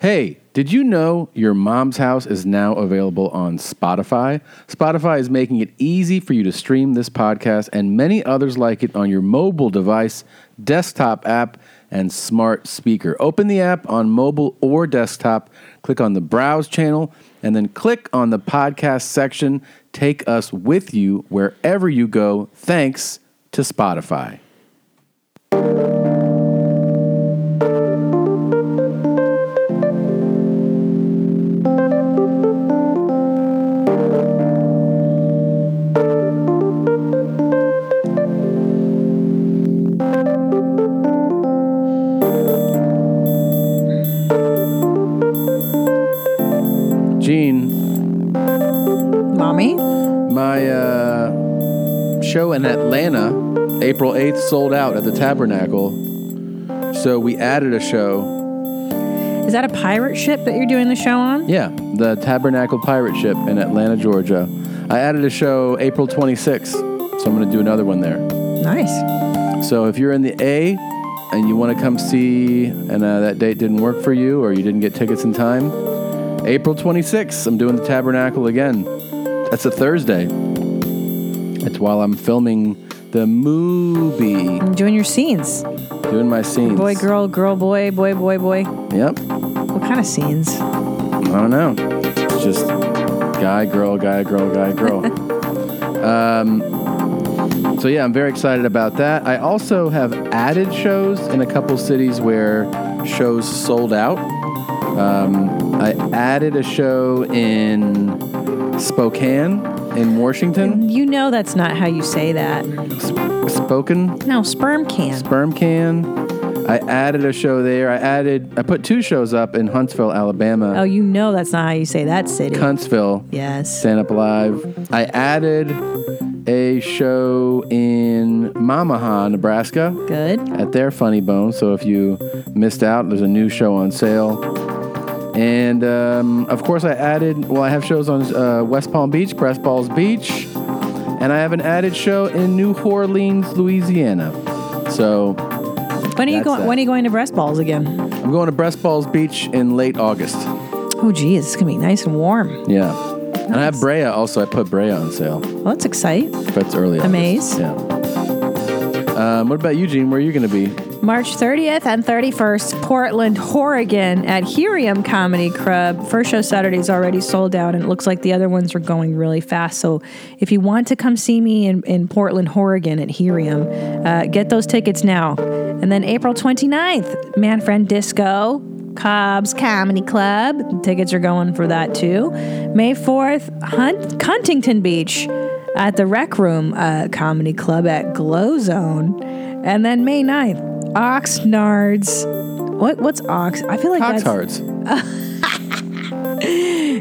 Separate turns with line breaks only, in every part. Hey, did you know your mom's house is now available on Spotify? Spotify is making it easy for you to stream this podcast and many others like it on your mobile device, desktop app, and smart speaker. Open the app on mobile or desktop, click on the browse channel, and then click on the podcast section. Take us with you wherever you go. Thanks to Spotify. Gene,
Mommy?
my uh, show in Atlanta, April 8th, sold out at the Tabernacle. So we added a show.
Is that a pirate ship that you're doing the show on?
Yeah, the Tabernacle Pirate Ship in Atlanta, Georgia. I added a show April 26th. So I'm going to do another one there.
Nice.
So if you're in the A and you want to come see, and uh, that date didn't work for you or you didn't get tickets in time, April 26th, I'm doing the Tabernacle again. That's a Thursday. It's while I'm filming the movie,
I'm doing your scenes.
doing my scenes.
Boy, girl, girl, boy, boy, boy, boy.
Yep.
What kind of scenes?
I don't know. It's just guy, girl, guy, girl, guy, girl. Um, So yeah, I'm very excited about that. I also have added shows in a couple cities where shows sold out. Um, I added a show in Spokane in Washington.
You know that's not how you say that.
Spoken
No, sperm can.
sperm can. I added a show there. I added. I put two shows up in Huntsville,
oh,
Alabama.
you know that's not how you say that city.
Huntsville.
yes.
Stand Up Live. I added a show in Omaha, Nebraska.
Good.
at their Funny Bone. So if you missed out, there's a new show on sale. And um, of course, I added, well, I have shows on uh, West Palm Beach, Crest Balls Beach, and I have an added show in New Orleans, Louisiana. So
When are you
That's
going?
that.
When are you going to breast balls again?
I'm going to Breast Balls Beach in late August.
Oh, geez, it's gonna be nice and warm.
Yeah. And I have Brea also. I put Brea on sale.
Well, that's exciting.
That's early August.
Amaze.
Yeah. Um, what about you, Gene? Where are you going to be?
March 30th and 31st, Portland, Oregon at Herium Comedy Club. First show Saturday is already sold out, and it looks like the other ones are going really fast. So if you want to come see me in, in Portland, Oregon at Herium, uh, get those tickets now. And then April 29th, Man Friend Disco, Cobb's Comedy Club. Tickets are going for that too. May 4th, Hunt- Huntington Beach at the Rec Room uh, Comedy Club at Glow Zone. And then May 9th, Oxnards. What, what's Ox? I feel like that's
Coxhards.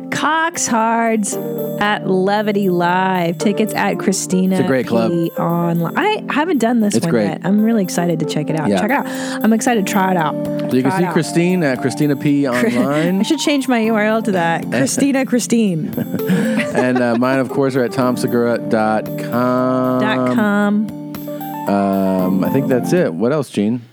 Coxhards at Levity Live. Tickets at Christina.
It's a great
P.
club.
Online. I haven't done this
It's
one
great.
yet. I'm really excited to check it out.
Yeah.
Check it out. I'm excited to try it out.
So you can
Try it
see
out.
Christine at Christina P online.
I should change my URL to that. Christina Christine
and uh, mine, of course, are at tomsegura.com.
dot com.
Um, I think that's it. What else, Gene?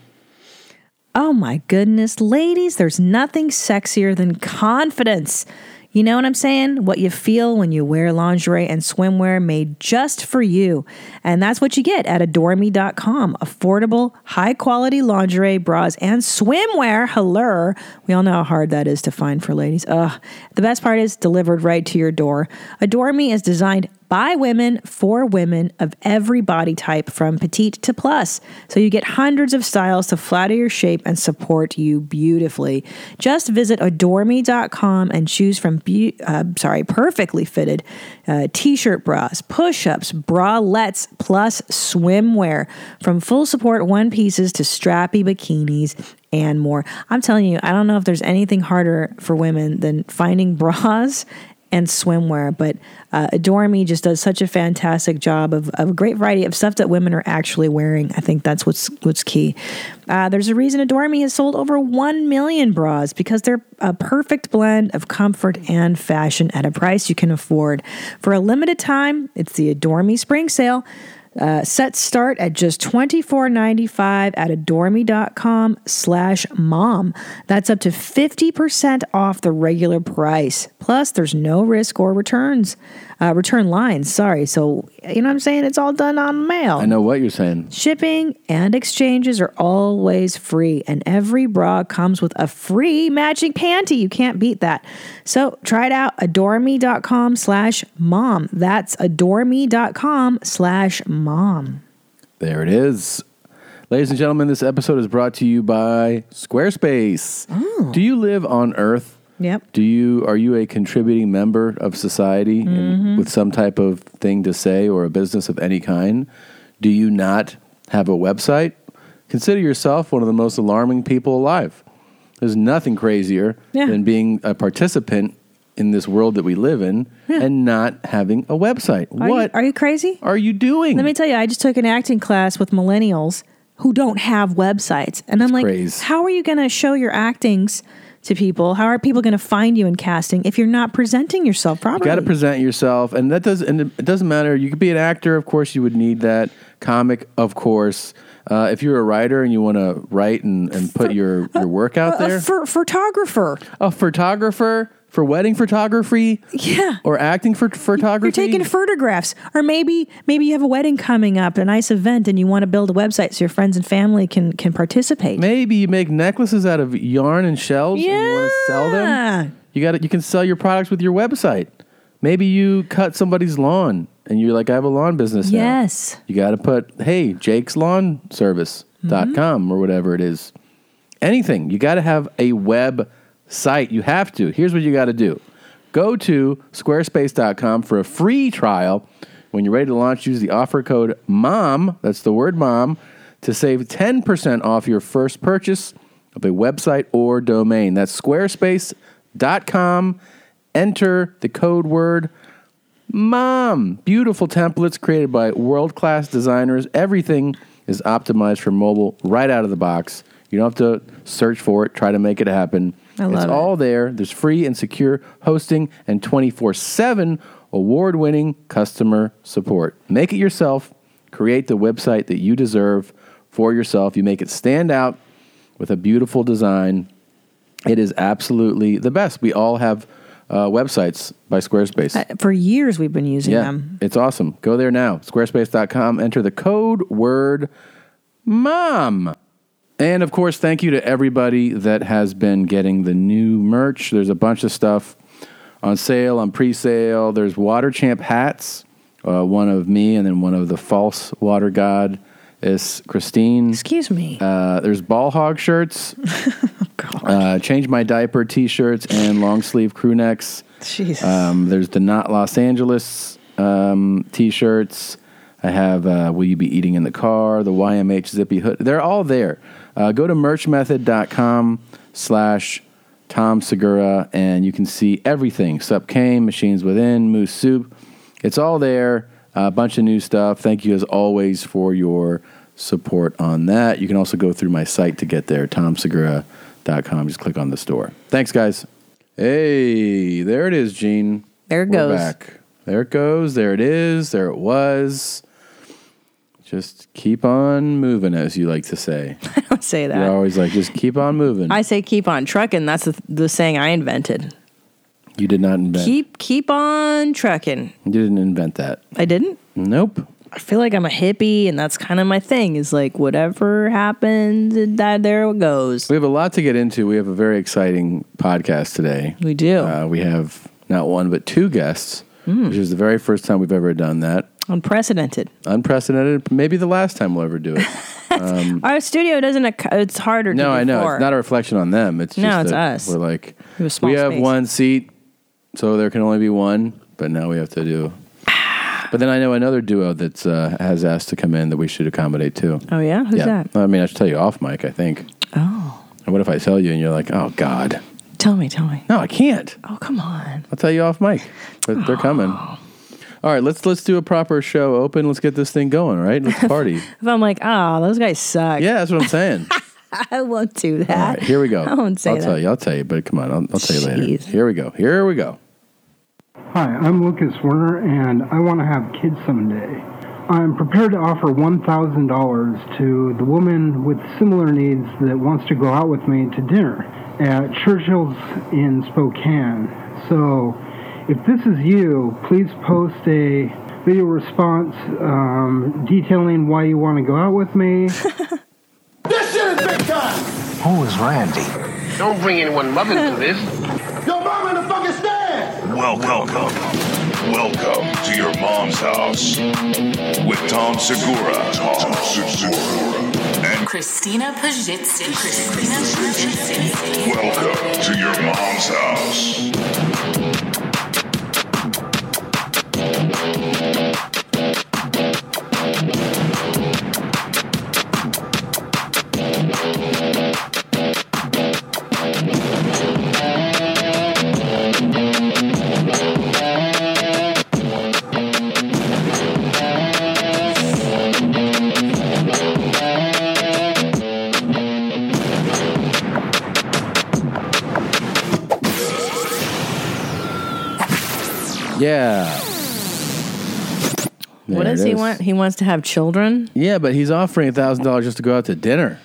Oh my goodness, ladies, there's nothing sexier than confidence. You know what I'm saying? What you feel when you wear lingerie and swimwear made just for you. And that's what you get at adoreme.com. Affordable, high quality lingerie, bras, and swimwear. Hello. We all know how hard that is to find for ladies. Ugh. The best part is delivered right to your door. Adore Me is designed by women for women of every body type from petite to plus. So you get hundreds of styles to flatter your shape and support you beautifully. Just visit adoreme.com and choose from beau- uh, sorry, perfectly fitted uh, t-shirt bras, push-ups, bralettes, plus swimwear from full support one pieces to strappy bikinis and more. I'm telling you, I don't know if there's anything harder for women than finding bras and swimwear, but uh, Adore Me just does such a fantastic job of, of a great variety of stuff that women are actually wearing. I think that's what's what's key. Uh, there's a reason Adore Me has sold over 1 million bras because they're a perfect blend of comfort and fashion at a price you can afford. For a limited time, it's the Adore Me Spring Sale.
Uh, sets start at just $24.95 at adoreme.com slash mom. That's up to 50% off the regular price. Plus, there's no risk or returns, uh, return lines, sorry. So, you know what I'm saying? It's all done on mail.
I know what you're saying.
Shipping and exchanges are always free, and every bra comes with a free matching panty. You can't beat that. So try it out, adoreme.com slash mom. That's adoreme.com slash mom.
There it is. Ladies and gentlemen, this episode is brought to you by Squarespace.
Oh.
Do you live on Earth?
Yep.
Do you are you a contributing member of society
Mm-hmm.
and with some type of thing to say or a business of any kind? Do you not have a website? Consider yourself one of the most alarming people alive. There's nothing crazier
Yeah.
than being a participant in this world that we live in and not having a website.
Are you-
what
are you crazy?
are you doing?
Let me tell you, I just took an acting class with millennials who don't have websites. And I'm like,
crazy.
how are you going to show your actings to people? How are people going to find you in casting if you're not presenting yourself properly?
You got to present yourself, and that does. And it doesn't matter. You could be an actor, of course. You would need that comic, of course. Uh, if you're a writer and you want to write and, and put your, your work out
a,
there,
a ph- photographer.
a photographer for wedding photography,
Yeah.
or acting for photography.
You're taking photographs, or maybe maybe you have a wedding coming up, a nice event, and you want to build a website so your friends and family can can participate.
Maybe you make necklaces out of yarn and shells, and you want to sell
Yeah.
them. You got You can sell your products with your website. Maybe you cut somebody's lawn, and you're like, I have a lawn business. now.
Yes,
You got to put, hey, Jake's Lawn Service.com or whatever it is. Anything. You got to have a web site. You have to. Here's what you got to do go to squarespace.com for a free trial. When you're ready to launch, use the offer code MOM, that's the word MOM, to save 10% off your first purchase of a website or domain. That's squarespace.com. Enter the code word Mom, beautiful templates created by world class designers. Everything is optimized for mobile right out of the box. You don't have to search for it, try to make it happen.
I love
it's
it.
all there. There's free and secure hosting and 24 7 award winning customer support. Make it yourself. Create the website that you deserve for yourself. You make it stand out with a beautiful design. It is absolutely the best. We all have uh, websites by Squarespace.
Uh, for years we've been using
Yeah,
them.
it's awesome. Go there now. Squarespace.com. Enter the code word mom. And of course, thank you to everybody that has been getting the new merch. There's a bunch of stuff on sale, on pre sale. There's Water Champ hats, uh, one of me, and then one of the false water god is Christine.
Excuse me.
Uh, there's ball hog shirts, uh, change my diaper t-shirts, and long sleeve crew necks.
Jesus.
Um, there's the not Los Angeles um, t-shirts. I have uh, will you be eating in the car? The YMH zippy hood. They're all there. Uh, go to merchmethod.com slash Tom Segura and you can see everything. Sup Kane, Machines Within, Moose Soup. It's all there. A bunch of new stuff. Thank you as always for your support on that. You can also go through my site to get there, tomsegura.com. Just click on the store. Thanks, guys. Hey, there it is, Gene.
There it
We're
goes.
Back. There it goes. There it is. There it was. Just keep on moving, as you like to say.
I don't say that.
You're always like, just keep on moving.
I say keep on trucking. That's the, the saying I invented.
you did not invent.
Keep keep on trucking.
you didn't invent that.
I didn't.
Nope.
I feel like I'm a hippie, and that's kind of my thing. Is like whatever happens, that there it goes.
We have a lot to get into. We have a very exciting podcast today.
We do.
Uh, we have not one but two guests,
Hmm.
which is the very first time we've ever done that.
Unprecedented.
Unprecedented. Maybe the last time we'll ever do it.
Our studio doesn't. acc- It's harder.
no,
to do
I know.
four.
It's not a reflection on them. It's
No,
just
it's
that
us.
We're like,
We have a small
have
space.
one seat, so there can only be one. But now we have to do. But then I know another duo that's uh, has asked to come in that we should accommodate too.
oh yeah. Who's
yeah,
that?
I mean, I should tell you off mic. I think.
Oh,
And what if I tell you and you're like, oh God,
tell me, tell me.
no, I can't.
Oh come on.
I'll tell you off mic. But they're coming. All right, let's let's do a proper show open. Let's get this thing going. all Right, let's party.
If I'm like, oh, those guys suck.
yeah, that's what I'm saying.
I won't do
All
that.
right, here we go.
I won't say
will
that.
tell you. I'll tell you. But come on, I'll, I'll tell you
Jeez.
later. Here we go. Here we go.
Hi, I'm Lucas Werner, and I want to have kids someday. I'm prepared to offer $1,000 to the woman with similar needs that wants to go out with me to dinner at Churchill's in Spokane. So if this is you, please post a video response um, detailing why you want to go out with me.
This shit is big time.
Who is Randy?
Don't bring anyone mother to this.
Your mom in the fucking stand.
Welcome. Welcome to your mom's house with Tom Segura. Tom Segura. And
Christina Pajitsky. Christina Pajitsky.
welcome to your mom's house.
Yeah.
What
There
does
it
he
is.
want? He wants to have children.
Yeah, but he's offering thousand dollars just to go out to dinner.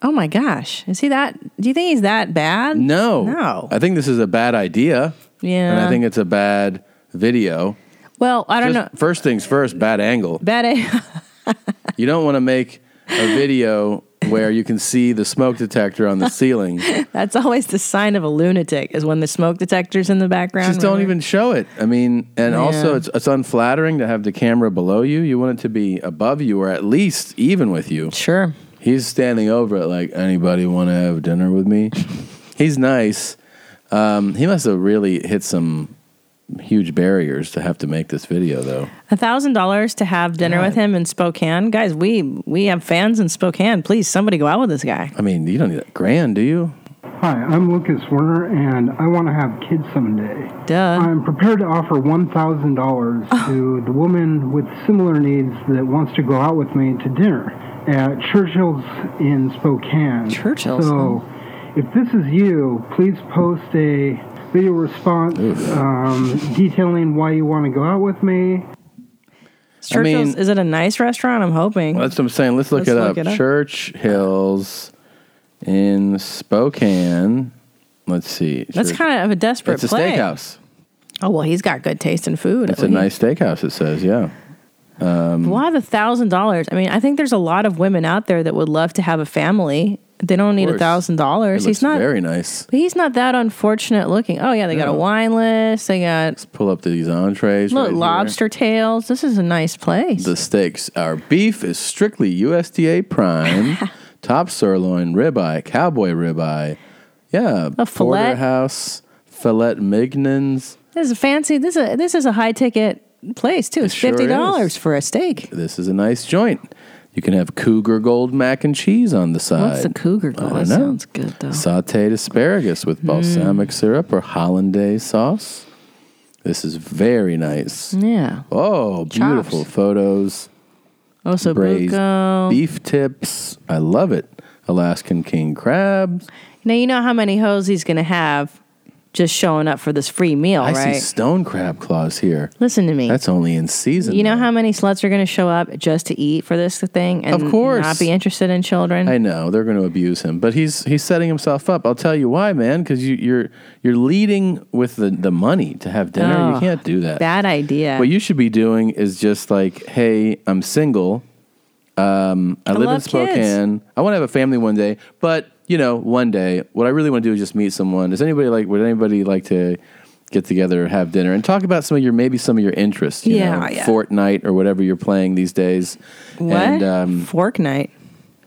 Oh my gosh, is he that? Do you think he's that bad?
No,
no.
I think this is a bad idea.
Yeah.
and I think it's a bad video.
well, I don't
Just
know.
First things first, bad angle.
Bad. a-
You don't want to make a video where you can see the smoke detector on the ceiling.
That's always the sign of a lunatic is when the smoke detector's in the background.
Just don't
remember?
even show it. I mean, and also
Yeah.
it's it's unflattering to have the camera below you. You want it to be above you or at least even with you.
Sure.
He's standing over it like anybody want to have dinner with me. He's nice. Um, he must have really hit some huge barriers to have to make this video though.
A thousand dollars to have dinner with him in Spokane, guys. We we have fans in Spokane. Please, somebody go out with this guy.
I mean, you don't need a grand, do you?
Hi, I'm Lucas Werner, and I want to have kids someday.
Duh.
I'm prepared to offer $1,000 to the woman with similar needs that wants to go out with me to dinner at Churchill's in Spokane.
Churchill's,
So, if this is you, please post a video response um, detailing why you want to go out with me.
I mean-
Churchill's. is it a nice restaurant? I'm hoping.
Well, that's what I'm saying. Let's look,
Let's
it,
look
up.
it up.
Church Hills in Spokane. Let's see.
That's
Church-
kind of a desperate
It's a
play.
steakhouse.
Oh well, he's got good taste in food.
It's a
at
nice
least.
steakhouse. It says, yeah.
Why the thousand dollars? I mean, I think there's a lot of women out there that would love to have a family. They don't need a
course.
thousand
It
dollars.
looks
He's not.
very nice.
but he's not that unfortunate looking. Oh yeah, they got a
No.
wine list. They got
Pull up these entrees. right
look,
here.
lobster tails. This is a nice place.
The steaks. Our beef is strictly USDA prime. Top sirloin, ribeye, cowboy ribeye. Yeah,
A fillet.
porterhouse, fillet mignons.
This is a fancy. This is a, this is a high ticket place too. It's
sure
fifty dollars
is.
for a steak.
This is a nice joint. You can have cougar gold mac and cheese on the side.
What's the cougar
I
called?
don't
That
know.
sounds good though. Mm.
Sauteed asparagus with balsamic syrup or hollandaise sauce. This is very nice.
yeah.
Oh, beautiful
Mm. Chops.
photos.
Also,
Braised
buco.
beef tips. I love it. Alaskan king crabs.
Now you know how many hoes he's gonna have just showing up for this free meal,
I
right?
see stone crab claws here.
Listen to me.
That's only in season.
you know
though.
how many sluts are going to show up just to eat for this thing and
Of course.
not be interested in children?
I know they're going to abuse him, but he's he's setting himself up. I'll tell you why, man. Because you, you're you're leading with the, the money to have dinner. you
Ugh,
can't do that.
Bad idea.
What you should be doing is just like, hey, I'm single. Um, I, live in
love kids.
Spokane. I want to have a family one day, but you know, one day, what I really want to do is just meet someone. Does anybody like? Would anybody like to get together, have dinner, and talk about some of your maybe some of your interests? You
Yeah,
know,
yeah.
Fortnite or whatever you're playing these days.
what?
And um,
Fork night.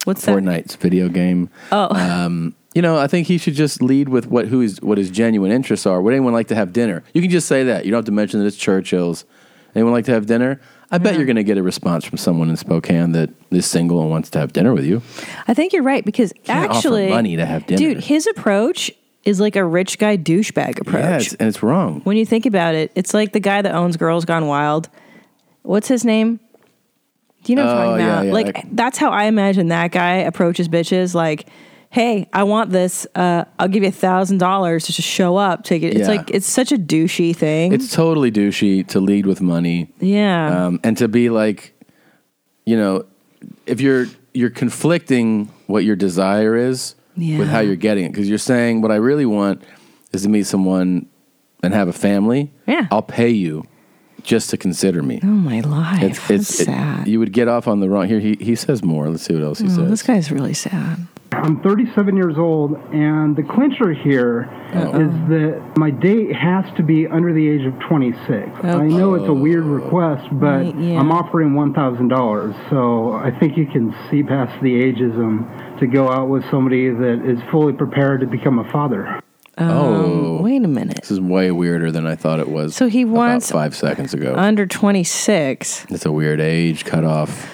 What's that?
Fortnite's video game. Um,
Oh,
You know, I think he should just lead with what who is what his genuine interests are. Would anyone like to have dinner? You can just say that. You don't have to mention that it's Churchill's. Anyone like to have dinner? I bet you're going to get a response from someone in Spokane that is single and wants to have dinner with you.
I think you're right because
can't offer
actually,
money to have dinner.
dude, his approach is like a rich guy douchebag approach.
Yeah, it's, and it's wrong.
when you think about it, it's like the guy that owns Girls Gone Wild. What's his name? Do you know what I'm
Oh,
talking
yeah,
about?
yeah,
like
like-
that's how I imagine that guy approaches bitches. Like, hey, I want this. Uh, I'll give you a thousand dollars to just show up. Take it. It's
Yeah.
like it's such a douchey thing.
It's totally douchey Um, to lead with money
yeah.
um, and to be like, you know, if you're you're conflicting what your desire is with how
Yeah.
you're getting it because you're saying what I really want is to meet someone and have a family.
Yeah.
I'll pay you just to consider me.
Oh my life.
It's,
That's
it's it-
sad.
you would get off on the wrong. Here he, he says more. Let's see what else he
oh,
says.
this guy's really sad.
I'm 37 years old, and the clincher here is that my date has to be under the age of 26. I know it's a weird request, but
Right, yeah.
I'm offering $1,000, so I think you can see past the ageism to go out with somebody that is fully prepared to become a father.
oh,
Um, Wait a minute.
this is way weirder than I thought it was.
So he wants-
about five seconds ago.
Under 26.
It's a weird age cutoff.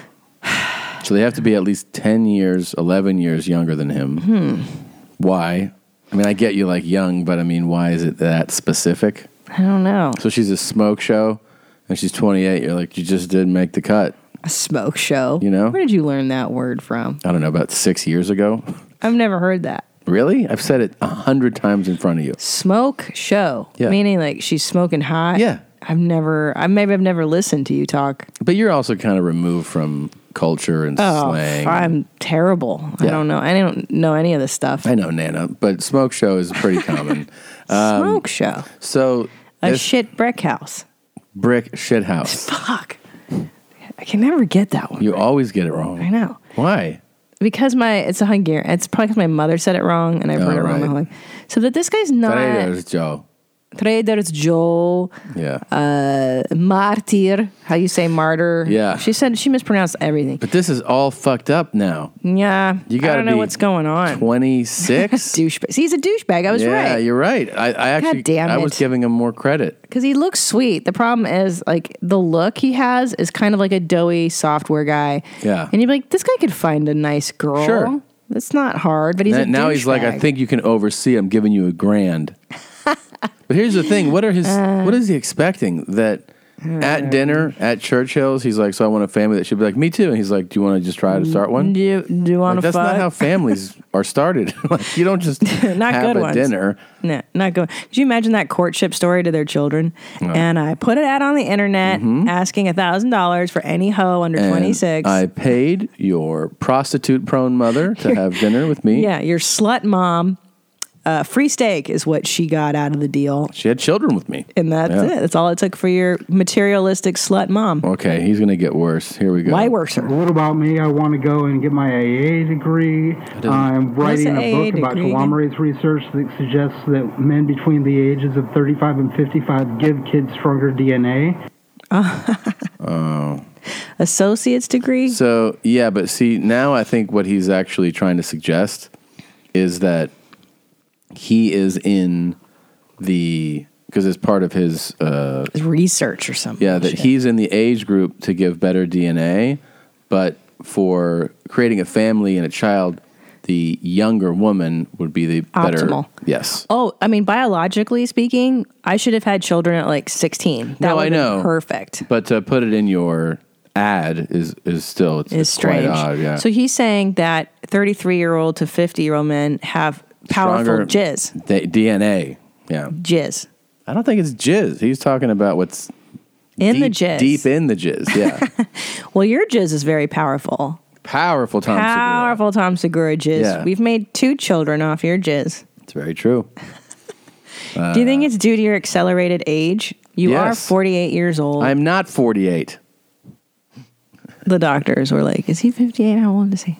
So they have to be at least 10 years, 11 years younger than him.
Hmm.
Why? I mean, I get you like young, but I mean, why is it that specific?
I don't know.
So she's a smoke show and she's 28. You're like, you just didn't make the cut.
A smoke show.
You know?
Where did you learn that word from?
I don't know, about six years ago.
I've never heard that.
Really? I've said it a hundred times in front of you.
Smoke show.
Yeah.
Meaning like she's smoking hot.
Yeah.
I've never I maybe I've never listened to you talk.
But you're also kind of removed from culture and
Oh,
slang.
I'm terrible. I
Yeah.
don't know. I don't know any of this stuff.
I know, Nana, but smoke show is pretty common. um,
smoke show.
so,
A
this
shit brick house.
brick shit house.
Fuck. I can never get that one.
You always get it wrong.
I know.
Why?
Because my it's a Hungarian. It's probably because my mother said it wrong and I've
Oh,
heard it
right.
wrong my whole life. So that this guy's
Tornadoes,
not
Joe.
Traders Joel
Yeah.
Uh, Martyr. How you say martyr?
Yeah.
She said she mispronounced everything.
but this is all fucked up now.
Yeah.
You
I
gotta
don't know
be
what's going on.
Twenty six.
douchebag. See, he's a douchebag. I was
yeah,
right.
you're right. I, I actually,
damn
I was
it.
giving him more credit.
Because he looks sweet. The problem is, like, the look he has is kind of like a doughy software guy.
Yeah.
And you'd be like, this guy could find a nice girl.
Sure.
That's not hard, but he's
Now,
a
now he's like, I
douchebag.
think you can oversee. I'm giving you a grand. but here's the thing: what are his?
Uh,
what is he expecting that? At dinner at Churchill's, he's like, "So I want a family that should be like me too." And he's like, "Do you want to just try to start one?"
Do Mm, you, do you
Like,
want to
that's
fuck?
not how families are started. like, you don't just
Not
have
good
a
ones.
dinner.
no, not good. Could you imagine that courtship story to their children? And I put it out on the internet asking a $1,000 for any hoe under
Mm-hmm. And
26.
I paid your prostitute prone mother to have dinner with me.
yeah, your slut mom. Uh, free steak is what she got out of the deal.
She had children with me.
And that's
Yeah. Oh,
it. That's all it took for your materialistic slut mom.
Okay, he's going to get worse. Here we go.
Why worse?
What about me? I want to go and get my AA degree. I'm writing
What's
a
a
book
AA
about
degree again?
telomerase research that suggests that men between the ages of 35 and 55 give kids stronger DNA.
Associate's degree?
So, yeah, but see, now I think what he's actually trying to suggest is that he is in the, because it's part of his, uh,
Research or something.
yeah, that he's in the age group to give better DNA, but for creating a family and a child, the younger woman would be the better.
Optimal.
Yes.
Oh, I mean, biologically speaking, I should have had children at like 16. That
No,
would
I
have been
know.
Perfect.
But to put it in your ad is is still it's,
It's
it's
strange.
Quite odd, yeah.
So he's saying that 33 year old to 50 year old men have powerful
Stronger
jizz.
D- DNA. Yeah,
Jizz.
I don't think it's jizz. He's talking about what's
In the
deep,
jizz.
deep in the jizz. Yeah,
Well, your jizz is very powerful.
powerful Tom. Segura.
powerful Tom Segura jizz.
Yeah.
We've made two children off your jizz.
It's very true.
Do you think it's due to your accelerated age? You are
Uh, Yes.
48 years old.
I'm not 48.
the doctors were like, "Is he 58? How old is he?"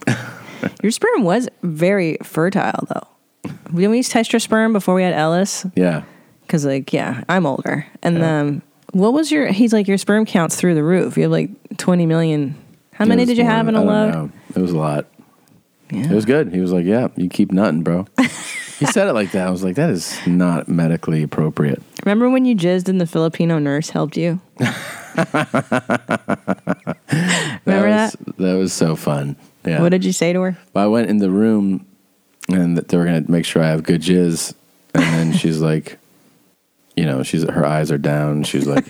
your sperm was very fertile, though. Didn't we test your sperm before we had Ellis?
Yeah,
Because, like, yeah, I'm older. And um, what was your? He's like, your sperm counts through the roof. You have like 20 million. How
It
many
was
did you
more
have in
than-
a
I
load?
don't know. It was a lot.
Yeah.
It was good. He was like, "Yeah, you keep nutting, bro." he said it like that. I was like, "That is not medically appropriate."
Remember when you jizzed and the Filipino nurse helped you? Remember that?
was, that was so fun. Yeah.
What did you say to her?
But I went in the room and that they were going to make sure I have good jizz. And then she's like, you know, she's her eyes are down. She's like,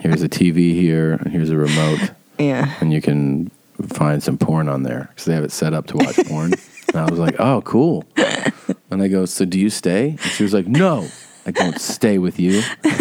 here's a TV here, and here's a remote,
Yeah.
and you can find some porn on there because they have it set up to watch porn. and I was like, oh, cool. And I go, so do you stay? And she was like, no. I don't stay with you. And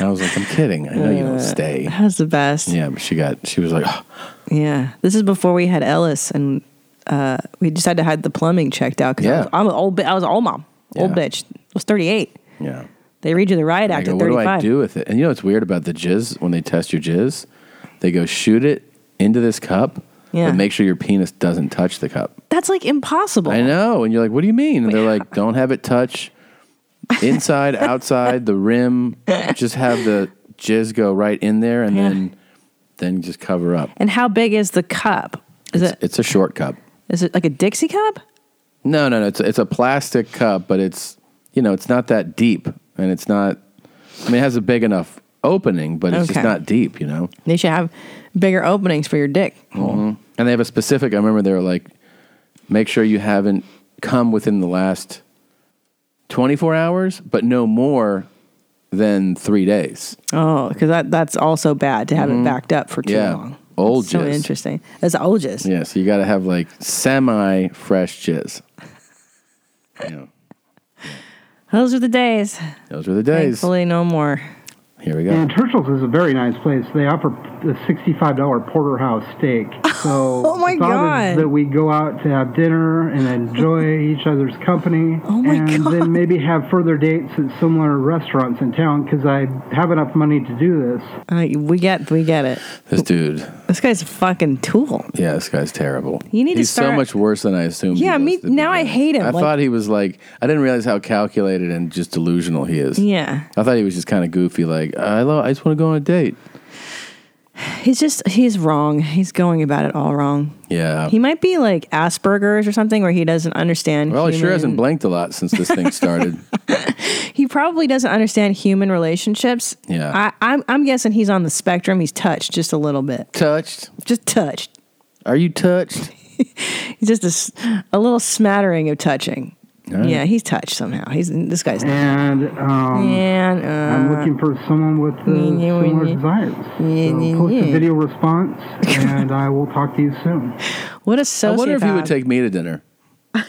I was like, I'm kidding. I know you don't stay.
That was the best.
Yeah, but she got, she was like, "Oh,
Yeah. This is before we had Ellis and uh, we decided to have the plumbing checked out because
Yeah.
I, was- I'm an old bi- I was an old mom, old
Yeah.
bitch. I was 38.
yeah.
They read you the riot act
I go,
at
what do I
35.
do with it? And you know what's weird about the jizz when they test your jizz? They go, shoot it into this cup,
Yeah.
but make sure your penis doesn't touch the cup.
That's like impossible.
I know. And you're like, what do you mean? And they're like, don't have it touch inside, outside, the rim. Just have the jizz go right in there and
Yeah.
then then just cover up.
And how big is the cup? Is it
It's a short cup.
is it like a Dixie cup?
No, no, no. It's it's a plastic cup, but it's you know it's not that deep, and it's not. I mean, it has a big enough opening, but it's just
Okay.
not deep, you know.
They should have bigger openings for your dick.
Mhm. And they have a specific. I remember they were like, make sure you haven't come within the last twenty four hours, but no more than three days.
Oh, because that that's also bad to have it backed up for too
Mm-hmm. Yeah.
long.
Old
That's so
jizz.
interesting. That's old jizz.
Yeah, so you got to have like semi fresh jizz. Yeah,
Those are the days.
those were the days.
Thankfully, no more.
Here we go.
And Churchill's is a very nice place. They offer a sixty-five dollar porterhouse steak. So
Oh my
the thought is
God.
that we go out to have dinner and enjoy each other's company,
Oh my
and
God.
then maybe have further dates at similar restaurants in town because I have enough money to do this.
Uh, we get we get it.
This dude.
This guy's a fucking tool.
Yeah, this guy's terrible.
You need to
He's so
start-
much worse than I assumed. he
Yeah,
was
me-
at the
now I hate him,
I
like-
thought he was like I didn't realize how calculated and just delusional he is.
Yeah,
I thought he was just kind of goofy. Like I love, I just want to go on a date.
he's just he's wrong. He's going about it all wrong.
Yeah.
He might be like Asperger's or something, where he doesn't understand.
well, he sure
human-
hasn't blanked a lot since this thing started.
He probably doesn't understand human relationships.
Yeah.
I, I'm I'm guessing he's on the spectrum. He's touched just a little bit,
touched?
just touched.
Are you touched?
He's just a s- a, little smattering of touching. Yeah, he's touched somehow. He's this guy's.
And um,
And
I'm
uh,
looking for someone with uh,
yeah,
similar
yeah.
desires.
yeah,
So post
yeah.
a video response, and I will talk to you soon.
what a
I
sociopath!
wonder if he would take me to dinner.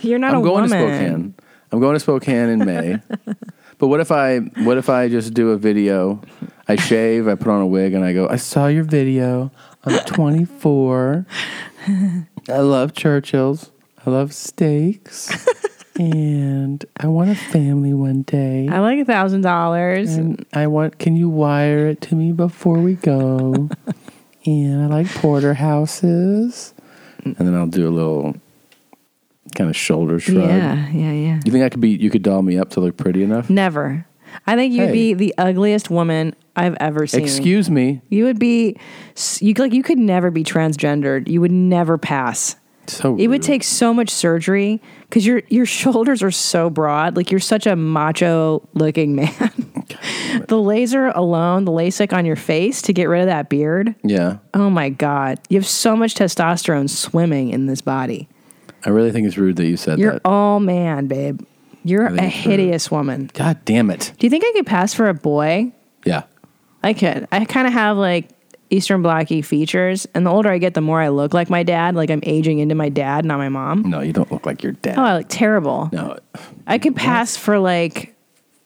You're not
I'm
a
going
woman.
to Spokane. I'm going to Spokane in May. but what if I what if I just do a video? I shave, I put on a wig, and I go, I saw your video. I'm 24. I love Churchill's. I love steaks. and I want a family one day.
I like a thousand dollars.
And I want can you wire it to me before we go? and I like porterhouses. And then I'll do a little kind of shoulder shrug.
Yeah, yeah, yeah.
You think I could be? You could doll me up to look pretty enough?
Never. I think you'd
Hey.
be the ugliest woman I've ever seen.
Excuse me.
You would be. You like you could never be transgendered. You would never pass.
So
It would
rude.
take so much surgery because your your shoulders are so broad. Like you're such a macho looking man. the laser alone, the LASIK on your face to get rid of that beard.
Yeah,
Oh my god, you have so much testosterone swimming in this body.
I really think it's rude that you said
You're
that.
all man, babe. You're
think
a
it's rude.
hideous woman.
God damn it.
Do you think I could pass for a boy?
Yeah.
I could. I kind of have like Eastern Blocky features, and the older I get, the more I look like my dad. Like I'm aging into my dad, not my mom.
No, you don't look like your dad.
Oh, I look terrible.
No,
I could pass for like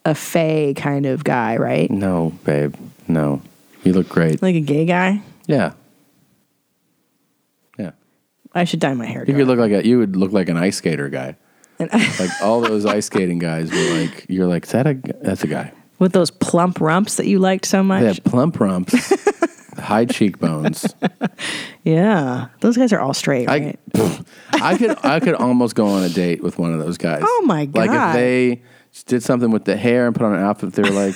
a fey kind of guy, right?
no, babe. No, you look great.
Like a gay guy.
Yeah. Yeah.
I should dye my hair.
You could
dark.
look like a, you would look like an ice skater guy. like all those ice skating guys were like, you're like, is that a g- that's a guy.
with those plump rumps that you liked so
They
much.
have plump rumps, high cheekbones.
Yeah, those guys are all straight,
I,
right?
pff, I could I could almost go on a date with one of those guys.
Oh, my
Like if
God.
they did something with the hair and put on an outfit, they're like,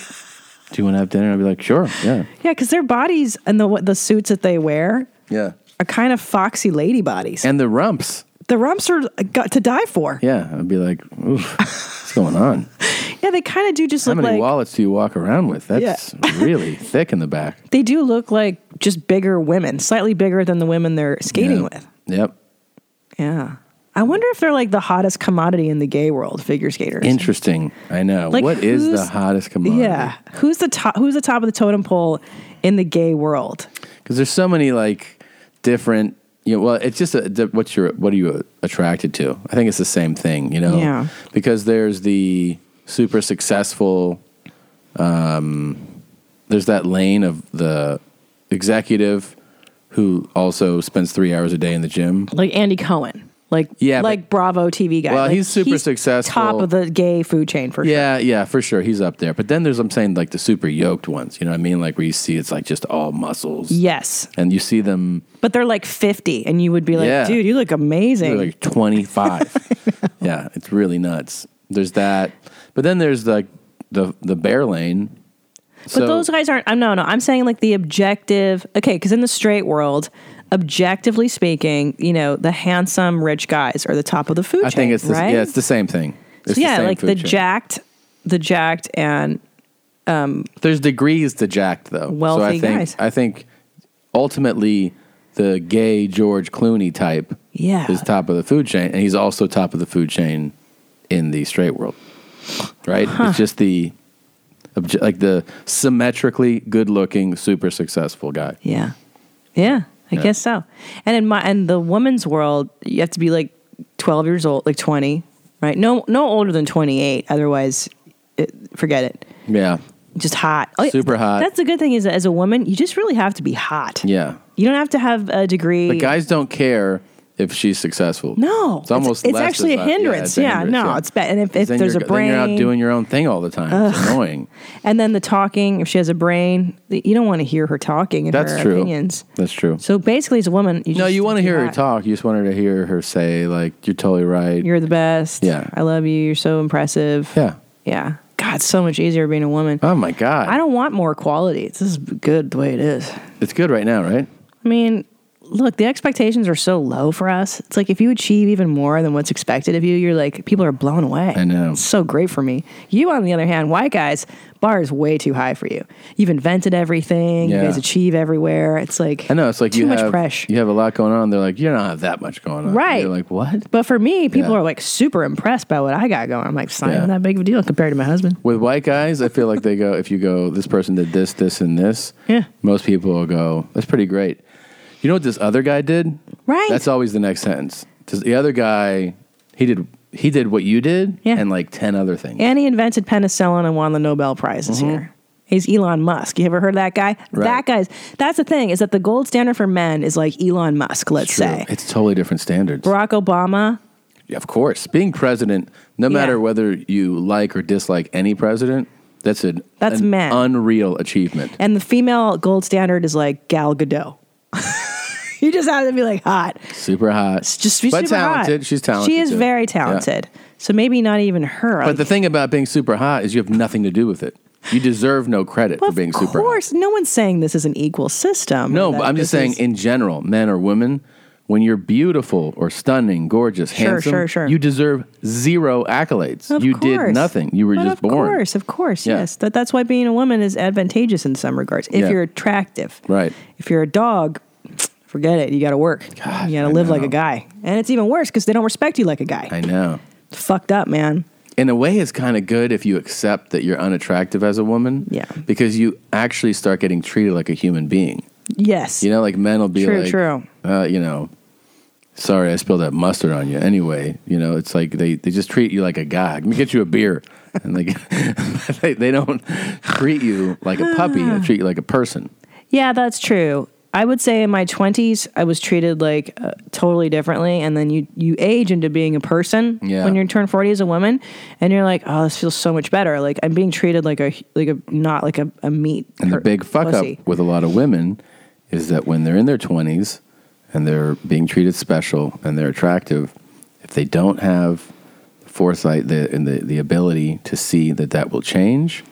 "Do you want to have dinner?" I'd be like, "Sure, yeah,
yeah, because their bodies and the what the suits that they wear
yeah."
are kind of foxy lady bodies.
And the rumps,
the rumps are uh, got to die for.
yeah. I'd be like, Oof, "What's going on?
Yeah, they kind of do just
How
look
many
like
wallets do you walk around with? That's really thick in the back."
they do look like just bigger women, slightly bigger than the women they're skating
Yep.
with.
Yep.
Yeah. I wonder if they're like the hottest commodity in the gay world, figure skaters.
Interesting. I know.
Like,
what is the
who's-
hottest commodity?
yeah. Who's the top who's the top of the totem pole in the gay world?
because there's so many like different you know well it's just a, di- what's your what are you attracted to i think it's the same thing you know
Yeah.
because there's the super successful um, there's that lane of the executive who also spends three hours a day in the gym.
like Andy Cohen, like
Yeah,
like Bravo TV guy.
Well,
Like,
he's super successful.
top of the gay food chain for
Yeah, yeah, for sure. He's up there. But then there's, I'm saying, like the super yoked ones. You know what I mean? Like where you see it's like just all muscles.
sure. Yes,
And you see them,
but they're like fifty, and you would be like,
Yeah.
dude, you look
they're
amazing.
like 25. yeah, it's really nuts. There's that. But then there's like the, the bear lane.
but those guys aren't. I'm no, no. I'm saying like the objective. Okay, because in the straight world. Objectively speaking, you know the handsome rich guys are the top of the food
I
chain.
think it's the,
right?
yeah, it's the same thing. It's
yeah,
same
like
food
the
chain.
jacked, the jacked, and
There's degrees to jacked though. so I
Wealthy
think
guys.
I think ultimately the gay George Clooney type
Yeah.
is top of the food chain, and he's also top of the food chain in the straight world. Right? It's just the obje- like the symmetrically good-looking, super successful guy.
Yeah. Yeah, I
Yeah.
guess so. And in my and the woman's world, you have to be like 12 years old, like 20, right? No no older than 28, otherwise it, forget it.
Yeah,
Just hot. Oh, yeah.
Super hot.
That's the good thing is that as a woman, you just really have to be hot.
yeah.
You don't have to have a degree.
But guys don't care if she's successful.
no.
it's almost
it's,
less
actually
about-
a hindrance.
it's a
Yeah,
hindrance,
no, it's bad. And if, if
Then
there's a
you're-
brain
then you're out doing your own thing all the time. It's annoying.
and then the talking, if she has a brain, you don't want to hear her talking and
That's
her
true.
opinions.
That's true.
So basically as a woman, you
No,
just
you want to
be
hear her
hot.
talk. You just want her to hear her say, like, you're totally right.
You're the best.
Yeah.
I love you. You're so impressive.
yeah.
Yeah. God, it's so much easier being a woman.
Oh, my God.
I don't want more equality. This is good the way it is.
it's good right now, right?
I mean, look, the expectations are so low for us. It's like if you achieve even more than what's expected of you, you're like, people are blown away.
I know.
It's so great for me. You, on the other hand, white guys, bar is way too high for you. You've invented everything.
Yeah.
You guys achieve everywhere. It's like,
I know. It's like
too
you
much
have
pressure.
you have a lot going on. They're like, you don't have that much going on.
Right.
You're like, what?
But for me, people
Yeah.
are like super impressed by what I got going. I'm like, it's not
Yeah.
even that big of a deal compared to my husband.
With white guys, I feel like they go, if you go, this person did this, this, and this.
Yeah.
Most people will go, that's pretty great. You know what this other guy did?
Right.
That's always the next sentence. 'Cause the other guy, he did he did what you did,
Yeah.
and like ten other things.
And he invented penicillin and won the Nobel Prize this year. He's Elon Musk. You ever heard of that guy?
Mm-hmm. Right.
That guy's. That's the thing is that the gold standard for men is like Elon Musk. Let's
It's true.
say
It's totally different standards.
Barack Obama.
Yeah, Of course. Being president, no matter whether you like or dislike any president, that's an,
That's
an
men.
unreal achievement.
And the female gold standard is like Gal Gadot. you just have to be like hot.
Super hot.
Just be
but
super hot.
talented. She's talented.
She is
too.
very
Yeah.
talented. So maybe not even her.
But the thing about being super hot is you have nothing to do with it. You deserve no credit for
of
being super hot.
course, no one's saying this is an equal system.
No,
or
but
that
I'm just
this
saying
is-
in general, men or women, when you're beautiful or stunning, gorgeous,
Sure,
handsome,
sure, sure.
you deserve zero accolades.
Of
you
course.
did nothing. You were
But
just
of
born.
Of course, of course,
Yeah.
yes. That that's why being a woman is advantageous in some regards. If
Yeah.
you're attractive,
Right.
If you're a dog, forget it. You got to work. you got to
I
live like
know.
a guy, and it's even worse because they don't respect you like a guy.
I know.
It's fucked up, man.
in a way it's kind of good if you accept that you're unattractive as a woman
Yeah.
because you actually start getting treated like a human being
Yes.
you know like men will be
True,
like
true.
Uh, you know sorry i spilled that mustard on you anyway you know it's like they, they just treat you like a guy let me get you a beer and like they, they don't treat you like a puppy they treat you like a person
Yeah, that's true. I would say in my 20s, I was treated like uh, totally differently. And then you, you age into being a person
Yeah.
when you turn 40 as a woman. And you're like, oh, this feels so much better. Like I'm being treated like a, like a, not like a, a meat.
And the
per-
big fuck
pussy.
up with a lot of women is that when they're in their 20s and they're being treated special and they're attractive, if they don't have foresight the, and the, the ability to see that that will change,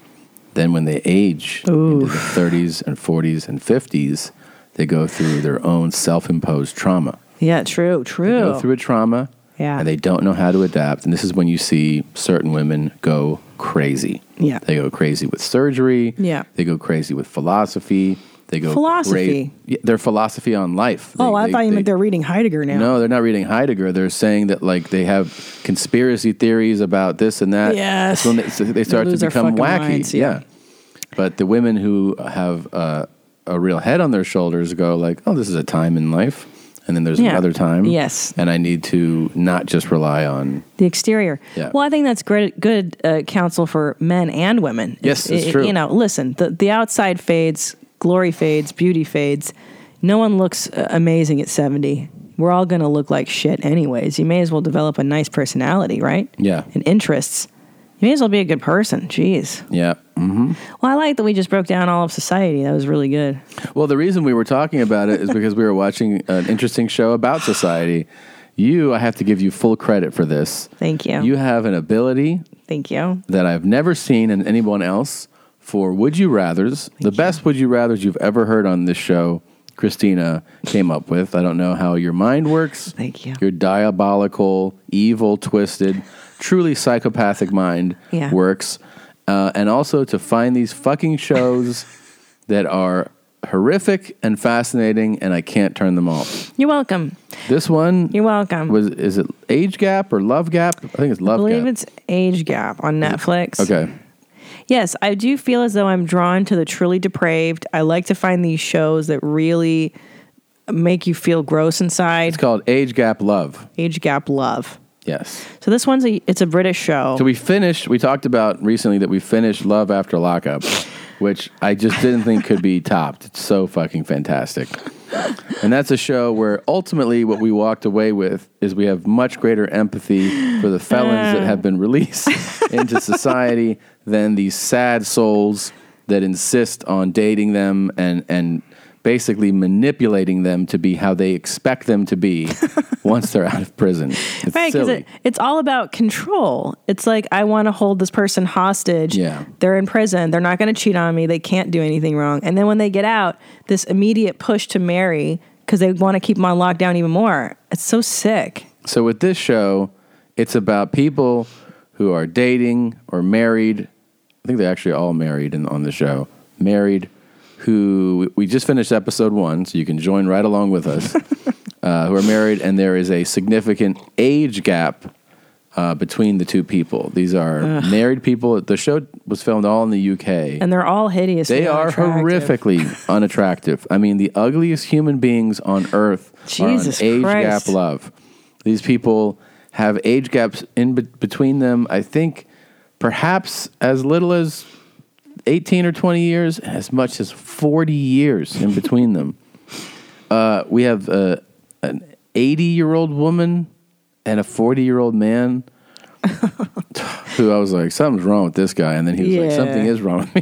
then when they age into the 30s and 40s and 50s, they go through their own self imposed trauma.
Yeah, true,
They
true.
go through a trauma
Yeah.
and they don't know how to adapt. And this is when you see certain women go crazy.
Yeah.
They go crazy with surgery.
Yeah.
They go crazy with philosophy. They go
Philosophy?
cra- yeah, their philosophy on life.
oh,
They-
I
they-
thought you meant
they-
they're reading Heidegger now.
No, they're not reading Heidegger. They're saying that like they have conspiracy theories about this and that.
Yes.
That's when they, so they start to
lose their
become
fucking
wacky.
minds, yeah.
yeah. But the women who have uh, a real head on their shoulders go like, "Oh, this is a time in life." and then there's
Yeah.
another time.
Yes.
And I need to not just rely on.
the exterior.
Yeah.
Well, I think that's great, good uh, counsel for men and women.
Yes, it's
it-
true.
You know, listen, the, the outside fades, glory fades, beauty fades. No one looks uh, amazing at 70. We're all going to look like shit anyways. You may as well develop a nice personality, right?
Yeah.
And interests. You may as well be a good person. Jeez.
Yeah. Mm-hmm.
Well, I like that we just broke down all of society. That was really good.
Well, the reason we were talking about it is because we were watching an interesting show about society. You, I have to give you full credit for this.
Thank you.
You have an ability
Thank you.
that I've never seen in anyone else for Would You Rathers. the best Would You Rathers you've ever heard on this show, Christina came up with. I don't know how your mind works.
Thank you.
Your diabolical, evil, twisted, truly psychopathic mind
Yeah.
works. Uh, and also to find these fucking shows that are horrific and fascinating, and I can't turn them off.
You're welcome.
This one
You're welcome.
was is it Age Gap or Love Gap? I think it's
I
Love
believe
Gap.
it's Age Gap on Netflix.
Mm. okay.
Yes, I do feel as though I'm drawn to the truly depraved. I like to find these shows that really make you feel gross inside.
It's called Age Gap Love.
Age Gap Love.
Yes.
So this one's a it's a British show.
So we finished. We talked about recently that we finished Love After Lockup, which I just didn't think could be topped. It's so fucking fantastic. And that's a show where ultimately what we walked away with is we have much greater empathy for the felons that have been released into society than these sad souls that insist on dating them and and basically manipulating them to be how they expect them to be once they're out of prison. It's
Right, because
silly.
it, it's all about control. It's like I want to hold this person hostage.
Yeah.
they're in prison. They're not going to cheat on me. They can't do anything wrong. And then when they get out, this immediate push to marry because they want to keep them on lockdown even more. It's so sick.
So with this show, it's about people who are dating or married. I think they're actually all married in, on the show. Married, who we just finished episode one, so you can join right along with us. uh, who are married, and there is a significant age gap uh, between the two people. These are married people. The show was filmed all in the UK.
And they're all hideous.
They are horrifically unattractive. I mean, the ugliest human beings on earth
Jesus
are on age
Christ.
gap love. These people have age gaps in be- between them. I think perhaps as little as eighteen or twenty years, and as much as forty years in between them. Uh, we have uh, an eighty-year-old woman and a forty-year-old man. who I was like, something's wrong with this guy, and then he was like,
Yeah.
something is wrong with me.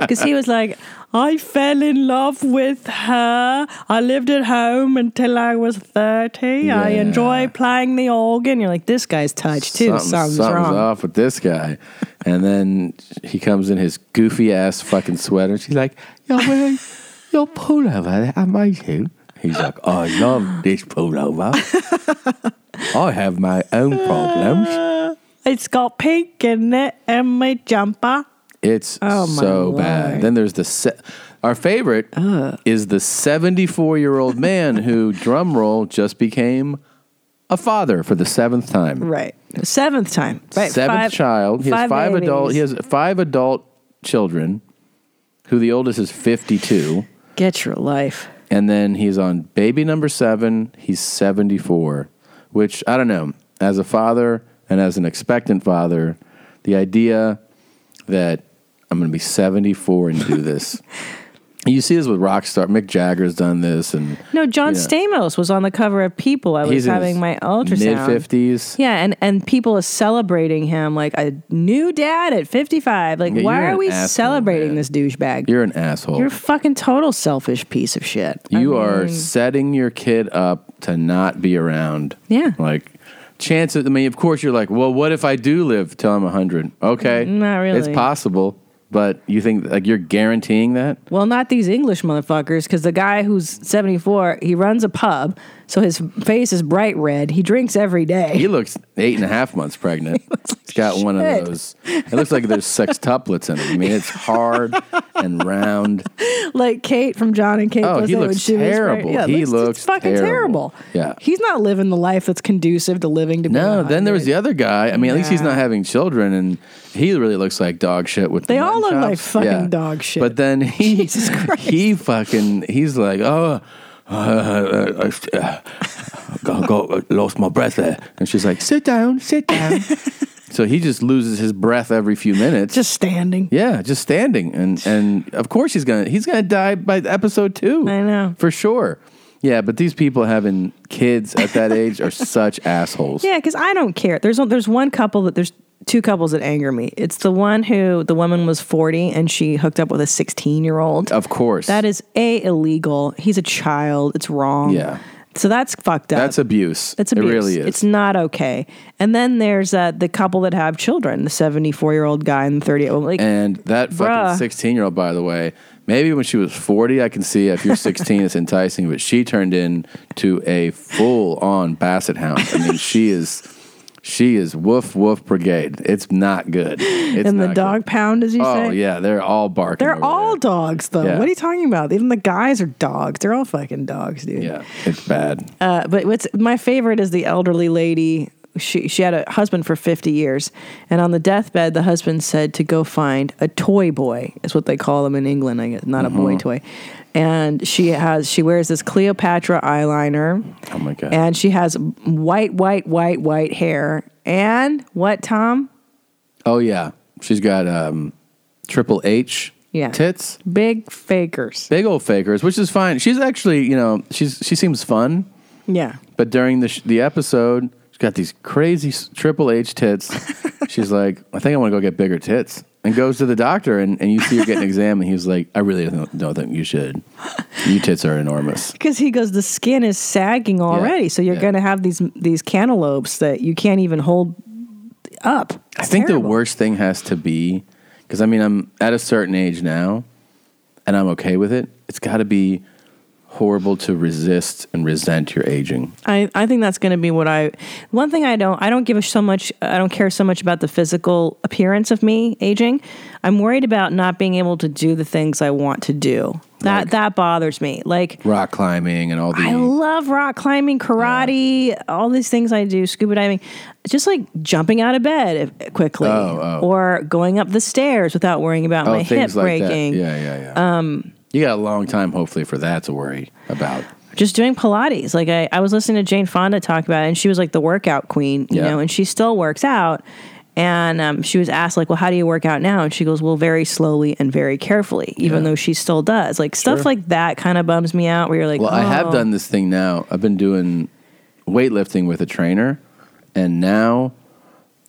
Because he was like, I fell in love with her. I lived at home until I was 30. I
Yeah.
enjoy playing the organ. You're like, this guy's touched too.
Something-
Something's,
something's
wrong.
off with this guy. And then he comes in his goofy ass fucking sweater. She's like, You're wearing your pullover that I made you. He's like, I love this pullover. I have my own problems.
It's got pink in it and my jumper.
It's
Oh, my
so bad.
Lord.
Then there's the se- our favorite is the 74 year old man who, drumroll, just became a father for the seventh time.
Right. Seventh time. Right.
seventh
Five-
child. He has five
babies.
adult. He has five adult children, who the oldest is fifty-two,
Get your life.
and then he's on baby number seven. He's seventy-four, which I don't know. As a father and as an expectant father, the idea that I'm going to be seventy-four and do this. You see this with rock star Mick Jagger's done this, and
No, John
Yeah.
Stamos was on the cover of People. I was
he's in
having
his
my
mid
ultrasound.
fifties.
Yeah, and and people are celebrating him like a new dad at 55. Like,
Yeah,
why
you're
are
an
we
asshole,
celebrating
man.
this douchebag?
You're an asshole.
You're a fucking total selfish piece of shit. I
You are
mean,
setting your kid up to not be around.
Yeah.
Like, chances, I mean, of course, you're like, well, what if I do live till I'm 100? Okay.
Mm, Not really.
It's possible, but you think, like, you're guaranteeing that?
well, not these English motherfuckers, because the guy who's 74, he runs a pub, so his face is bright red. He drinks every day.
He looks eight and a half months pregnant. He's got one
shit.
of those. It looks like there's sextuplets in it. I mean, it's hard and round.
like Kate from John and Kate.
Oh,
Goes
he
Out
looks
when she was pregnant.
terrible.
Yeah,
He
looks,
looks
it's fucking
terrible.
terrible.
Yeah.
he's not living the life that's conducive to living. To be
No, then there was
100.
the other guy. I mean, at least he's
Nah.
not having children, and he really looks like dog shit. With
They
the
all
mutton
look like
chops.
fucking dog shit.
But then he,
Jesus Christ.
he fucking, he's like, oh, uh, uh, uh, got, got- lost my breath there. And she's like, sit down, sit down. so he just loses his breath every few minutes.
Just standing.
yeah, just standing, and and of course he's gonna he's gonna die by episode two.
I know.
for sure. Yeah, but these people having kids at that age are such assholes.
Yeah, because I don't care. There's there's one couple that there's two couples that anger me. It's the one who the woman was 40 and she hooked up with a 16 year old.
Of course,
That is a illegal. He's a child. It's wrong.
Yeah.
So that's fucked up.
that's abuse.
That's abuse.
It really is.
It's not okay. And then there's uh, the couple that have children, the 74 year old guy and the 38 woman. Like,
And that fucking
Bruh.
16 year old, by the way, maybe when she was 40, I can see if you're 16, it's enticing, but she turned in to a full on basset hound. I mean, she is. She is woof woof brigade. It's not good. It's
and the
not
dog
good.
pound, as you say.
Oh yeah, they're all barking.
They're
over
all dogs, though.
Yeah.
What are you talking about? Even the guys are dogs. They're all fucking dogs, dude.
there. Yeah, it's bad.
Uh, but what's my favorite is the elderly lady. She she had a husband for fifty years, and on the deathbed, the husband said to go find a toy boy. Is what they call them in England, I guess, not a
Uh-huh.
boy toy. And she has she wears this Cleopatra eyeliner,
oh my god.
and she has white, white, white, white hair. And what, Tom?
oh yeah, she's got um, triple H
Yeah.
tits.
Big fakers.
Big old fakers, which is fine. She's actually, you know, she's she seems fun.
Yeah.
But during the sh- the episode, she's got these crazy s- Triple H tits. she's like, I think I want to go get bigger tits, and goes to the doctor, and, and you see her getting examined. He was like, I really don't, don't think you should. You tits are enormous.
Because he goes, the skin is sagging already, so you're
yeah.
going to have these these cantaloupes that you can't even hold up.
I think the
Terrible.
worst thing has to be because I mean I'm at a certain age now, and I'm okay with it. It's got to be horrible to resist and resent your aging.
I, I think that's going to be what I. One thing I don't I don't give a so much I don't care so much about the physical appearance of me aging. I'm worried about not being able to do the things I want to do. That
Like- Mm.
that bothers me. Like
Rock climbing and all the
I love rock climbing, karate, all these things I do, scuba diving, just like jumping out of bed if- quickly
Oh, oh.
or going up the stairs without worrying about my
oh
hip
things like
breaking.
that. Yeah, yeah, yeah. Um, you got a long time hopefully for that to worry about.
just doing Pilates. Like I, I was listening to Jane Fonda talk about it, and she was like the workout queen, you
Yeah.
know, and she still works out. And um, she was asked like, "Well, how do you work out now?" And she goes, "Well, very slowly and very carefully," even
Yeah.
though she still does. Like stuff like that kind of bums me out. Where you're like,
Well, I have
"Oh."
done this thing now. I've been doing weightlifting with a trainer, and now,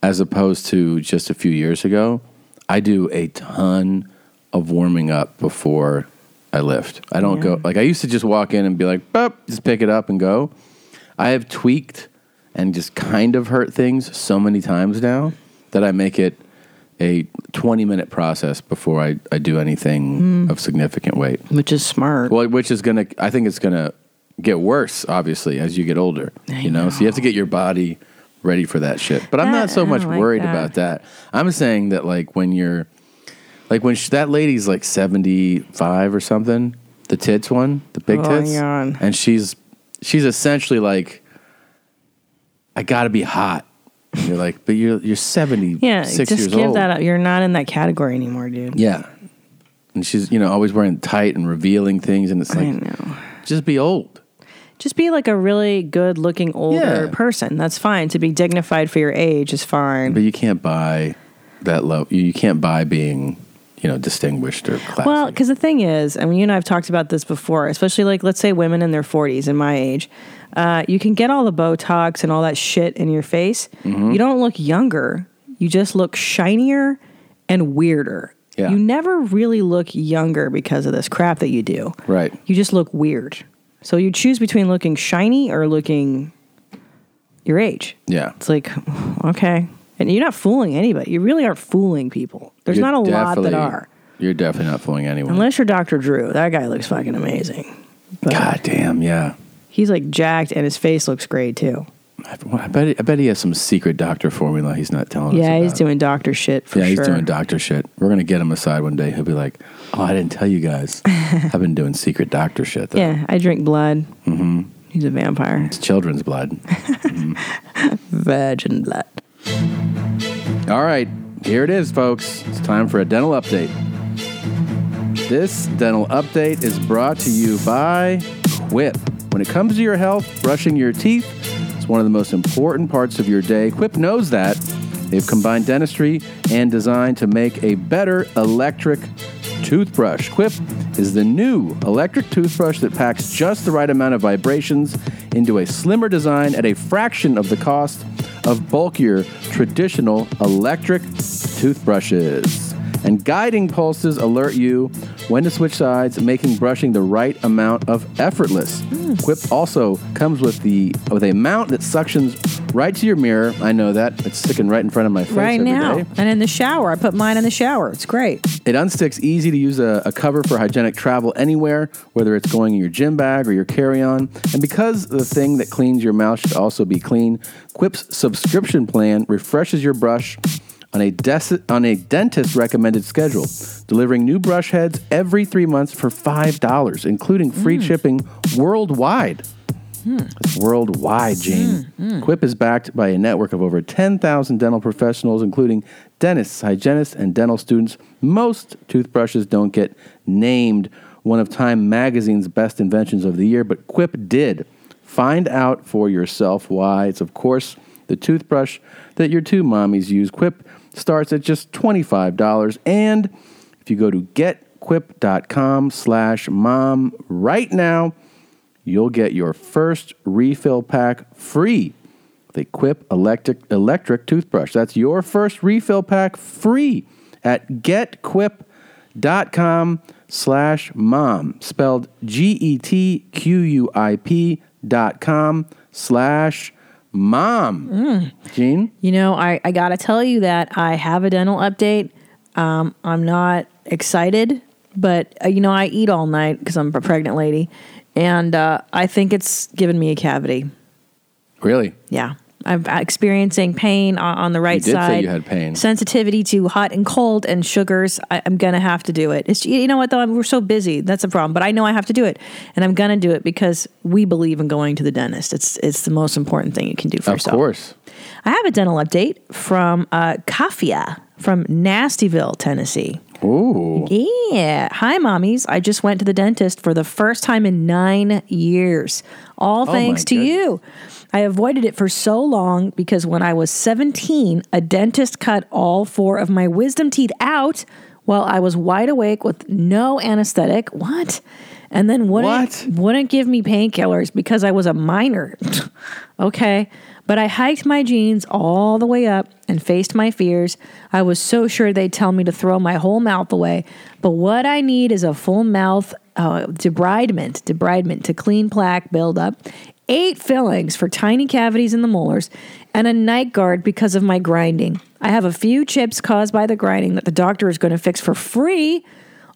as opposed to just a few years ago, I do a ton of warming up before I lift. I don't go like I used to just walk in and be like, "Bop," just pick it up and go. I have tweaked and just kind of hurt things so many times now that I make it a 20 minute process before I, I do anything
Hmm.
of significant weight.
"Oh, which is smart.
Well, which is gonna, I think it's gonna get worse, obviously, as you get older. you know? so you have to get your body ready for that shit. But I'm
That-
not so
I
much
don't like
worried
that.
about that. I'm saying that like when you're, like when sh- that lady's like 75 or something, the tits one, the big
Oh,
tits,
yeah.
and she's she's essentially like, I gotta be hot. And you're like, but you're you're 76
yeah,
years
just give
old.
that up. You're not in that category anymore, dude.
Yeah. And she's, you know, always wearing tight and revealing things. And it's
I
like,
know.
just be old.
Just be like a really good-looking older
Yeah.
person. That's fine. To be dignified for your age is fine.
But you can't buy that low. You, you can't buy being, you know, distinguished or classy.
Well, because the thing is, I mean, you and I have talked about this before, especially like, let's say women in their 40s and my age, uh, you can get all the Botox and all that shit in your face.
Mm-hmm.
You don't look younger, you just look shinier and weirder.
Yeah.
You never really look younger because of this crap that you do.
right.
You just look weird. So you choose between looking shiny or looking your age.
Yeah.
It's like, okay. And you're not fooling anybody. You really aren't fooling people. There's
You're
not a lot that
definitely-
are.
You're definitely not fooling anyone.
Unless you're Dr. Drew, that guy looks fucking amazing. But
God damn, yeah.
He's like jacked and his face looks great too.
I, well, I bet. I bet he has some secret doctor formula he's not telling us.
yeah, he's
about.
doing doctor shit for
yeah,
sure.
he's doing doctor shit. We're gonna get him aside one day. He'll be like, "Oh, I didn't tell you guys. I've been doing secret doctor shit. Though.
Yeah, I drink blood. Mm-hmm. He's a vampire.
It's children's blood."
Virgin blood.
All right, here it is, folks. It's time for a dental update. This dental update is brought to you by Quip. When it comes to your health, brushing your teeth is one of the most important parts of your day. Quip knows that. They've combined dentistry and design to make a better electric toothbrush. Quip is the new electric toothbrush that packs just the right amount of vibrations into a slimmer design at a fraction of the cost of bulkier traditional electric toothbrushes. And guiding pulses alert you when to switch sides, making brushing the right amount of effortless.
Hmm.
Quip also comes with the with a mount that suctions right to your mirror. I know that it's sticking right in front of my face
right
every
now.
day.
And in the shower, I put mine in the shower. It's great.
It unsticks easy to use a, a cover for hygienic travel anywhere, whether it's going in your gym bag or your carry on. And because the thing that cleans your mouth should also be clean, Quip's subscription plan refreshes your brush on a, des- on a dentist recommended schedule, delivering new brush heads every three months for $5, including free shipping worldwide worldwide, Gene. Quip is backed by a network of over 10,000 dental professionals, including dentists, hygienists, and dental students. Most toothbrushes don't get named one of Time Magazine's best inventions of the year, but Quip did. Find out for yourself why. It's, of course, the toothbrush that your two mommies use. Quip starts at just $25. And if you go to getquip.com slash mom right now, you'll get your first refill pack free with a Quip electric, electric toothbrush. That's your first refill pack free at getquip.com slash mom, spelled E G-E-T-Q-U-I-P dot com slash mom.
Mm.
Gene?
You know, I, I got to tell you that I have a dental update. Um, I'm not excited, but, uh, you know, I eat all night because I'm a pregnant lady. And uh, I think it's given me a cavity.
Really?
Yeah. I'm experiencing pain on, on the right
did say
side.
you had pain.
Sensitivity to hot and cold and sugars. I, I'm going to have to do it. It's, you know what, though? I'm, we're so busy. That's a problem. But I know I have to do it. And I'm going to do it because we believe in going to the dentist. It's, it's the most important thing you can do for
Of
yourself.
course.
I have a dental update from uh, Kafia from Nastyville, Tennessee.
Ooh.
Yeah. Hi, mommies. I just went to the dentist for the first time in nine years. All
Oh my
thanks to
goodness.
you. I avoided it for so long because when I was 17, a dentist cut all four of my wisdom teeth out while I was wide awake with no anesthetic. What? And then wouldn't,
What?
wouldn't give me painkillers because I was a minor. okay. But I hiked my jeans all the way up and faced my fears. I was so sure they'd tell me to throw my whole mouth away. But what I need is a full mouth uh, debridement, debridement to clean plaque buildup, eight fillings for tiny cavities in the molars, and a night guard because of my grinding. I have a few chips caused by the grinding that the doctor is going to fix for free.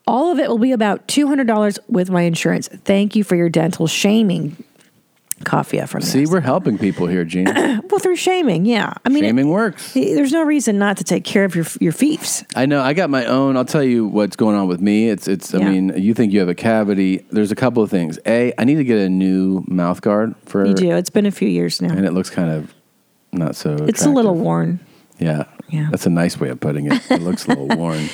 All of it will be about $200 with my insurance. Thank you for your dental shaming. Coffee from
See, we're helping people here, Gene.
well through shaming, yeah. I mean, it-
Shaming works.
there's no reason not to take care of your your fiefs.
I know. I got my own. I'll tell you what's going on with me. It's it's. I
Yeah.
mean, you think you have a cavity. There's a couple of things. A, I need to get a new mouth guard for.
You do. It's been a few years now.
And it looks kind of not so.
It's a little
attractive.
worn.
Yeah.
Yeah.
That's a nice way of putting it. It looks a little worn.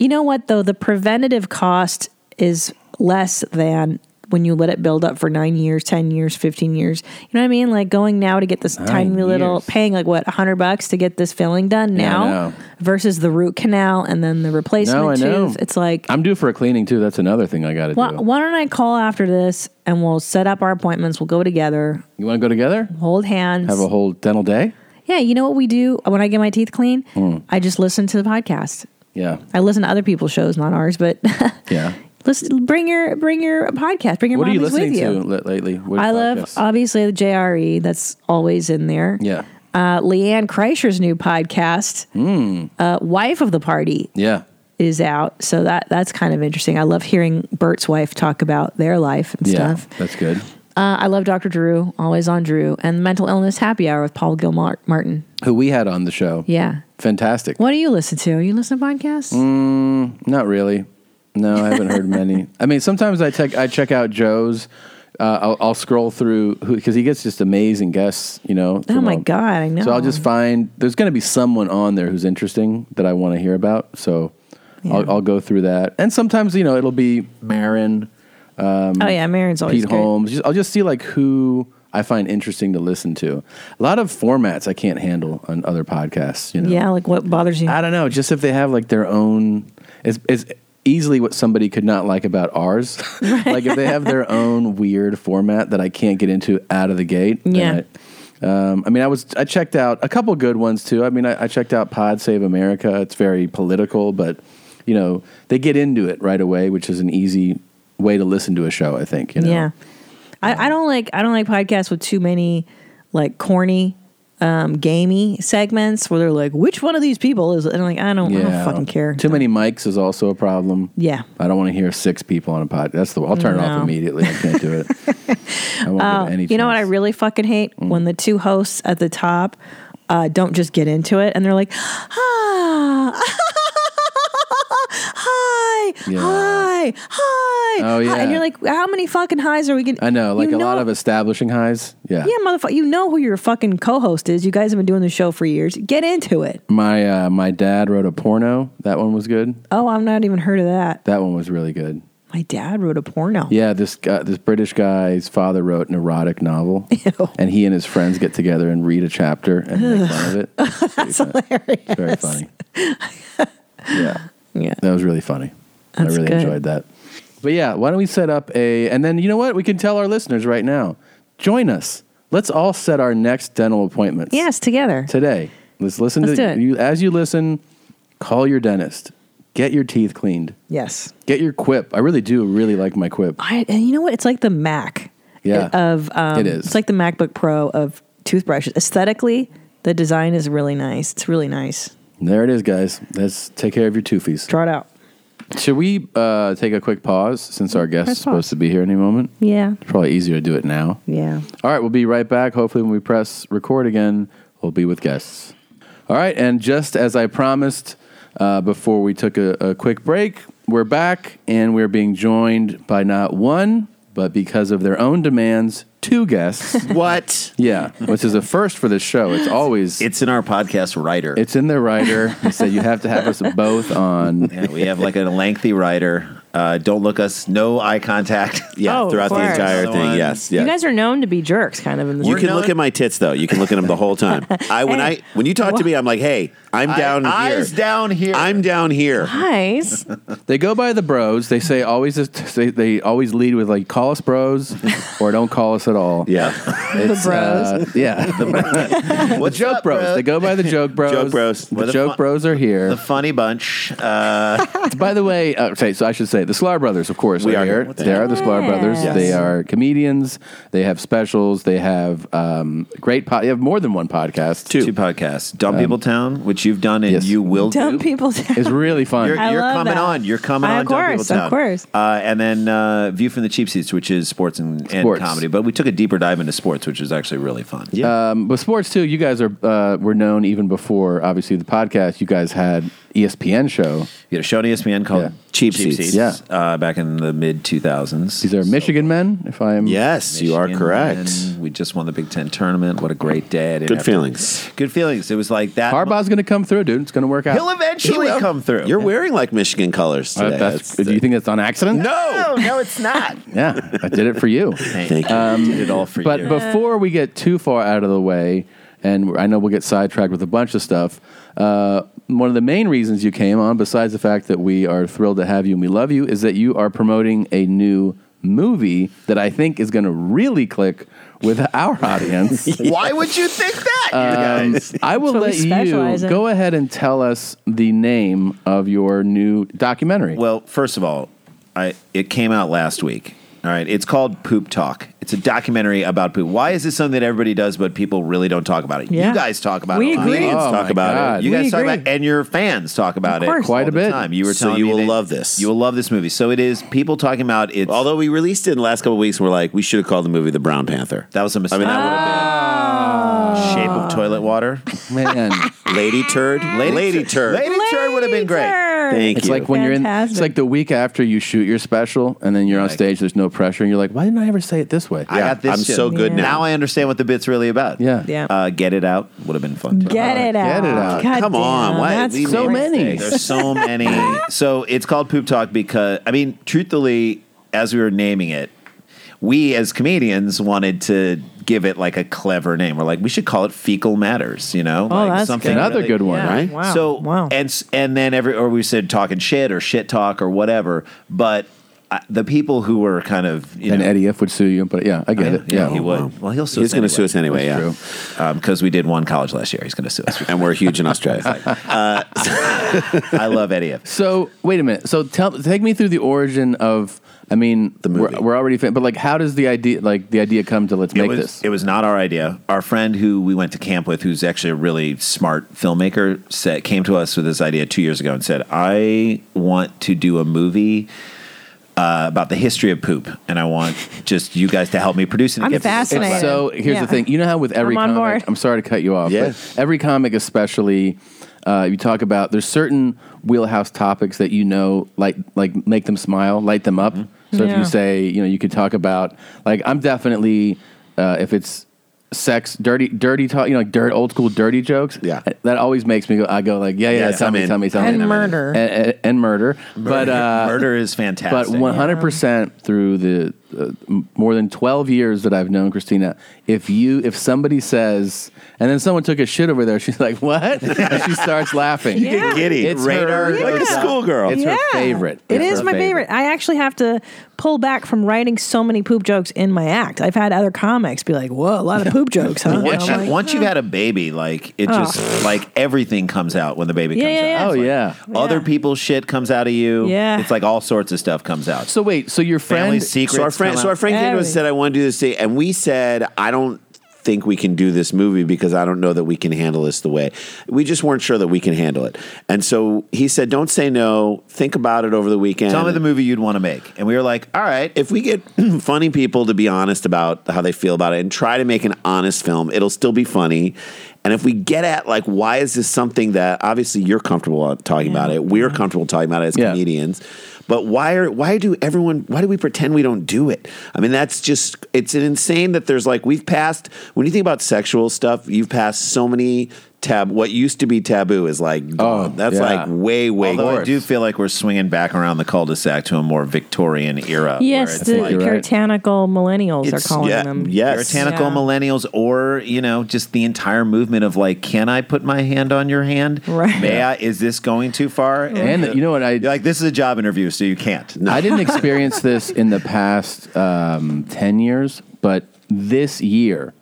You know what though? The preventative cost is less than when you let it build up for nine years, ten years, fifteen years. You know what I mean? Like going now to get this tiny little
years.
paying like what, a hundred bucks to get this filling done
Yeah, I
now
know.
versus the root canal and then the replacement
No, I know.
tooth. It's like
I'm due for a cleaning too. That's another thing I got to
why,
do.
why don't I call after this and we'll set up our appointments, we'll go together,
You want to go together?
hold hands.
Have a whole dental day?
Yeah, you know what we do when I get my teeth clean?
Hmm.
I just listen to the podcast.
Yeah.
I listen to other people's shows, not ours, but
Yeah.
listen, bring your bring your podcast, bring your
What are you
mommies with
listening to
you.
li- lately? What
I love
podcasts?
obviously the JRE that's always in there.
Yeah.
Uh, Leanne Kreischer's new podcast,
Hmm.
uh, "Wife of the Party,"
Yeah.
is out, so that that's kind of interesting. I love hearing Bert's wife talk about their life and
Yeah.
stuff.
That's good.
Uh, I love Dr. Drew, always on Drew, and Mental Illness Happy Hour with Paul Gilmar Martin.
Who we had on the show.
Yeah,
Fantastic.
What do you listen to? You listen to podcasts?
Mm, Not really. No, I haven't heard many. I mean, sometimes I check I check out Joe's. Uh, I'll, I'll scroll through because he gets just amazing guests. You know.
oh
from
my
all-
god, I know.
So I'll just find there's going to be someone on there who's interesting that I want to hear about. So
Yeah.
I'll, I'll go through that, and sometimes you know it'll be Marin.
oh yeah, Marion's always
Pete
great.
Holmes. Just, I'll just see like who I find interesting to listen to. A lot of formats I can't handle on other podcasts. You know,
Yeah, like what bothers you?
I don't know. Just if they have like their own, it's, it's easily what somebody could not like about ours. like if they have their own weird format that I can't get into out of the gate. then
Yeah.
I- um, I mean, I was I checked out a couple good ones too. I mean, I, I checked out Pod Save America. It's very political, but you know they get into it right away, which is an easy way to listen to a show. I think. You know?
Yeah, I, I don't like I don't like podcasts with too many like corny, um, gamey segments where they're like, which one of these people is? And I'm like, I don't, I don't fucking care.
Too many mics is also a problem.
Yeah.
I don't want to hear six people on a pod. That's the. I'll turn it
No. Oh,
off immediately. I can't do it. I won't give it any.
Uh,
Mm.
You know what I
chance.
really fucking hate when the two hosts at the top uh, don't just get into it and they're like, ah, hi,
Yeah.
hi, hi,
Oh,
hi,"
yeah.
and you're like, how many fucking highs are we getting?
I know, like
You
a lot of establishing highs. Yeah.
Yeah, motherfucker, you know who your fucking co-host is. You guys have been doing the show for years. Get into it.
My uh, my dad wrote a porno. That one was good.
Oh, I've not even heard of that.
That one was really good.
My dad wrote a porno.
Yeah, this guy, this British guy's father wrote an erotic novel, and he and his friends get together and read a chapter and make fun of it. That's hilarious. It's very funny. yeah,
Yeah.
that was really funny.
That's
I really
good.
enjoyed that. But yeah, why don't we set up a and then you know what? We can tell our listeners right now. Join us. Let's all set our next dental appointments.
Yes, together.
Today. Let's listen
Let's
to
do it.
you as you listen, call your dentist. Get your teeth cleaned.
Yes.
Get your quip. I really do really like my quip.
I, and you know what? It's like the Mac. eh,
Yeah.
Of um,
It is.
It's like the MacBook Pro of toothbrushes. Aesthetically, the design is really nice. It's really nice.
There it is, guys. Let's take care of your toofies.
Draw it out.
Should we uh, take a quick pause since our guest
Let's
is supposed
pause.
to be here any moment?
Yeah.
It's probably easier to do it now.
Yeah.
All right, we'll be right back. Hopefully, when we press record again, we'll be with guests. All right, and just as I promised uh, before we took a, a quick break, we're back and we're being joined by not one, but because of their own demands, two guests.
What?
yeah, which is a first for this show. It's always.
It's in our podcast writer.
it's in the writer. He said you have to have us both on.
Yeah, we have like a lengthy writer. Uh, don't look us. No eye contact. Yeah,
Oh, of
throughout the
course.
entire
Another
thing.
one.
Yes,
You
yes.
guys are known to be jerks, kind of in this.
You, can look at my tits though. You can look at them the whole time. I when I when you talk to me, I'm like, hey, I'm down here.
Eyes down here.
I'm down here.
guys.
They go by the bros. They say always they, they always lead with like call us bros or don't call us at all.
Yeah.
It's, uh, yeah. The
What's
joke
up,
bros.
bro?
They go by the joke bros.
Joke bros.
The,
What the
joke
fu-
bros are here.
The funny bunch. Uh,
by the way, uh, sorry, so I should say the Sklar brothers, of course,
We
are
are here.
here.
Thank
They
you.
are the Sklar brothers.
Yes.
They are comedians. They have specials. They have um, great. Po- they have more than one podcast.
two. podcasts. Dumb People Town, which you've done and
yes.
you will
Dumb
do.
people
It's
down.
really fun.
You're,
I
you're
love
coming
that.
on. You're coming
Of
on. Dumb People
course, of
Town.
course.
Uh, and then uh, View from the Cheap Seats, which is sports and, and
Sports.
comedy. But we took a deeper dive into sports, which is actually really fun. Yeah.
Um, but sports too. You guys are uh, were known even before obviously the podcast. You guys had E ESPN show.
You had a show on E ESPN called
Yeah.
Cheap,
Cheap
Seats,
Seats. Yeah.
uh, back in the mid 2000s.
These are Michigan men. If I'm
yes, you are
Michigan
correct.
men. We just won the Big Ten tournament. What a great day! I didn't
Good
have to-
feelings.
good feelings. It was like that.
Harbaugh's going to come through, dude. It's going to work out.
He'll eventually
He will.
come through.
You're wearing like Michigan colors
Uh,
today.
that's-
That's-
do you think that's on accident?
no, no, it's not.
Yeah, I did it for you.
Thank you.
did it all for
But
you.
before we get too far out of the way, and I know we'll get sidetracked with a bunch of stuff, uh, one of the main reasons you came on, besides the fact that we are thrilled to have you and we love you, is that you are promoting a new movie that I think is going to really click with our audience.
Why would you think that, you
Um,
guys?
I will
That's what we
let you
specialize in.
go ahead and tell us the name of your new documentary.
Well, first of all, I it came out last week. All right, it's called Poop Talk. It's a documentary about poop. Why is this something that everybody does, but people really don't talk about it?
Yeah.
You guys talk about
We
it.
agree.
Comedians
Oh
talk
my
about
God.
it. You
We
guys talk about, it,
agree.
and your fans talk about it
course.
Quite
all
a
the
bit.
Time. You were
So
telling
you
me
will
that-
love this.
You will love this movie. So it is people talking about it.
Although we released it in the last couple of weeks, we're like, we should have called the movie The Brown Panther.
that was a
I
mistake.
mean, that would have
Ah.
Shape of toilet water.
Man.
been Lady Turd. Lady, Turd.
Lady, turd would have been great.
Thank
It's
you.
like when you're in. It's
Fantastic.
like the week after you shoot your special, and then you're on
Like-
stage. There's no pressure, and you're like, "Why didn't I ever say it this way?"
I got this.
I'm
shit.
so good
Yeah.
now.
Now I understand what the bit's really about.
Yeah.
Yeah.
Uh, get it out would have been fun. too.
Get it out.
Get it out.
God
Come on,
damn,
why-
that's
we made
So
great.
many.
There's so many. so it's called Poop Talk because I mean, truthfully, as we were naming it, we as comedians wanted to give it like a clever name. We're like, we should call it Fecal Matters, you know?
Oh,
like
that's good.
Another good one,
Yeah.
right?
Wow.
So
wow.
and s- and then every or we said talking shit or shit talk or whatever, but uh, the people who were kind of you
and
know,
Eddie F would sue you, but yeah, I get it. Yeah,
he would. Well, he'll sue.
He's
us
gonna
anyway.
sue us anyway,
That's
yeah.
true.
because we did one college last year. He's going to sue us.
And we're huge in Australia.
Uh, I love Eddie. F.
So wait a minute. So tell, take me through the origin of. I mean, the
movie.
We're, we're already, fin- but like, how does the idea, like the idea, come to let's
It
make
was,
this?
it was not our idea. Our friend who we went to camp with, who's actually a really smart filmmaker, said, came to us with this idea two years ago and said, I want to do a movie uh, about the history of poop. And I want just you guys to help me produce it. and
I'm
get people to talk about
fascinated.
it."
So here's
Yeah.
the thing. You know how with every
I'm on
comic,
board.
I'm sorry to cut you off,
Yeah.
but every comic, especially, uh, you talk about there's certain wheelhouse topics that you know, like like make them smile, light them up. So if
Mm-hmm. Yeah.
you say, you know, you could talk about like I'm definitely uh, if it's sex, dirty, dirty talk, you know, like dirt, old school dirty jokes. uh,
Yeah.
that always makes me go. I go like, yeah, yeah,
Yeah,
tell,
I'm
me,
in.
tell me, tell me,
And murder.
and, and, and murder. But uh,
murder is
but
fantastic.
100% through the uh, m- more than 12 years that I've known Christina, if you if somebody says and then someone took a shit over there, she's like, "What?" and she starts laughing.
You get Yeah.
giddy.
It's
Radar,
her-
like a
Yeah.
schoolgirl.
It's her favorite.
It
It's
is
her
my favorite. I actually have to pull back from writing so many poop jokes in my act. I've had other comics be like, "Whoa, a lot of poop jokes, huh?"
once,
And
you,
I'm like,
once you've had a baby, like it just like everything comes out when the baby
Oh. Yeah,
comes
yeah,
out.
Oh
It's like
yeah.
Other
Yeah.
people's shit comes out of you.
Yeah.
It's like all sorts of stuff comes out.
So wait, so your
Family
friend
secrets.
So our friend,
come
so our
out.
friend came to us and
Everything.
said, "I want to do this thing," and we said, "I don't think we can do this movie because I don't know that we can handle this the way we just weren't sure that we can handle it." And so he said, "Don't say no. Think about it over the weekend.
Tell me the movie you'd want to make. And we were like, all right.
If we get funny people to be honest about how they feel about it and try to make an honest film, it'll still be funny." And if we get at like why is this something that obviously you're comfortable uh, talking about it, we're
Mm-hmm.
comfortable talking about it as
Yeah.
comedians, but why are why do everyone why do we pretend we don't do it? I mean that's just it's insane that there's like we've passed when you think about sexual stuff, you've passed so many tab what used to be taboo is like gone. that's
yeah.
like way way
Oh, Although I
gone.
do feel like we're swinging back around the cul-de-sac to a more Victorian era. where
yes,
it's
the
like- You're right.
puritanical millennials are calling
yeah,
them.
Yes.
puritanical
Yeah.
millennials, or you know, just the entire movement of like, can I put my hand on your hand?
Right.
May I? Is this going too far?
and you know what I
You're like this is a job interview, so you can't.
I didn't experience this in the past um, 10 years, but this year,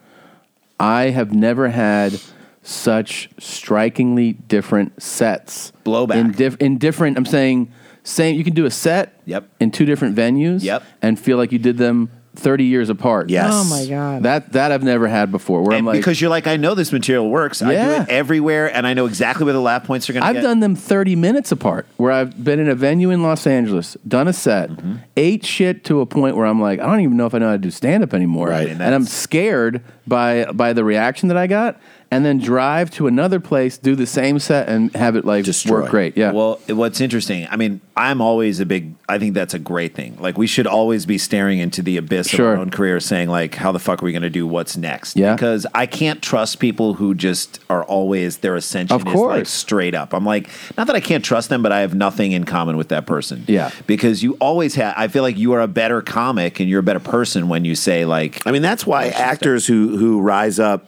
I have never had such strikingly different sets.
Blowback.
In, diff- in different, I'm saying, same. You can do a set
Yep.
in two different venues
Yep.
and feel like you did them 30 years apart.
Yes.
Oh my god.
That, that I've never had before, where I'm
And
like,
because you're like, I know this material works. I do
Yeah.
it everywhere, and I know exactly where the laugh points are going.
I've done them 30 minutes apart where I've been in a venue in Los Angeles, done a set,
Mm-hmm.
ate shit to a point where I'm like, I don't even know if I know how to do stand up anymore.
Right, and
And, I'm
that's-
scared by by the reaction that I got and then drive to another place, do the same set and have it like
Destroy.
work great. Yeah.
Well, what's interesting, I mean, I'm always a big, I think that's a great thing. Like, we should always be staring into the abyss
Sure.
of our own career, saying, like, how the fuck are we going to do what's next?
Yeah.
Because I can't trust people who just are always, their ascension
Of
is like
course.
straight up. I'm like, not that I can't trust them, but I have nothing in common with that person.
Yeah.
Because you always have, I feel like you are a better comic and you're a better person when you say, like,
I mean, that's why actors who who rise up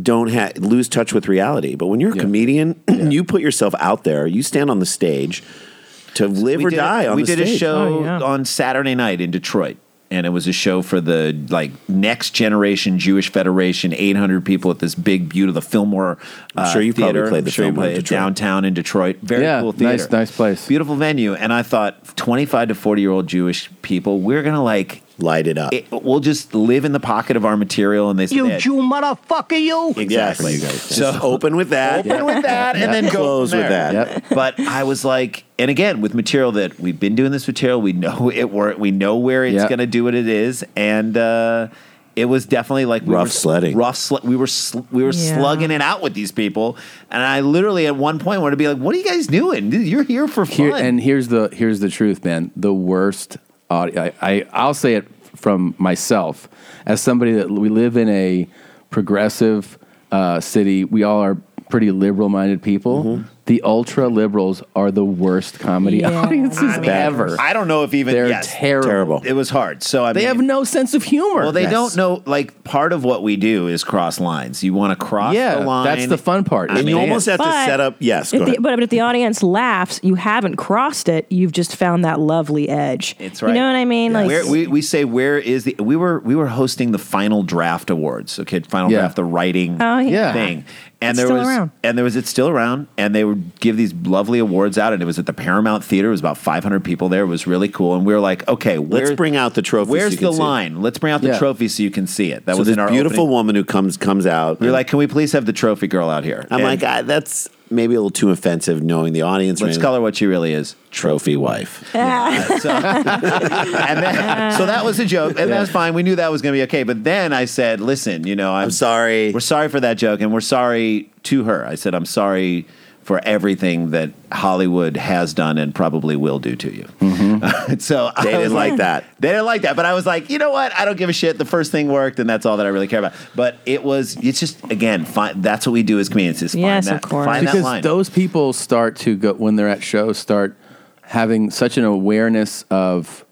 don't ha- lose touch with reality. But when you're a comedian, you put yourself out there. You stand on the stage to live or
did
die
a,
on
we
the
did
stage.
a show
Oh, yeah.
on saturday night in detroit and it was a show for the like next generation jewish federation 800 people at this big beautiful the fillmore uh,
I'm sure you probably
theater.
played the
I'm sure you
Fillmore in
played it
Detroit.
downtown in detroit very
Yeah,
cool theater
nice- nice place.
beautiful venue and i thought 25 to 40 year old jewish people we're gonna like
Light it up.
it, we'll just live in the pocket of our material and they said they-
motherfucker, you!
exactly
Yes. Just
so
open with that.
open with that and then go
Close
from
with
there.
that.
Yep.
But I was like, and again, with material that we've been doing this material, we know it work, we know where it's
Yep.
going to do what it is, and uh, it was definitely like we
Rough
were,
sledding.
rough. Sl- we were sl- we were
Yeah.
slugging it out with these people, and I literally at one point wanted to be like, "What are you guys doing? Dude, You're here for fun."
Here- and here's the here's the truth, man. The worst audio. I, I I'll say it from myself as somebody that we live in a progressive uh, city. We all are pretty liberal minded people. the ultra liberals are the worst comedy
Yeah.
audiences
I mean,
ever.
I don't know if even
They're
yes,
terrible.
It was hard. So I
They
mean,
have no sense of humor.
Well, they
Yes.
don't know. Like part of what we do is cross lines. You want to cross
Yeah,
the line.
that's the fun part.
I
and you
mean,
almost have to
But
set up. Yes, go
If the,
ahead.
but if the audience laughs, you haven't crossed it. You've just found that lovely edge.
It's right.
You know what I mean?
Yeah.
Like
Where- we, we say where is the we were we were hosting the final draft awards. Okay, final
Yeah.
draft, the writing
Oh, yeah.
Yeah.
thing. And
It's
there
still
was
around.
and there was it's still around and they would give these lovely awards out and it was at the Paramount Theater. It was about 500 people there. It was really cool and we were like, okay,
Let's
where-
bring out the trophy.
Where's
so you can
the
see it.
line? Let's bring out the
Yeah.
trophy so you can see it. That
So
was
this
in our
beautiful
opening.
woman who comes comes out.
We were like, can we please have the trophy girl out here?
I'm
And
like, ah, that's maybe a little too offensive, knowing the audience.
let's
maybe.
call her what she really is.
trophy wife.
So, and that, so that was a joke, and that's fine. We knew that was going to be okay. But then I said, "Listen, you know, I'm,
I'm sorry.
We're sorry for that joke, and we're sorry to her." I said, "I'm sorry for everything that Hollywood has done and probably will do to you." so
Mm-hmm. They
I was
didn't like that.
They didn't like that, but I was like, you know what? I don't give a shit. The first thing worked, and that's all that I really care about. But it was, it's just again, find, that's what we do as comedians. Is find
Yes,
that,
of course.
Find that
because
line.
those people start to go when they're at shows start having such an awareness of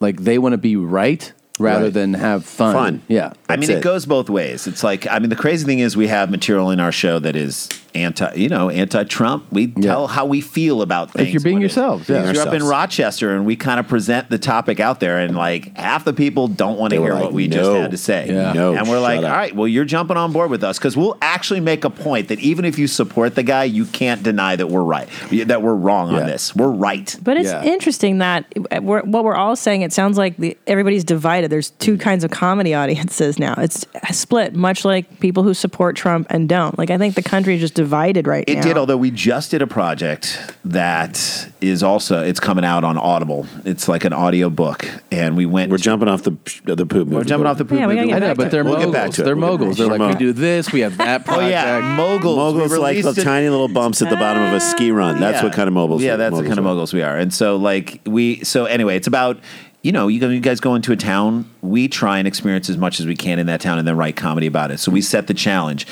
like they want to be right rather
Right.
than have fun.
Fun.
Yeah.
I mean,
That's
it.
it.
goes both ways. It's like, I mean, the crazy thing is we have material in our show that is anti, you know, anti-Trump. We
Yeah.
tell how we feel about things.
Like you're being
when it-
yourselves, yeah.
You're up in
Ourselves.
Rochester, and we kind of present the topic out there, and like half the people don't want to
They were
hear
like,
what we just
"No.
had to say.
Yeah.
No,
and we're
shut
like,
up.
all right, well, you're jumping on board with us because we'll actually make a point that even if you support the guy, you can't deny that we're right, that we're wrong
Yeah.
on this. We're right.
But it's
Yeah.
interesting that uh, we're, what we're all saying, it sounds like the, everybody's divided. There's two kinds of comedy audiences now. It's split, much like people who support Trump and don't. Like, I think the country is just divided right
It
now.
did, although we just did a project that is also it's coming out on Audible. It's like an audio book, and we went.
We're jumping off the the poop.
we're jumping off the poop.
Yeah, we gotta
movie.
get
I know,
back
but
to
they're
it.
We'll
moguls.
get back to it.
They're
We'll get
moguls.
back
They're
to it.
like, we do this, we have that
Oh
project.
yeah, moguls.
moguls
We
like the
released it-
tiny little bumps at the bottom of a ski run. That's
Yeah.
what kind of moguls.
Yeah, that's the kind of
are.
moguls we are. And so like we. So anyway, it's about. You know, you go- you guys go into a town. We try and experience as much as we can in that town, and then write comedy about it. So we set the challenge.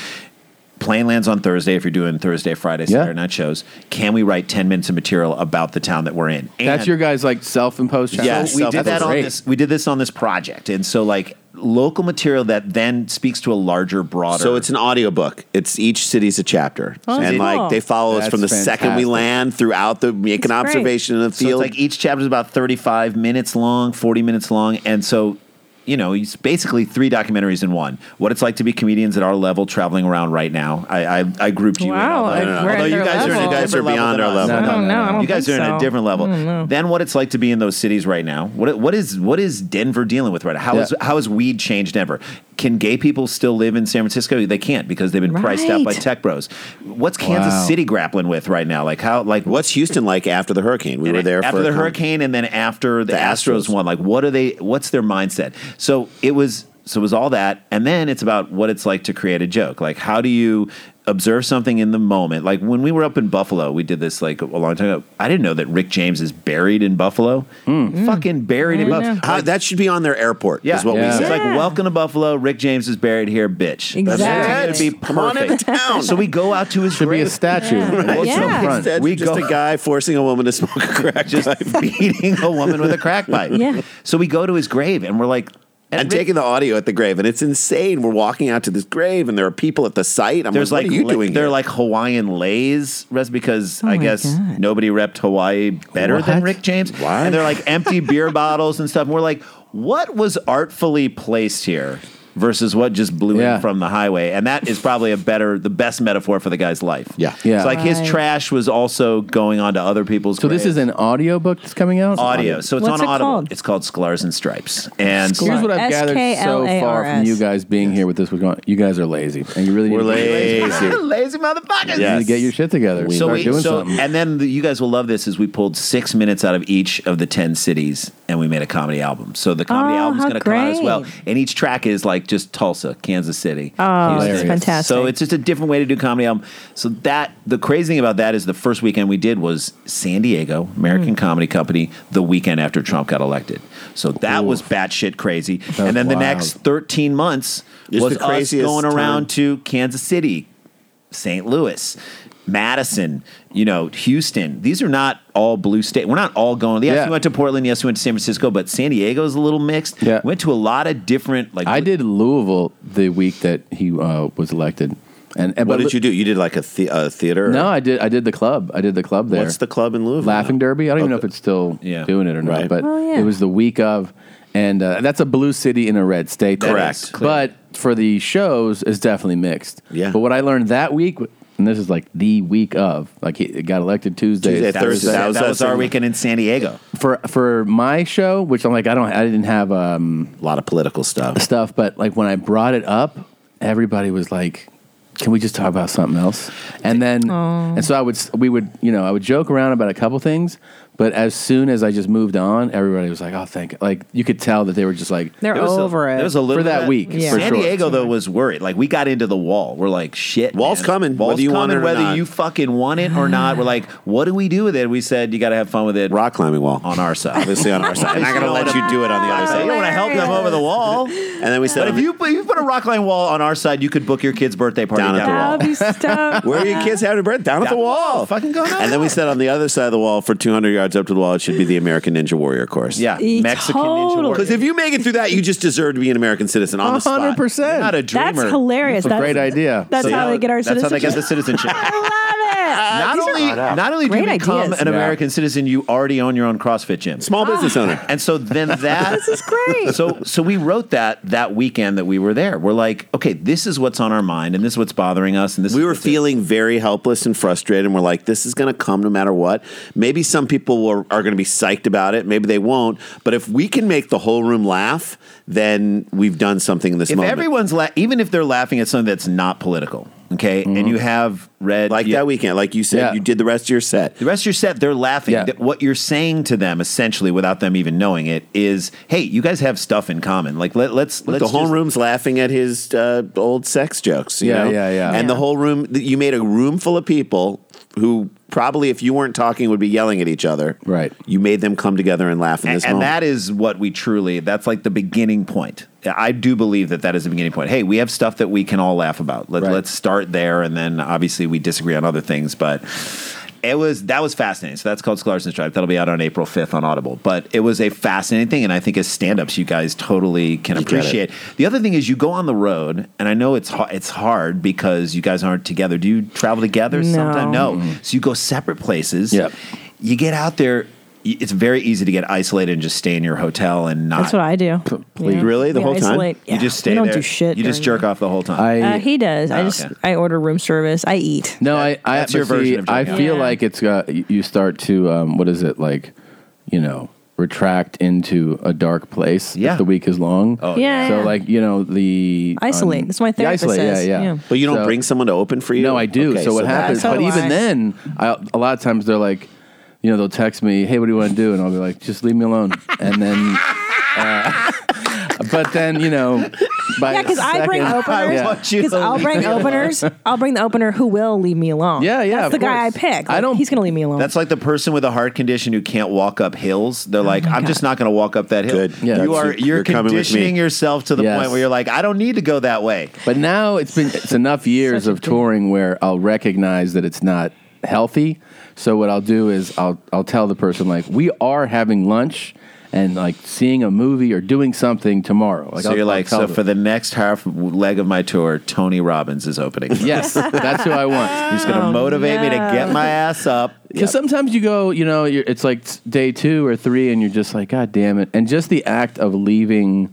Plane lands on Thursday. If you're doing Thursday, Friday,
Yeah.
Saturday night shows, can we write ten minutes of material about the town that we're in?
That's
And-
your guys like self-imposed challenge.
Yeah, we did that on
Great.
this. We did this on this project, and so like local material that then speaks to a larger, broader.
So it's an audiobook. It's each city's a chapter.
Oh,
and
that's cool.
like they follow us
That's
from the second we
fantastic.
land throughout the make an
That's great.
observation in the
so it's
field.
like each chapter is about thirty-five minutes long, forty minutes long, and so you know it's basically three documentaries in one. What it's like to be comedians at our level traveling around right now. I I, I grouped you. in
Wow,
all that.
I- No, no, no. we're at
although you
their
guys are
level.
you guys are beyond our level.
No,
I
no,
don't
no,
know. I
no.
don't
you guys
think
are in a
so.
different level. Then what it's like to be in those cities right now? What what is what is Denver dealing with right now? How
Yeah.
is how has weed changed Denver? Can gay people still live in San Francisco? They can't because they've been priced out by
Right.
tech bros. What's Kansas
Wow.
City grappling with right now? Like how like
What's Houston like after the hurricane? We were there
after
for
the
a con-
hurricane and then after the,
The
Astros,
Astros.
won. Like, what are they? What's their mindset? So it was. So it was all that, and then it's about what it's like to create a joke. Like, how do you observe something in the moment? Like when we were up in Buffalo, we did this like a long time ago. I didn't know that Rick James is buried in Buffalo. Fucking buried in Buffalo.
Hmm. How- that should be on their airport.
Yeah,
Is what
Yeah.
we
It's
said.
like
Yeah.
welcome to Buffalo. Rick James is buried here, bitch. That's
Exactly.
it. It'd be perfect. So we go out to his
Should be a
grave.
statue.
Right.
What's
Yeah.
up front?
That's
We
just
go-
a guy forcing a woman to smoke a crack
just
pipe
beating a woman with a crack pipe.
Yeah.
So we go to his grave and we're like,
and taking the audio at the grave, and it's insane. We're walking out to this grave, and there are people at the site. I'm
there's
like,
like,
what are you
la-
doing?
they're
here?
like Hawaiian lays rest because I
Oh my
guess
God.
nobody repped Hawaii better than
What?
Rick James.
Why?
And they're like empty beer bottles and stuff. And we're like, what was artfully placed here? Versus what just blew
Yeah.
in from the highway, and that is probably a better, the best metaphor for the guy's life.
Yeah.
Yeah.
It's like his
Right.
trash was also going on to other people's.
So this
graves.
is an audio book that's coming out.
audio, so it's
What's
on
it
Audible.
called?
It's called Sklars and Stripes, and
Sklar-
Here's what I've gathered so far from
S-K-L-A-R-S.
you guys being here with this. We're going. You guys are lazy, and you really need
we're
to get-
lazy.
lazy motherfuckers.
you need
Yes.
to get your shit together.
so
Start
we,
doing
so,
something.
and then the, you guys will love this. Is we pulled six minutes out of each of the ten cities, and we made a comedy album. So the comedy
Oh,
album's
how
going to come out as well,
great.
and each track is like just Tulsa, Kansas City.
Um,
Oh,
Houston.
that's
Hilarious.
fantastic.
So it's just a different way to do comedy album. So that the crazy thing about that is the first weekend we did was San Diego American Comedy Company the weekend after Trump got elected. So that was batshit crazy. and then the
wild.
next thirteen months
It's
was
the
us
craziest
going around
time.
to Kansas City, St. Louis, Madison, you know, Houston. These are not all blue state. We're not all going. Yes,
Yeah.
we went to Portland. Yes, we went to San Francisco, but San Diego's a little mixed.
Yeah.
Went to a lot of different like
I did Louisville the week that he uh, was elected, and, and
What
but
did you do? You did like a, the- a theater?
No, I did. I did the club. I did the club there.
What's the club in Louisville?
Laughing Derby? I don't even know if
Okay.
it's still
Yeah.
doing it or not,
Right.
but
Oh, yeah.
it was the week of, and uh, that's a blue city in a red state. That
Correct.
is clear. But for the shows, it's definitely mixed.
Yeah.
But what I learned that week, and this is like the week of, like he got elected Tuesday.
Tuesday,
that was,
Thursday.
that was,
That was
our
in-
weekend in San Diego.
for for my show, which I'm like, I don't, I didn't have um,
A lot of political stuff.
stuff, but like when I brought it up, everybody was like. Can we just talk about something else? And then, and so I would, s- we would, you know, I would joke around about a couple things, but as soon as I just moved on, everybody was like, "Oh, thank." God." Like you could tell that they were just like,
They're
There was a-
over it.
There was a little
For that
bit-
week,
Yeah.
for
San
sure.
Diego though was worried. Like we got into the wall. We're like, shit,
Wall's
man.
coming,
Wall's
whether you want
coming,
it or
whether
not.
you fucking want it or not. We're like, what do we do with it? We said you got to have fun with it
Rock climbing wall.
on our side.
Obviously on our side. I'm not going to let you do it on the other
I said, you
side.
don't want to help them over the wall.
And then we said,
But if you put, you put a rock line wall on our side, you could book your kid's birthday party down,
Down at the
I'll
wall.
be stoked.
Where are your kids having a birthday? Uh-huh. Down at the
Down-
wall.
Fucking go down.
And then we said on the other side of the wall, for 200 yards up to the wall, it should be the American Ninja Warrior course.
Yeah,
E-
Mexican ninja
totally.
warrior.
Because if you make it through that, you just deserve to be an American citizen on the spot.
hundred
You're
percent.
not a dreamer.
That's hilarious.
That's a
That's
great idea.
That's
So
how
now-
they get our
That's how they
citizenship.
get the citizenship.
I love
not
it. These are-
only not only do you
Great
become
ideas.
an
Yeah.
American citizen, you already own your own CrossFit gym.
Small business owner.
And so then that
This is great.
So so we wrote that that weekend that we were there. We're like, okay, this is what's on our mind, and this is what's bothering us, and this
We
is
were
what's it.
feeling very helpless and frustrated, and we're like, "This is going to come no matter what." Maybe some people were, are going to be psyched about it, maybe they won't. But if we can make the whole room laugh, then we've done something in this
If
moment.
everyone's la- even if they're laughing at something that's not political, okay, and you have red
Mm-hmm. like
you-
that weekend, like you said,
Yeah.
you did the rest of your set.
The rest of your set, they're laughing.
Yeah.
Th- What you're saying to them, essentially, without them even knowing it, is, "Hey, you guys have stuff in common. Like, let, let's let's
the whole
just-
room's laughing at his uh, old sex jokes. you
Yeah,
know?
yeah, yeah.
And the
Yeah.
whole room, th- you made a room full of people who probably, if you weren't talking, would be yelling at each other.
Right.
You made them come together and laugh in
and,
this
and
moment.
that is what we truly that's like the beginning point i do believe that that is the beginning point hey we have stuff that we can all laugh about Let,
Right.
let's start there and then obviously we disagree on other things but it was that was fascinating so that's called scholars and stripe that'll be out on april 5th on audible but it was a fascinating thing and i think as stand-ups you guys totally can
get it.
appreciate the other thing is you go on the road and i know it's ha- it's hard because you guys aren't together do you travel together
No.
sometime no so you go separate places
Yep.
you get out there y- it's very easy to get isolated and just stay in your hotel and not
That's what I do.
please. Really? The
We
whole time?
isolate.
you
Yeah.
just stay
We don't
there
do shit.
you just
during-
jerk off the whole time
I
Uh, he does. I
Oh,
just
okay.
I order room service. I eat.
No, I, I
That's your
but see,
version of
I
jerking off.
feel
Yeah.
like it's got you start to um, what is it like, you know, retract into a dark place. if
Yeah.
the week is long.
Oh,
yeah.
so
yeah.
like you know the
Isolate.
um,
That's what my
the
therapist
isolate,
says.
Yeah, yeah.
Yeah.
but you don't
So-
bring someone to open for you?
No, I do.
Okay,
so what
that-
happens?
So
but
do
even
I.
then, I, a lot of times they're like, you know, they'll text me, "Hey, what do you want to do?" And I'll be like, "Just leave me alone." And then, uh, but then you know, by
Yeah, because
the
I bring
second-
openers.
Yeah.
want you
Because
to
I'll
leave
bring openers. I'll bring the opener who will leave me alone.
Yeah, yeah,
That's
of
the guy I
course.
pick.
I
Like,
don't-
He's gonna leave me alone.
that's like the person with a heart condition who can't walk up hills. They're like, I'm just not going to walk up that hill.
Good.
Yeah.
You are
That's-
you're,
you're coming with me.
conditioning yourself to the
Yes.
point where you're like, I don't need to go that way.
But now it's been it's enough years
Such a
of
good-
touring where I'll recognize that it's not healthy. So what I'll do is I'll I'll tell the person like we are having lunch and like seeing a movie or doing something tomorrow. Like
so
I'll-
you're
I'll
like,
tell
so
them.
for the next half leg of my tour, Tony Robbins is opening.
yes, that's who I want.
He's going to motivate me to
Oh, no.
get my ass up.
Because sometimes you go, you know, you're, it's like t- day two or three, and you're just like, God damn it! And just the act of leaving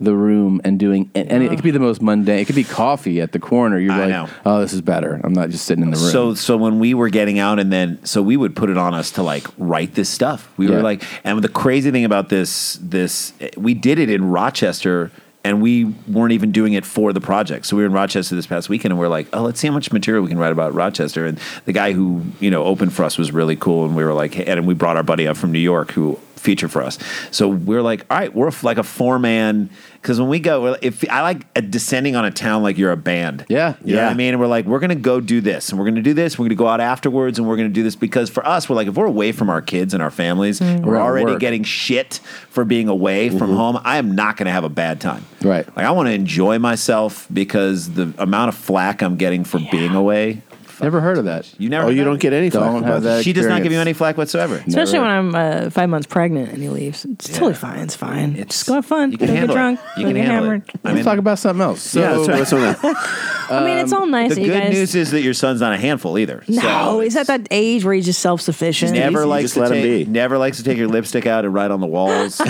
the room and doing, and, and it, could be the most mundane. It could be coffee at the corner. You're
I
like,
know.
oh, this is better. I'm not just sitting in the room.
So so when we were getting out and then so we would put it on us to like write this stuff. We
Yeah.
were like and the crazy thing about this this we did it in Rochester and we weren't even doing it for the project. So we were in Rochester this past weekend and we are like, "Oh, let's see how much material we can write about Rochester." And the guy who, you know, opened for us was really cool and we were like, hey, and we brought our buddy up from New York who future for us. So we're like, all right, we're f- like a four man. Because when we go, we're like- if I like a descending on a town like you're a band,
Yeah.
you know what I
Yeah.
mean. And we're like, we're gonna go do this, and we're gonna do this, we're gonna go out afterwards, and we're gonna do this because for us, we're like, if we're away from our kids and our families, and
Mm.
we're
We're at
already
work. Mm-hmm.
getting shit for being away from home. I am not gonna have a bad time,
Right.
Like I want to enjoy myself because the amount of flack I'm getting for being away,
Never heard of that.
you never.
Oh, you
know.
don't get any.
Don't
flack
have
about
that
She does not give you
experience.
any flack whatsoever.
Especially
Never.
when I'm uh, five months pregnant and he leaves. It's totally fine. It's fine.
It's-
Just go have fun.
you can
go get
handle it.
drunk.
You
go
can
get
handle it.
hammered.
I
Let's
mean-
talk about something else. So,
Yeah, that's right. What's on that?
I mean, it's all nice.
The
that you
good
guys,
news is that your son's not a handful either.
no,
so
he's at that age where he's just self sufficient.
Never
You
likes
just
to
let him
take,
be.
Never likes to take your lipstick out and write on the walls.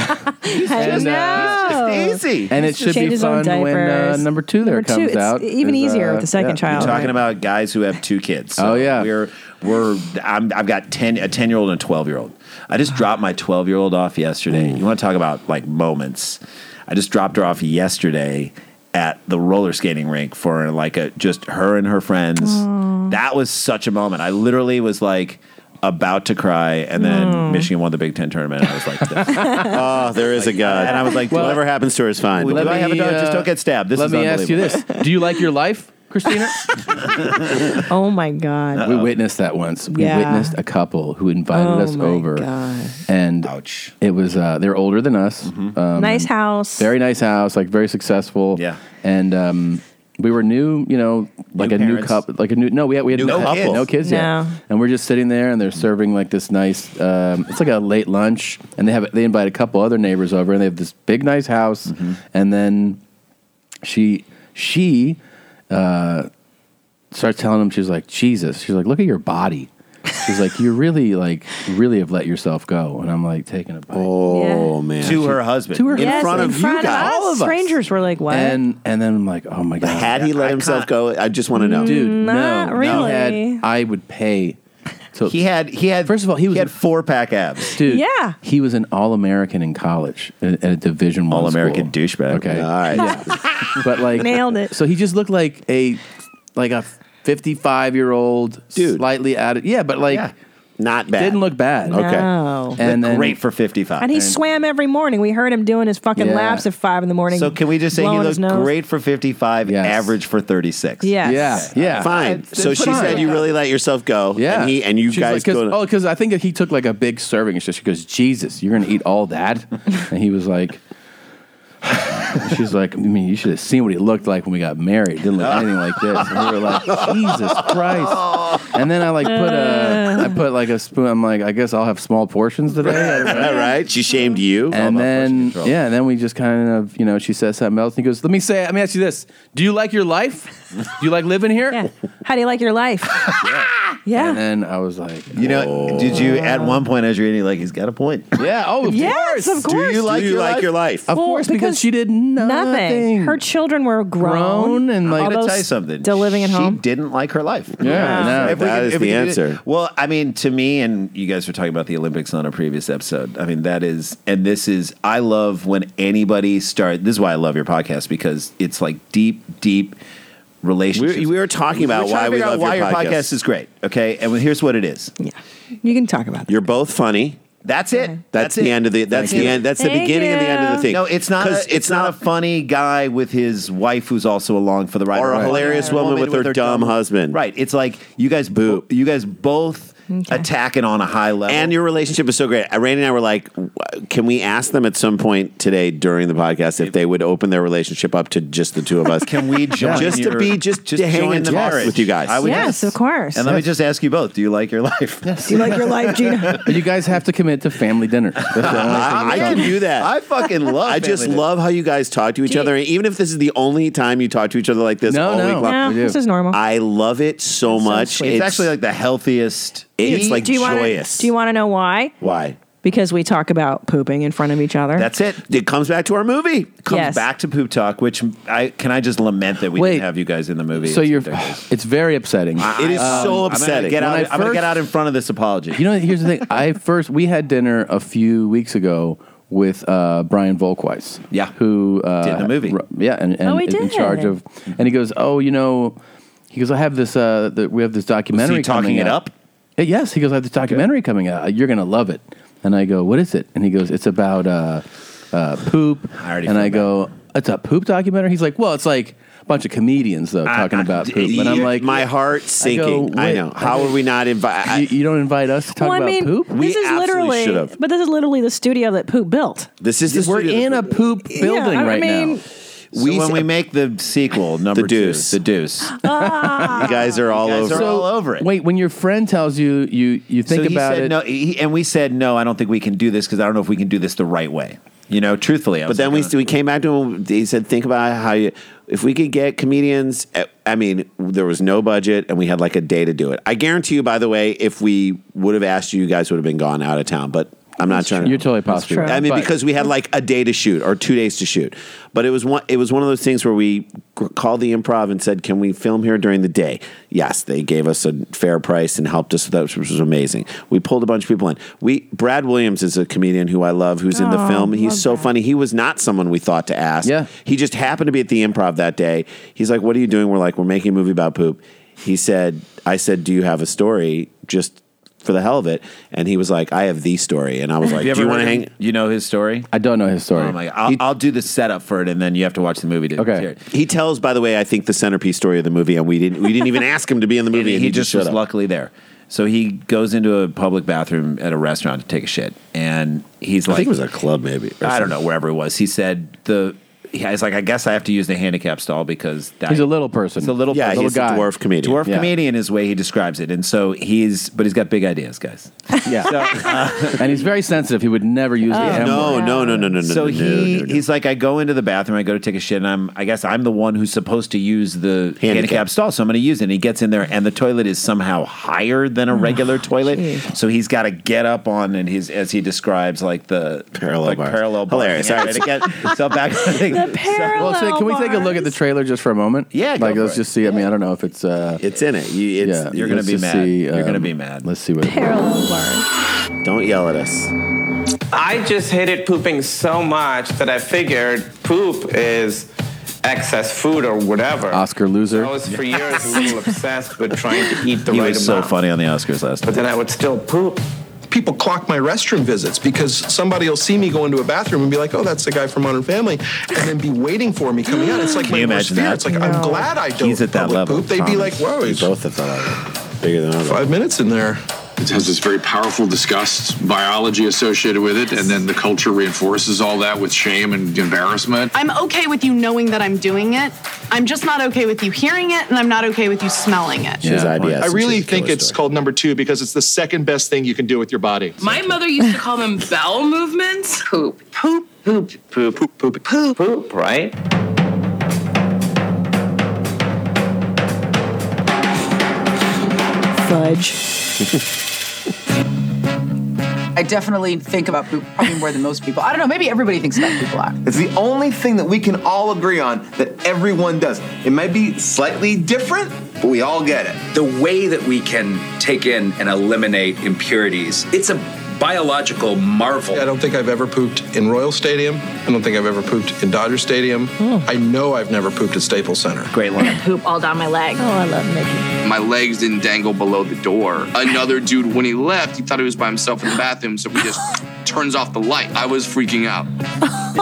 And, uh,
Oh.
It's easy.
and it should be fun when uh, number two there comes
it's
out.
Even
is,
easier
uh,
with the second
yeah.
child.
You're talking
right?
about guys who have two kids.
Oh, yeah.
we're we're I'm, I've got ten a ten year old and a twelve year old. I just dropped my twelve year old off yesterday. You want to talk about like moments? I just dropped her off yesterday at the roller skating rink for like a just her and her friends. That was such a moment. I literally was like about to cry, and then Michigan won the Big Ten tournament. I was like, this.
Oh, there is a God.
and I was like,
whatever happens to her is fine.
Let Do I have a dog?
uh,
Just don't get stabbed. This
let
is
me ask you this:
unbelievable.
Do you like your life, Christina?
Oh my god.
we witnessed that once. We
Yeah.
witnessed a couple who invited
Oh
us
my
over,
God.
and
Ouch. Mm-hmm.
it was uh, they're older than us. Um,
nice house.
very nice house, like very successful.
Yeah.
and um, we were new, you know, like
New
a new
parents.
couple, like a new no, we had, we had
New
no,
couple.
no kids
No.
yet, and we're just sitting there, and they're serving like this nice, um, it's like a late lunch, and they have they invite a couple other neighbors over, and they have this big nice house,
Mm-hmm.
and then she she uh, starts telling him she's like Jesus, she's like look at your body. She's like, you really like really have let yourself go, and I'm like taking a bite.
oh man.
to her husband.
To her
in
yes,
front
in
of you
front
guys.
us,
All of us.
strangers were like, "What?"
and and then I'm like, oh my god,
Had he let himself go? I just want to know.
dude,
Not
no,
really.
He had, I would pay. So
He had he had
First of all, he was
had
a-
four pack abs.
dude.
Yeah.
he was an All American in college at, at a Division One
All-American
school.
douchebag.
Okay,
All right.
but like
Nailed it.
So he just looked like a like a fifty five year old
Dude.
slightly out of yeah, but like
Yeah.
Not bad.
didn't look bad.
Okay.
No.
and then
Great for fifty five.
And he swam every morning. We heard him doing his fucking
Yeah.
laps at five in the morning.
so can we just say he
blowing his
looked
nose.
great for fifty five,
Yes.
average for thirty six?
Yes.
yeah, yeah,
Fine. so she
fine.
said you really let yourself go.
Yeah,
And, he, and you
She's
guys
like, 'cause-
go.
oh, because I think he took like a big serving. and She goes, Jesus, you're gonna eat all that, and he was like. She's like, I mean, you should have seen what he looked like when we got married. Didn't look anything like this. And we were like, Jesus
Oh.
Christ. And then I like put a,
Uh.
I put like a spoon. I'm like, I guess I'll have small portions today. I don't know.
All right. She shamed you.
And
about portion
then,
control.
yeah, and then we just kind of, you know, she says something else and he goes, Let me say, let me ask you this. Do you like your life? Do you like living here?
Yeah. How do you like your life?
And
yeah.
uh, then I was like, "Oh."
You know, did you at one point as you're eating like he's got a point?
Yeah, oh, of course.
Yes, of
Do you
course.
like
Do you
your
like
life?
your life?
Of
Well,
course, because,
because
she did nothing.
nothing. Her children were grown.
grown and
I'm
like
gonna
those
tell you something.
still living at
she
home?
didn't like her life.
Yeah, no.
If we That is
if we
the
could do
answer.
it- Well, I mean, to me, and you guys were talking about the Olympics on a previous episode. I mean, that is, and this is, I love when anybody start. This is why I love your podcast because it's like deep, deep relationships.
We- we were talking about
trying
why
to
we
figure out
love your
why your
podcast.
podcast is great. Okay, and here's what it is.
Yeah. You can talk about that.
You're both funny.
That's it.
That's,
it.
the end of the. That's
Thank
the
you.
end. That's the
Thank
beginning and the end of the
you.
thing.
No, it's not. A,
Because
it's, not, a funny guy with his wife who's also along for the ride,
Or a
Right.
hilarious woman with her dumb husband.
Right. It's like you guys. Bo- you guys both attacking on a high level.
And your relationship is so great. Uh, Randy and I were like, w- can we ask them at some point today during the podcast if they would open their relationship up to just the two of us?
can we join
just to
your-
be just,
just
to hang
join
in
the
the
marriage.
marriage with you guys?
I would
yes, of course.
And let me just ask you both: Do you like your life?
do you like your life, Gina?
But you guys have to commit to family dinners. That's the only
Uh, I
thing.
can do that.
I fucking love.
I just
family dinner.
love how you guys talk to each other. And even if this is the only time you talk to each other like this
No,
all
no.
week long,
no,
We do.
this is normal.
I love it so much.
sweet.
It's, actually like the healthiest.
it's like
do you wanna-
joyous.
do you want to know why?
Why?
Because we talk about pooping in front of each other.
That's it.
It comes back to our movie.
Comes
Yes.
back to poop talk, which I can I just lament that we
Wait.
didn't have you guys in the movie.
So
It's
you're,
ridiculous.
it's very upsetting. Um,
It is so
um, I'm gonna
upsetting.
get out.
When I
I'm gonna
first-
get out in front of this apology.
You know, here's the thing. I first we had dinner a few weeks ago with uh, Brian Volkweis.
Yeah.
who uh,
Did the movie.
r- yeah, and, and
Oh, we
is in
did.
charge of. And he goes, "Oh, you know," he goes, "I have this. Uh, the, we have this documentary
talking
coming
it
out."
up?
Uh, Yes, he goes, "I have this documentary coming out. You're gonna love it." And I go, what is it? And he goes, it's about uh, uh, poop. I
already
and
feel
I go, it's a poop documentary. He's like, well, it's like a bunch of comedians though talking about poop. And I'm like,
my heart sinking. I,
wait.
know. How are we not invited?
you, you don't invite us to talk
well, I
about
mean,
poop.
this
We
is
absolutely
literally,
should have.
but this is literally the studio that Poop built.
This is the
We're
studio that
in a
we're-
poop building
I
right
mean-
now.
We, when we make the sequel, number
Deuce.
two, the Deuce,
You guys are all
guys
over.
are all over it.
Wait, when your friend tells you you you think
so he
about
said
it,
no, he, and we said no. I don't think we can do this because I don't know if we can do this the right way. You know, truthfully. I
But
was
then
like, "Uh,
we we came back to him. He said, "Think about how you if we could get comedians. eh, I mean, there was no budget, and we had like a day to do it. I guarantee you. By the way, if we would have asked you, you guys would have been gone out of town. But I'm not trying. to.
you're totally possible.
I mean, because we had like a day to shoot or two days to shoot, but it was one. It was one of those things where we g- called the improv and said, "Can we film here during the day?" Yes, they gave us a fair price and helped us with that, which was amazing. We pulled a bunch of people in. We Brad Williams is a comedian who I love, who's in the film. He's so funny. He was not someone we thought to ask.
Yeah.
he just happened to be at the improv that day. He's like, "What are you doing?" We're like, "We're making a movie about poop." He said, "I said, do you have a story?" Just for the hell of it, and he was like, "I have the story," and I was like,
you
"Do
ever
you want to
heard-
hang?"
You know his story.
I don't know his story.
Oh my God. I'll, I'll do the setup for it, and then you have to watch the movie to
Okay.
hear it.
He tells, by the way, I think the centerpiece story of the movie, and we didn't we didn't even ask him to be in the movie.
And
and
he, just
showed
was
up.
luckily there. So he goes into a public bathroom at a restaurant to take a shit, and he's
I
like,
think it was a club, maybe. or
I don't
something.
know wherever it was. He said the. He's like, I guess I have to use the handicap stall because that,
He's a little person.
He's a little
Yeah,
person.
he's a dwarf comedian.
Dwarf
Yeah.
comedian is the way he describes it, and so he's, but he's got big ideas, guys.
Yeah,
So, uh,
and he's very sensitive. He would never use
Oh.
the M word.
No, no, no, no, no, no.
so
no,
he
no, no.
he's like, I go into the bathroom, I go to take a shit, and I'm, I guess I'm the one who's supposed to use the handicap, stall, so I'm going to use it. And he gets in there, and the toilet is somehow higher than a
Oh,
regular toilet, so he's got to get up on, and his as he describes, like the
Parallel
like
bars.
parallel bars.
Hilarious.
Yeah, to get himself back.
The parallel.
Well, so can we take a look at the trailer just for a moment?
Yeah, go
like
for
let's
it.
just see. I mean, I don't know if it's. Uh,
it's in it. You, it's,
yeah,
you're gonna
let's
be
just
mad.
see,
You're gonna
um,
be mad.
Let's see what. it-
parallel bar.
Don't yell at us.
I just hated pooping so much that I figured poop is excess food or whatever.
Uh,
Oscar loser.
I was for years a little obsessed with trying to eat the
he
right
was so
amount.
funny on the Oscars last
But
night.
then I would still poop.
People clock my restroom visits because somebody will see me go into a bathroom and be like, oh, that's the guy from Modern Family, and then be waiting for me coming out. It's like my
you
worst
imagine
fear.
that?
It's like, I'm glad I don't
He's at that
public
level,
poop. They'd be like,
Thomas.
whoa,
We
he's
both have thought I was bigger than I was.
five minutes in there.
It has this very powerful disgust, biology associated with it, and then the culture reinforces all that with shame and embarrassment.
I'm okay with you knowing that I'm doing it. I'm just not okay with you hearing it, and I'm not okay with you smelling it.
She has IBS.
I really
She's a
think
killer
it's
story.
called number two because it's the second best thing you can do with your body.
My mother used to call them bowel movements. Poop.
Poop, poop, poop, poop, poop, poop, poop, right?
Fudge.
I definitely think about poop probably more than most people. I don't know, maybe everybody thinks about poop a lot.
It's the only thing that we can all agree on that everyone does. It might be slightly different, but we all get it.
The way that we can take in and eliminate impurities, it's a biological marvel.
I don't think I've ever pooped in Royal Stadium. I don't think I've ever pooped in Dodger Stadium.
Hmm.
I know I've never pooped at Staples Center.
Great line.
Poop all down my leg.
Oh, I love Nikki.
My legs didn't dangle below the door. Another dude, when he left, he thought he was by himself in the bathroom, so he just turns off the light. I was freaking out.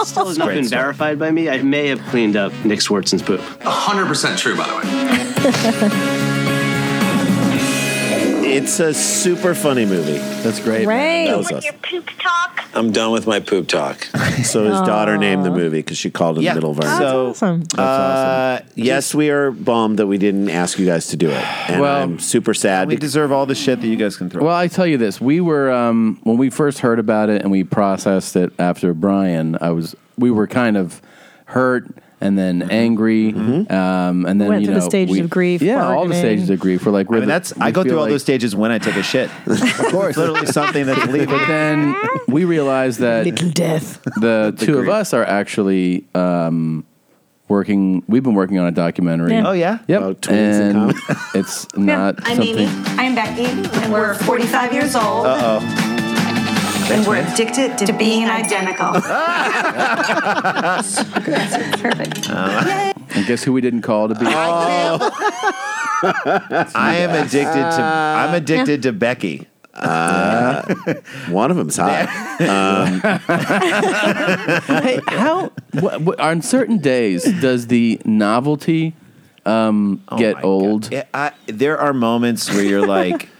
Still has not been verified by me. I may have cleaned up Nick Swartzen's poop.
100% true, by the way.
It's a super funny movie.
That's great.
Great.
That was us.
poop talk.
I'm done with my poop talk. So his daughter named the movie because she called in
Yeah.
the middle of our.
So
Awesome.
Uh, yes, we are bummed that we didn't ask you guys to do it, and
Well,
I'm super sad.
we
Because
deserve all the shit that you guys can throw.
Well, I tell you this: we were um, when we first heard about it and we processed it after Brian. I was we were kind of hurt and then
Mm-hmm.
angry, um, and then
Went
you
through the
know,
stages
we-
of grief,
Yeah, all the
bargaining.
stages of grief. We're like, we're
I mean,
the-
that's
we
I go
feel
through all
like-
those stages when I take a shit. of course, it's literally something that's legal.
But then we realized that
Little death.
the two of us are actually um, working. We've been working on a documentary.
Yeah.
Oh yeah,
Yep,
About twins and
and
comedy.
it's not something.
I'm Becky, and we're 45 years old. Uh oh. And we're addicted to being identical. Perfect.
And guess who we didn't call to be?
I am addicted to I'm addicted to Becky.
Uh, one of them's hot. Um,
hey, how what, what, on certain days does the novelty um,
Oh
get old?
Oh Yeah, I, there are moments where you're like,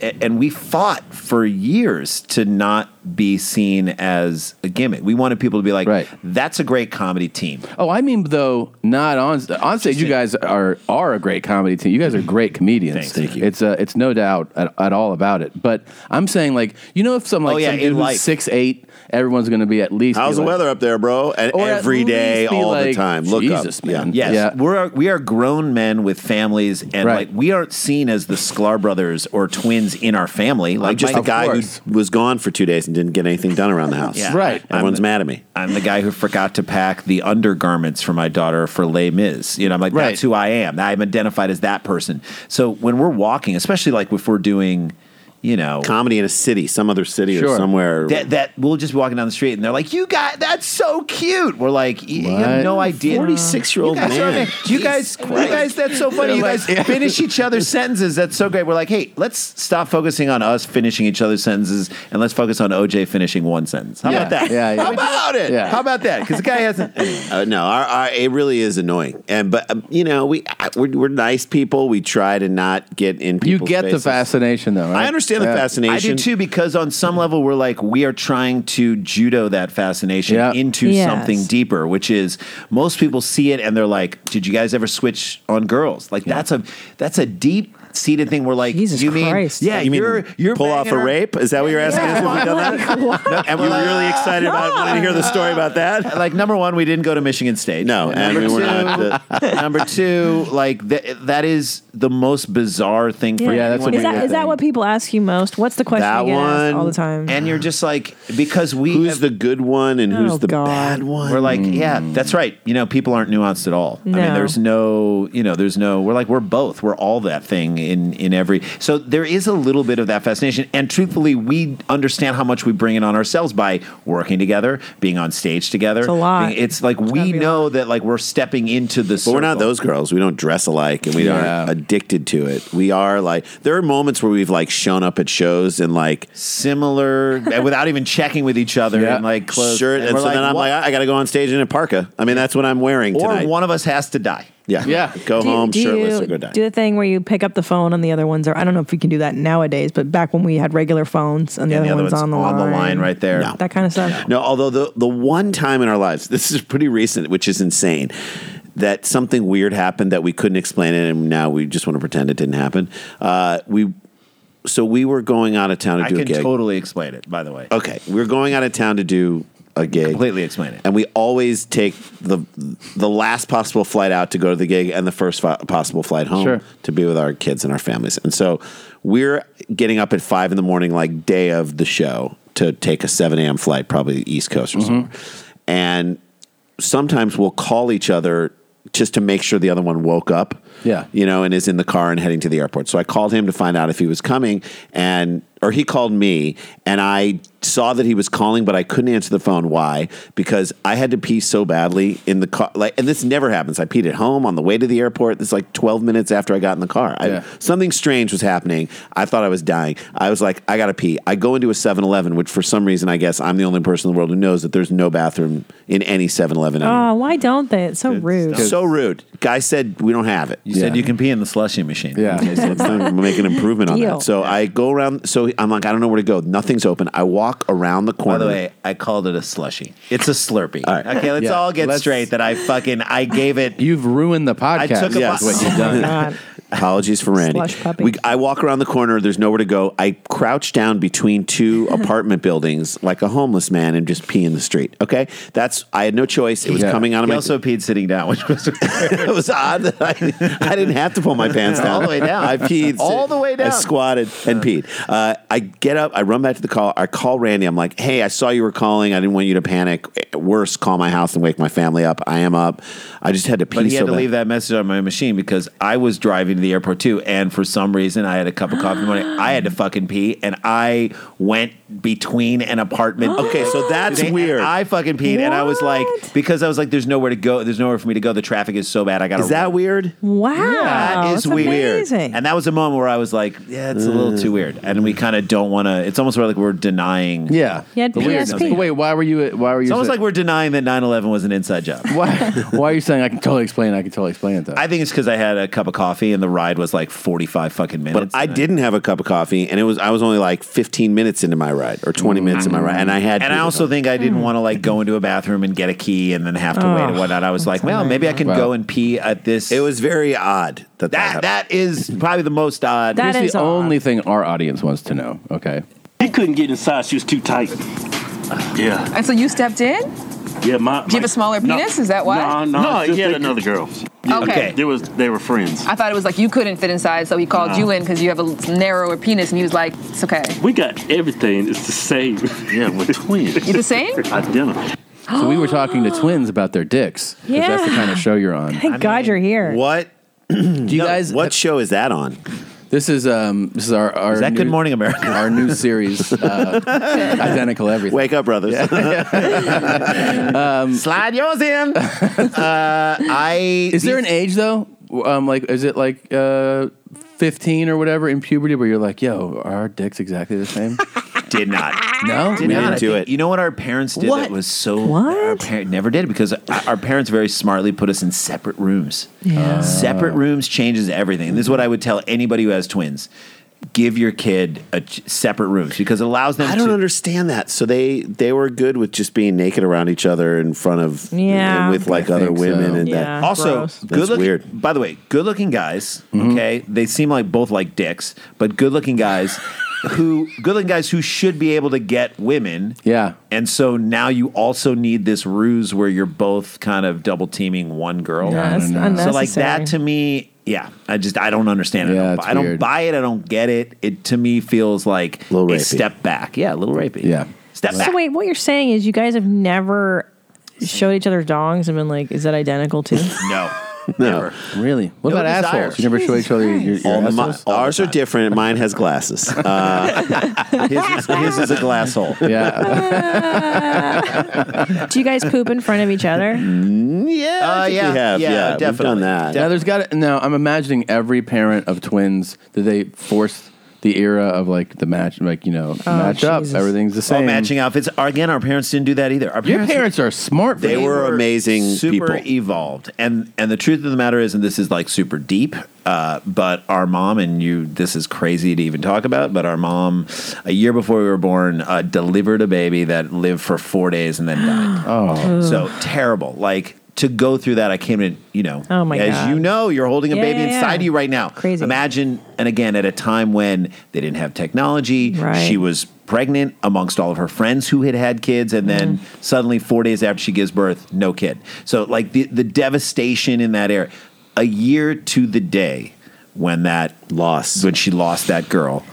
a- and we fought for years to not be seen as a gimmick. We wanted people to be like, that's a great comedy team.
Oh, I mean, though, not on on stage. You guys are are a great comedy team. You guys are great comedians. Thank you. It's uh, it's no doubt at, at all about it. But I'm saying, like, you know, if some like
Oh, yeah,
some
in
dude who's
life.
six eight, everyone's going to be at least.
How's
be
the
like-
weather up there, bro? And
Or at
every day,
least be
all the
like,
time. Look
Jesus,
up. Yeah.
man.
Yes,
Yeah.
we're we are grown men with families, and like
Right.
we aren't seen as the Sklar brothers or twins in our family. Like
I'm just
my-
a guy who was gone for two days and didn't get anything done around the house.
Yeah. Right.
Everyone's
I'm-
mad at me.
I'm the guy who forgot to pack the undergarments for my daughter for Les Mis. You know, I'm like, that's who I am. I'm identified as that person. So when we're walking, especially like if we're doing, you know,
comedy in a city, some other city or somewhere.
that, that we'll just be walking down the street and they're like, you got that's so cute. We're like, y- you
What?
have no idea.
46-year-old
You guys
man.
are ama- You guys, you guys, that's so funny. You
They're
guys
like-
finish each other's sentences. That's so great. We're like, hey, let's stop focusing on us finishing each other's sentences and let's focus on OJ finishing one sentence. How about
Yeah.
that?
Yeah, yeah.
How about it?
Yeah.
How about that? Because the guy hasn't.
Uh, no, our, our, it really is annoying. And but um, you know, we I- we're, we're nice people. We try to not get in.
You
people's
get the
faces.
fascination, though. Right?
I understand the
Yeah.
fascination.
I do too, because on some level we're like we are trying to judo that fascination into
Yes.
something deeper, which is most people see it and they're like, "Did you guys ever switch on girls?" Like that's a that's a deep seated thing. We're like, "You mean yeah?
you mean
are you're
pull off
banging
a
her-
rape? Is that what you're asking us if we've done that? No, and we're really excited about it. Wanted to hear the story about that.
Like number one, we didn't go to Michigan State. No,
and we were not,
number two, like th- that is the most bizarre thing for
Yeah,
anyone.
is that, is that what people ask you most? What's the question
That
you get asked
one
all the time?
And you're just like because we
Who's the good one and
Oh,
who's the bad one? Hmm.
We're like, yeah, that's right. You know, people aren't nuanced at all. I mean,
No.
there's no, you know, there's no. We're like, we're both. We're all that thing in in every. So there is a little bit of that fascination, and truthfully, we understand how much we bring it on ourselves by working together, being on stage together.
It's a lot.
Being- It's like we know that like we're stepping into the.
But we're not those girls. We don't dress alike, and we
Yeah.
aren't addicted to it. We are like there are moments where we've like shown up at shows and like
similar without even checking with each other and like clothes.
shirt, and,
we're
so then I'm
what-
like, I, got to go on stage in a parka. I mean, that's what I'm wearing
or
tonight.
one of us has to die.
yeah, Go
Do you-
home
do
shirtless
you
or go die.
Do the thing where you pick up the phone and the other ones are. I don't know if we can do that nowadays, but back when we had regular phones and the, other, one's, on the line,
right there.
That kind of stuff.
No, although the the one time in our lives, this is pretty recent, which is insane, that something weird happened that we couldn't explain it, and now we just want to pretend it didn't happen. Uh, we so we were going out of town to
I
do a
can
gig.
totally explain it. By the way,
okay, we were going out of town to do a gig.
Completely explain it.
And we always take the the last possible flight out to go to the gig and the first fi- possible flight home
Sure.
to be with our kids and our families. And so we're getting up at five in the morning, like day of the show, to take a seven a.m. flight, probably the East Coast or somewhere.
Mm-hmm.
And sometimes we'll call each other just to make sure the other one woke up.
Yeah.
You know, and is in the car and heading to the airport. So I called him to find out if he was coming and or he called me and I saw that he was calling but I couldn't answer the phone why because I had to pee so badly in the car like and this never happens. I peed at home on the way to the airport. This is like 12 minutes after I got in the car. I,
Yeah.
something strange was happening. I thought I was dying. I was like I got to pee. I go into a 7-Eleven which for some reason I guess I'm the only person in the world who knows that there's no bathroom in any 7-Eleven anymore.
Oh, why don't they? It's so rude.
So rude. Guy said we don't have it. You
said you can pee in the slushy machine.
Yeah, okay, so let's not make an improvement on
Deal.
that. So I go around. So I'm like, I don't know where to go. Nothing's open. I walk around the
By
corner.
the way, I called it a slushy. It's a Slurpee.
All right.
Okay, let's
Yeah.
all get
Let's-
straight that I fucking I gave it.
You've ruined the podcast.
I took a oh
Yes.
bu-
what you've done.
Apologies for Randy.
Slush puppy.
We, I walk around the corner. There's nowhere to go. I crouch down between two apartment buildings like a homeless man and just pee in the street. Okay, that's I had no choice. It was
Yeah.
coming out of
He
my.
also peed sitting down, which was
it was odd that I, I didn't have to pull my pants down
All the way down.
I peed
All the way
I
down.
squatted and peed. Uh, I get up. I run back to the call. I call Randy. I'm like, "Hey, I saw you were calling. I didn't want you to panic. Worse, call my house and wake my family up. I am up. I just had to pee
But he
so
had to
bad."
leave that message on my machine because I was driving to
the airport too. And for some reason, I had a cup of coffee in the morning. I had to fucking pee, and I went between an apartment.
Okay, so that's
And
weird.
I fucking peed, and I was like, because I was like, there's nowhere to go. There's nowhere for me to go. The traffic is so bad. I got.
Is that weird?
Wow.
That is
that's
weird.
amazing.
And that was a moment where I was like, yeah, it's a little too weird. And we kind of don't want to, it's almost like we're denying.
Yeah. You had
the weirdness.
PSP. But wait, why were you, why were you
It's almost
sa-
like we're denying that 9 11 was an inside job.
Why, why are you saying I can totally explain? I can totally explain it. Though.
I think it's because I had a cup of coffee and the ride was like 45 fucking minutes.
But I didn't have a cup of coffee, and it was I was only like 15 minutes into my ride or 20 minutes into my ride, and I had.
And I also think I didn't want to like go into a bathroom and get a key and then have to wait and
Oh,
whatnot. I was like, well, maybe I
Mm-hmm.
can
Wow.
go and pee at this. It
was very odd that
that, that is probably the most odd.
Here's the only thing our audience wants to know. Okay.
I couldn't get inside. She was too tight. Yeah.
And so you stepped in?
Yeah, my.
Do you have a smaller penis? Is that why?
No, no.
No,
I was just
he had
thinking-
another
girl.
Okay. Okay.
There was, they were friends.
I thought it was like you couldn't fit inside, so he called
No.
you in because you have a narrower penis, and he was like, "It's okay."
We got everything. It's the same. Yeah, we're twins.
You the same?
Identical.
So we were talking to twins about their dicks. 'cause That's the
Yeah.
kind of show you're on.
Thank God you're here.
What?
Do you guys? What
show is that on?
This is um. This is our. our
Is that Good Morning America?
Our new series, uh, identical everything.
Wake up, brothers.
um,
Slide yours in. uh, I
is there an age though? Um, like is it like uh, fifteen or whatever in puberty where you're like, yo, are our dicks exactly the same?
Did not.
No,
Did not do it. You know what our parents did?
What?
That was so. What? Our parent never did because our parents very smartly put us in separate rooms. Uh,
Yeah.
Separate rooms changes everything. And this is what I would tell anybody who has twins: give your kid a ch- separate rooms because it allows them.
I don't
to,
understand that. So they they were good with just being naked around each other in front of
Yeah.
and with like
I
other
think
women
so.
and that.
also
that's
good looking.
weird.
By the way, good looking guys.
Mm-hmm.
Okay, they seem like both like dicks, but good looking guys who good looking guys who should be able to get women.
Yeah.
And so now you also need this ruse where you're both kind of double teaming one girl.
Yeah, that's No, no, no.
So like
unnecessary.
that to me, yeah, I just I don't understand it.
Yeah,
I
it's
don't, I don't
weird.
buy it. I don't get it. It to me feels like a,
rapey.
step back. Yeah, a little rapey.
Yeah.
Step back.
So wait, what you're saying is you guys have never showed each other dongs and been like, is that identical too?
No.
No.
Really? What
No
about
desire.
assholes? You never show each other your, your
All my-
assholes?
ours are different. Mine has glasses. Uh, his, is, his is a glass hole.
Uh,
Yeah.
Do you guys poop in front of each other?
Uh,
I
Yeah,
think we yeah, have, yeah, yeah, we've definitely. done
that.
Now there's got to, now I'm imagining every parent of twins that they force the era of like the match like you know
Oh,
match up
Jesus.
everything's the same
All matching outfits. Our- Again, our parents didn't do that either. Our
Your parents are smart. for
They
that.
were super evolved, and and the truth of the matter is, and this is like super deep. Uh, but our mom and you, this is crazy to even talk about. But our mom, a year before we were born, uh, delivered a baby that lived for four days and then died.
oh,
so terrible! Like to go through that, I came in. You know,
Oh, my
as
God.
you know, you're holding a
Yeah,
baby
yeah,
inside
yeah.
you right now. Crazy. Imagine, and again, at a time when they didn't have technology,
Right.
she was pregnant amongst all of her friends who had had kids, and then suddenly, four days after she gives birth, no kid. So, like the the devastation in that era, a year to the day when that
loss,
when she lost that girl,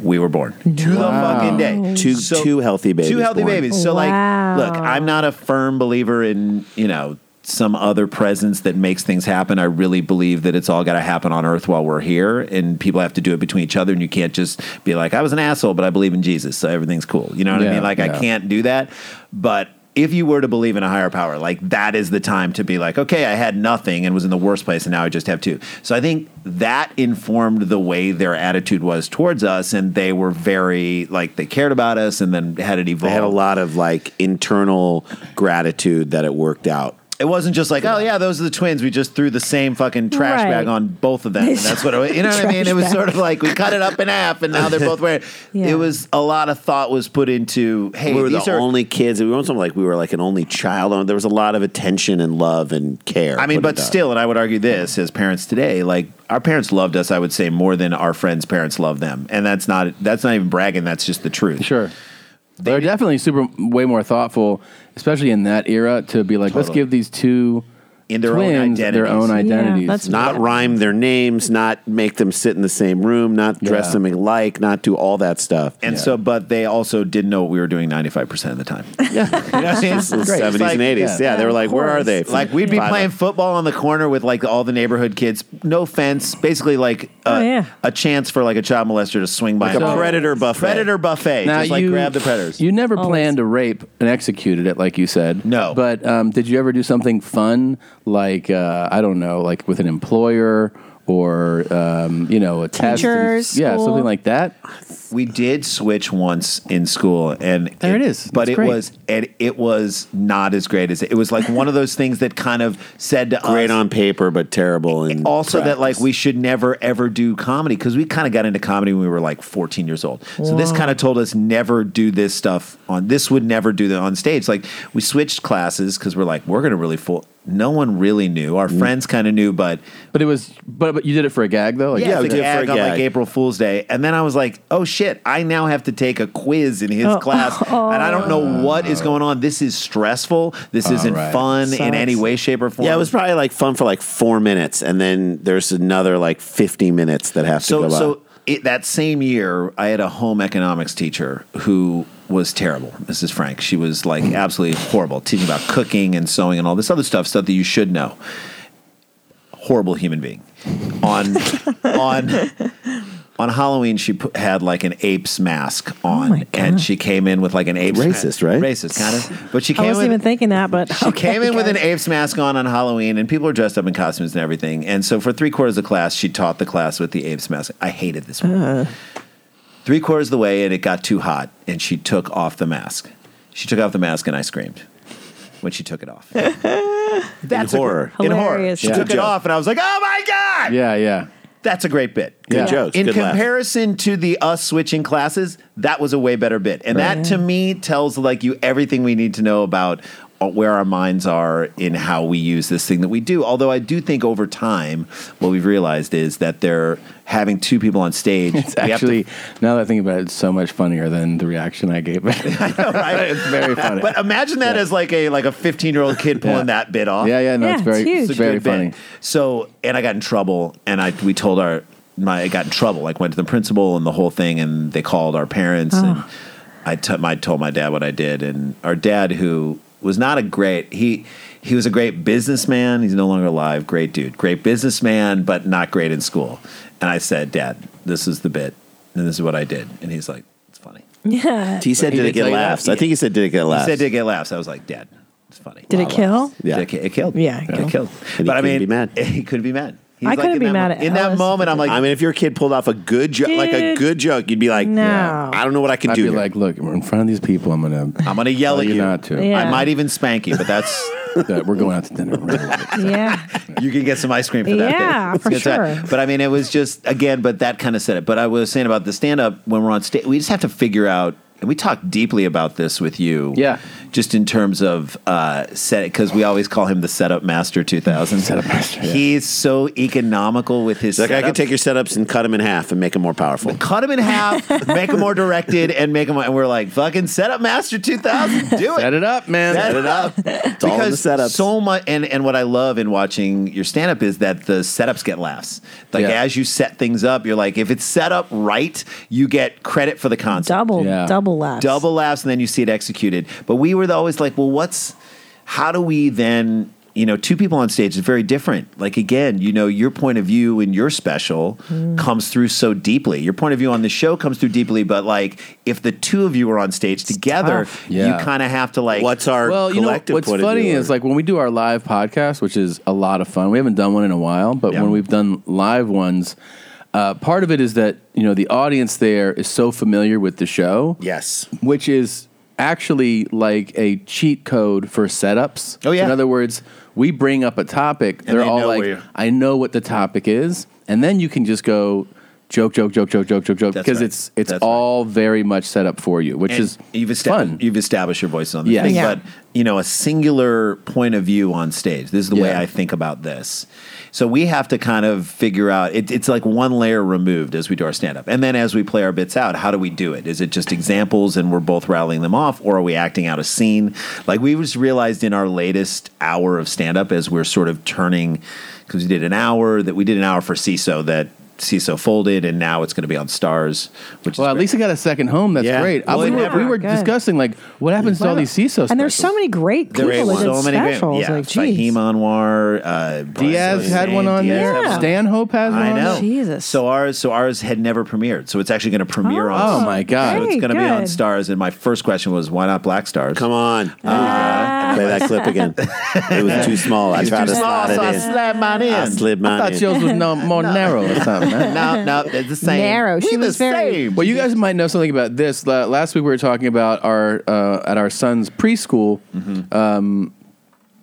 we were born to the
Wow.
fucking day.
Two- two healthy
Two
babies
healthy
born.
babies. So
Wow.
like, look, I'm not a firm believer in you know some other presence that makes things happen. I really believe that it's all got to happen on Earth while we're here, and people have to do it between each other. And you can't just be like, I was an asshole, but I believe in Jesus, so everything's cool. You know what
Yeah,
I mean? Like,
yeah.
I can't do that, but. If you were to believe in a higher power, like that is the time to be like, okay, I had nothing and was in the worst place, and now I just have two. So I think that informed the way their attitude was towards us, and they were very like they cared about us, and then had it evolve.
I had a lot of like internal gratitude that it worked out.
It wasn't just like, oh yeah, those are the twins. We just threw the same fucking trash
Right.
bag on both of them. And that's what it was. You know what I mean? It was
Trash
sort of like we cut it up in half, and now they're both wearing. It was a lot of thought was put into. Hey,
we were the
these are.
only kids. We weren't something like we were like an only child. There was a lot of attention and love and care.
I mean,
put
but
into us.
still, and I would argue this as parents today, like our parents loved us. I would say more than our friends' parents loved them, and that's not that's not even bragging. That's just the truth.
Sure. They're definitely super way more thoughtful, especially in that era, to be like, let's
Totally.
give these two
in their own
Twins, their own
identities.
Yeah, identities. that's
not
bad.
rhyme their names, not make them sit in the same room, not dress
Yeah.
them alike, not do all that stuff.
And so, but they also didn't know what we were doing 95% of the time.
You know what I'm saying?
It's great.
70s
Like,
and 80s. Yeah, they were like, where are they?
Like, we'd be
Five-
playing football on the corner with like all the neighborhood kids. No fence, basically like a,
Oh, yeah.
a chance for like a child molester to swing by.
Like a
and-
predator buffet.
Predator buffet.
Now,
just like grab the predators.
You never planned to rape and executed it, like you said. No. But um, did you ever do something fun, like uh, I don't know, like with an employer or um, you know a test?
Teachers,
yeah,
school.
something like that.
We did switch once in school, and
There it is.
But
That's
it
great.
was and it was not as great as it, it was. Like one of those things that kind of said to
Great
us,
on paper, but terrible. And
also that like we should never ever do comedy because we kind of got into comedy when we were like 14 years old. So this
Wow.
kind of told us never do this stuff on this would never do that on stage. Like we switched classes because we're like we're gonna really fool. No one really knew.
Mm.
Our friends kind of knew, but
but it was but but you did it for a gag
Oh,
though.
yeah, we did it for a gag on like
gag.
April Fool's Day, and then I was like, oh shit, I now have to take a quiz in
Oh,
his class, and I don't know what is going on. This is stressful. This
All
isn't
Oh, right.
fun in
Sucks.
any way, shape, or form.
Yeah, it was probably like fun for like four minutes, and then there's another like 50 minutes that have
so
to go
so
up.
it, that same year i had a home economics teacher who was terrible mrs frank she was like absolutely horrible teaching about cooking and sewing and all this other stuff stuff that you should know horrible human being on on on halloween she put, had like an apes mask
Oh
on and she came in with like an apes
Racist,
right racist kind of but she
I
came
wasn't
in
even thinking that, but
she came in with an apes mask on on Halloween, and people are dressed up in costumes and everything. And so for three quarters of the class, she taught the class with the apes mask. I hated this one. Three quarters of the way, and it got too hot, and she took off the mask. She took off the mask, and I screamed when she took it off. That's a-
horror.
in horror.
Hilarious.
She
Good
took it
joke.
off, and I was like, "Oh my god!"
Yeah, yeah.
That's a great bit.
Good
Yeah.
jokes,
In
good laugh.
comparison to the us switching classes, that was a way better bit. And
Right.
that to me tells like you everything we need to know about uh, where our minds are in how we use this thing that we do. Although I do think over time what we've realized is that they're having two people on stage.
It's actually now that I think about it, it's so much funnier than the reaction I gave.
right? it's
very funny.
But imagine that as like a like a 15 year old kid pulling
Yeah.
that bit off.
Yeah, yeah, no, it's Yeah, very- it's huge. it's
a
very
uh, good bit.
funny.
So, and I got in trouble, and I we told our my I got in trouble. Like went to the principal and the whole thing, and they called our parents, and I t- I told my dad what I did, and our dad who was not a great he. He was a great businessman. He's no longer alive. Great dude. Great businessman, but not great in school. And I said, Dad, this is the bit, and this is what I did. And he's like,
yeah.
He said, did it get laughs? I think he said, did it get laughs?
He said, "Did it get laughs?" I was like, "Dad,
Did it kill?
Yeah.
It, ki- it killed.
Yeah, it
it
killed.
killed."
And he
but I
couldn't
mean,
be mad.
he couldn't be mad. He's
I couldn't
in
be
that
mad
mo-
at
in that
Alice.
moment. I'm like,
I mean, if your kid pulled off a good joke, like a
Dude.
good joke, you'd be like,
No.
I don't know what I can
I'd
do.
be
here.
like, look, we're in front of these people. I'm gonna,
I'm gonna yell at you.
Not to.
Yeah. I might
even spank you, but that's
that we're going out to dinner.
yeah.
you can get some ice cream for that.
Yeah,
It's
for
good time.
sure.
But I mean, it was just again, but that kind of said it. But I was saying about the stand up when we're on stage, we just have to figure out. And we talked deeply about this with you, yeah. Just in terms of uh, set, because we always call him the setup master. Two thousand setup master. He's so economical with his.
He's like, I
setup.
could take your setups and cut them in half and make them more powerful.
cut them in half, make them more directed, and make them. And we're like, fucking set up Master 2000. Do it. Set
it up, man.
Set it up.
all in the
because so much. And, and what I love in watching your stand up is that the setups get laughs. Like
Yeah.
as you set things up, you're like, if it's set up right, you get credit for the concept. Double,
Yeah. double laughs.
Double laughs, and then you see it executed. But we were always like, well, what's, how do we then, you know, two people on stage is very different. Like again, you know, your point of view in your special
Mm-hmm.
comes through so deeply. Your point of view on the show comes through deeply, but like if the two of you are on stage together,
tough.
you
Yeah.
kind of have to like what's
our
well, you know what's funny is like when we do our live podcast, which is a lot of fun. We haven't done one in a while, but when we've done live ones, uh, part of it is that you know the audience there is so familiar with the show,
yes,
which is actually like a cheat code for setups. Oh yeah. In other words, we bring up a topic, they're
they
all
know
like,
where you-
"I know what the topic is," and then you can just go joke, joke, joke, joke, joke, joke, joke,
That's
because
right.
it's it's
That's
all very much set up for you, which
And
is
you've estab-
fun.
You've established your voice on the
Yeah.
thing,
Yeah.
but you know a singular point of view on stage. This is the way
Yeah.
I think about this. So we have to kind of figure out. It, it's like one layer removed as we do our stand up, and then as we play our bits out, how do we do it? Is it just examples and we're both rattling them off, or are we acting out a scene? Like we just realized in our latest hour of stand up, as we're sort of turning because we did an hour that we did an hour for CISO that. CISO folded, and now it's going to be on Stars. Which well, at
least I got a second home. That's great. I- we were, we were discussing like what happens to all these CISO
And there's so many great people that did specials.
Yeah,
Like, geez.
Fahim Anwar, uh,
Diaz had one on
Diaz
there.
had one.
Stanhope has
I
Oh,
one.
know. Jesus. So ours, so ours had never premiered. So it's actually going to premiere on.
Oh, my God.
So it's
Hey,
going to be on
good.
Stars. And my first question was, why not Black Stars? Come
on,
Ah.
play that clip again. It was too small. I
It's
tried
too
to
small,
slide
so I
it in.
slapped mine in.
I slid mine
I thought
in.
yours was no, more narrow or something.
No, no, it's the same.
Narrow. She was very.
Well, you guys might know something about this. La- Last week we were talking about our uh, at our son's preschool,
Mm-hmm.
um,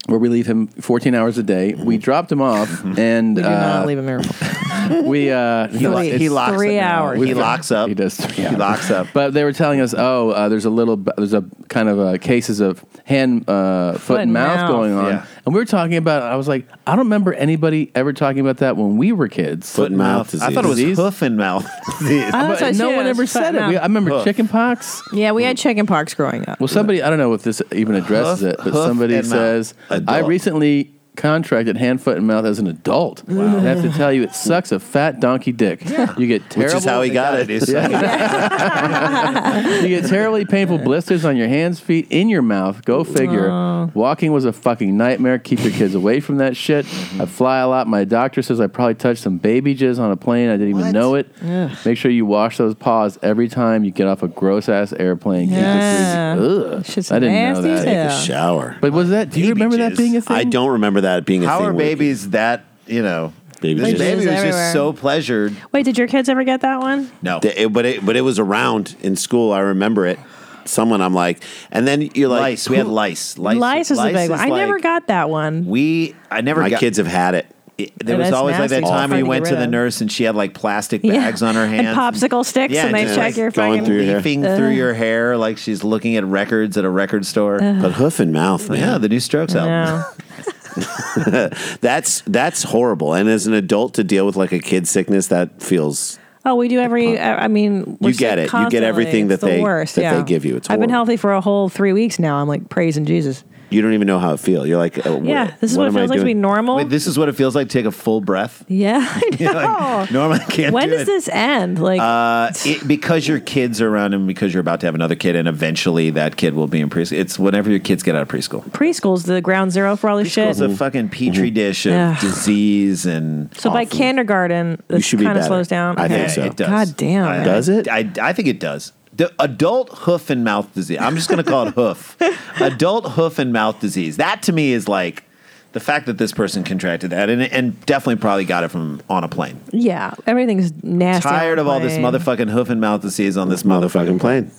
where we leave him 14 hours a day. We dropped him off, and
Mm-hmm. We do not
uh,
leave him here.
we uh,
He lo- he locks Three up now. hours. He
locks up. He does. Three he locks up. But they were telling us, oh, uh, there's a little, b- there's a kind of uh cases of hand, uh, foot, and mouth, going on,
Yeah.
and we were talking about. I was like, I don't remember anybody ever talking about that when we were kids.
Foot and mouth
I
disease.
thought it was
Disease?
hoof
and mouth. disease.
Oh, that's
But
what
no
she
one
is,
ever
foot
said
and
it. We-
mouth.
I remember
Hoof.
chicken pox.
Yeah, we had chicken pox growing up.
Well, somebody, I don't know if this even addresses
Hoof-
it, but
hoof
somebody
and mouth.
says, I
Adult.
recently contracted hand, foot, and mouth as an adult.
Wow.
And I have to tell you, it sucks a fat donkey dick. You get
Which
terrible.
is how he got it. Is
you get terribly painful blisters on your hands, feet, in your mouth. Go figure. Walking was a fucking nightmare. Keep your kids away from that shit. I fly a lot. My doctor says I probably touched some baby jizz on a plane. I didn't even know it. Make sure you wash those paws every time you get off a gross ass airplane. Keep it
Yeah.
crazy. Ugh. I didn't know that.
Take a shower.
But was that? Do you remember that being a thing?
I don't remember that being a
How
thing.
are babies that you know?
Babies
This
just-
baby was
everywhere.
just so pleasured.
Wait, did your kids ever get that one?
No,
but it but it was around in school. I remember it. Someone, I'm like, and then you're like,
Lice. We had lice. Lice,
Lice is the big one. I never got that one.
We, I never.
My
got-
kids have had it.
There
Yeah,
was
that's
always like
nasty.
that
Hard
time where you
to
went
get
to
rid
the
of.
nurse and she had like plastic
Yeah.
bags on her
And
hands
popsicle sticks, and they
just,
check your
going
fucking- Uh-huh.
through leafing
Ugh.
through your hair like she's looking at records at a record store.
Uh-huh.
But hoof and mouth, man.
Yeah, the new Strokes album.
that's that's horrible. And as an adult to deal with like a kid sickness, that feels
Oh, we do every. I I mean, we're
You get
sick
it. You get
constantly.
everything that
It's the
they-
worst,
that they
yeah.
give you. It's
I've been
horrible.
healthy for a whole three weeks now. I'm like praising Jesus.
you don't even know how it feels. You're like, uh,
Yeah,
wh-
this is what it
am I
feels like to be
doing?
normal.
Wait, this is what it feels like. to Take a full breath.
Yeah, I know.
You're like, Norm, I can't.
Oh. when
do
does
it.
this end? Like,
Uh, it, because your kids are around and because you're about to have another kid, and eventually that kid will be in preschool. It's whenever your kids get out of preschool.
preschool's the ground zero for all this shit.
It's a fucking petri dish of
Ugh.
disease and.
so by kindergarten,
You
this
should be
kind of
better.
slows down.
I think
Okay.
so. It does.
God damn.
I-
man.
I- I, I think it does. The adult hoof and mouth disease. I'm just going to call it hoof. Adult hoof and mouth disease. That to me is like the fact that this person contracted that and, and definitely probably got it from on a plane.
Yeah, everything's nasty. on
Tired
the
of all this
plane.
motherfucking hoof and mouth disease on this motherfucking
plane.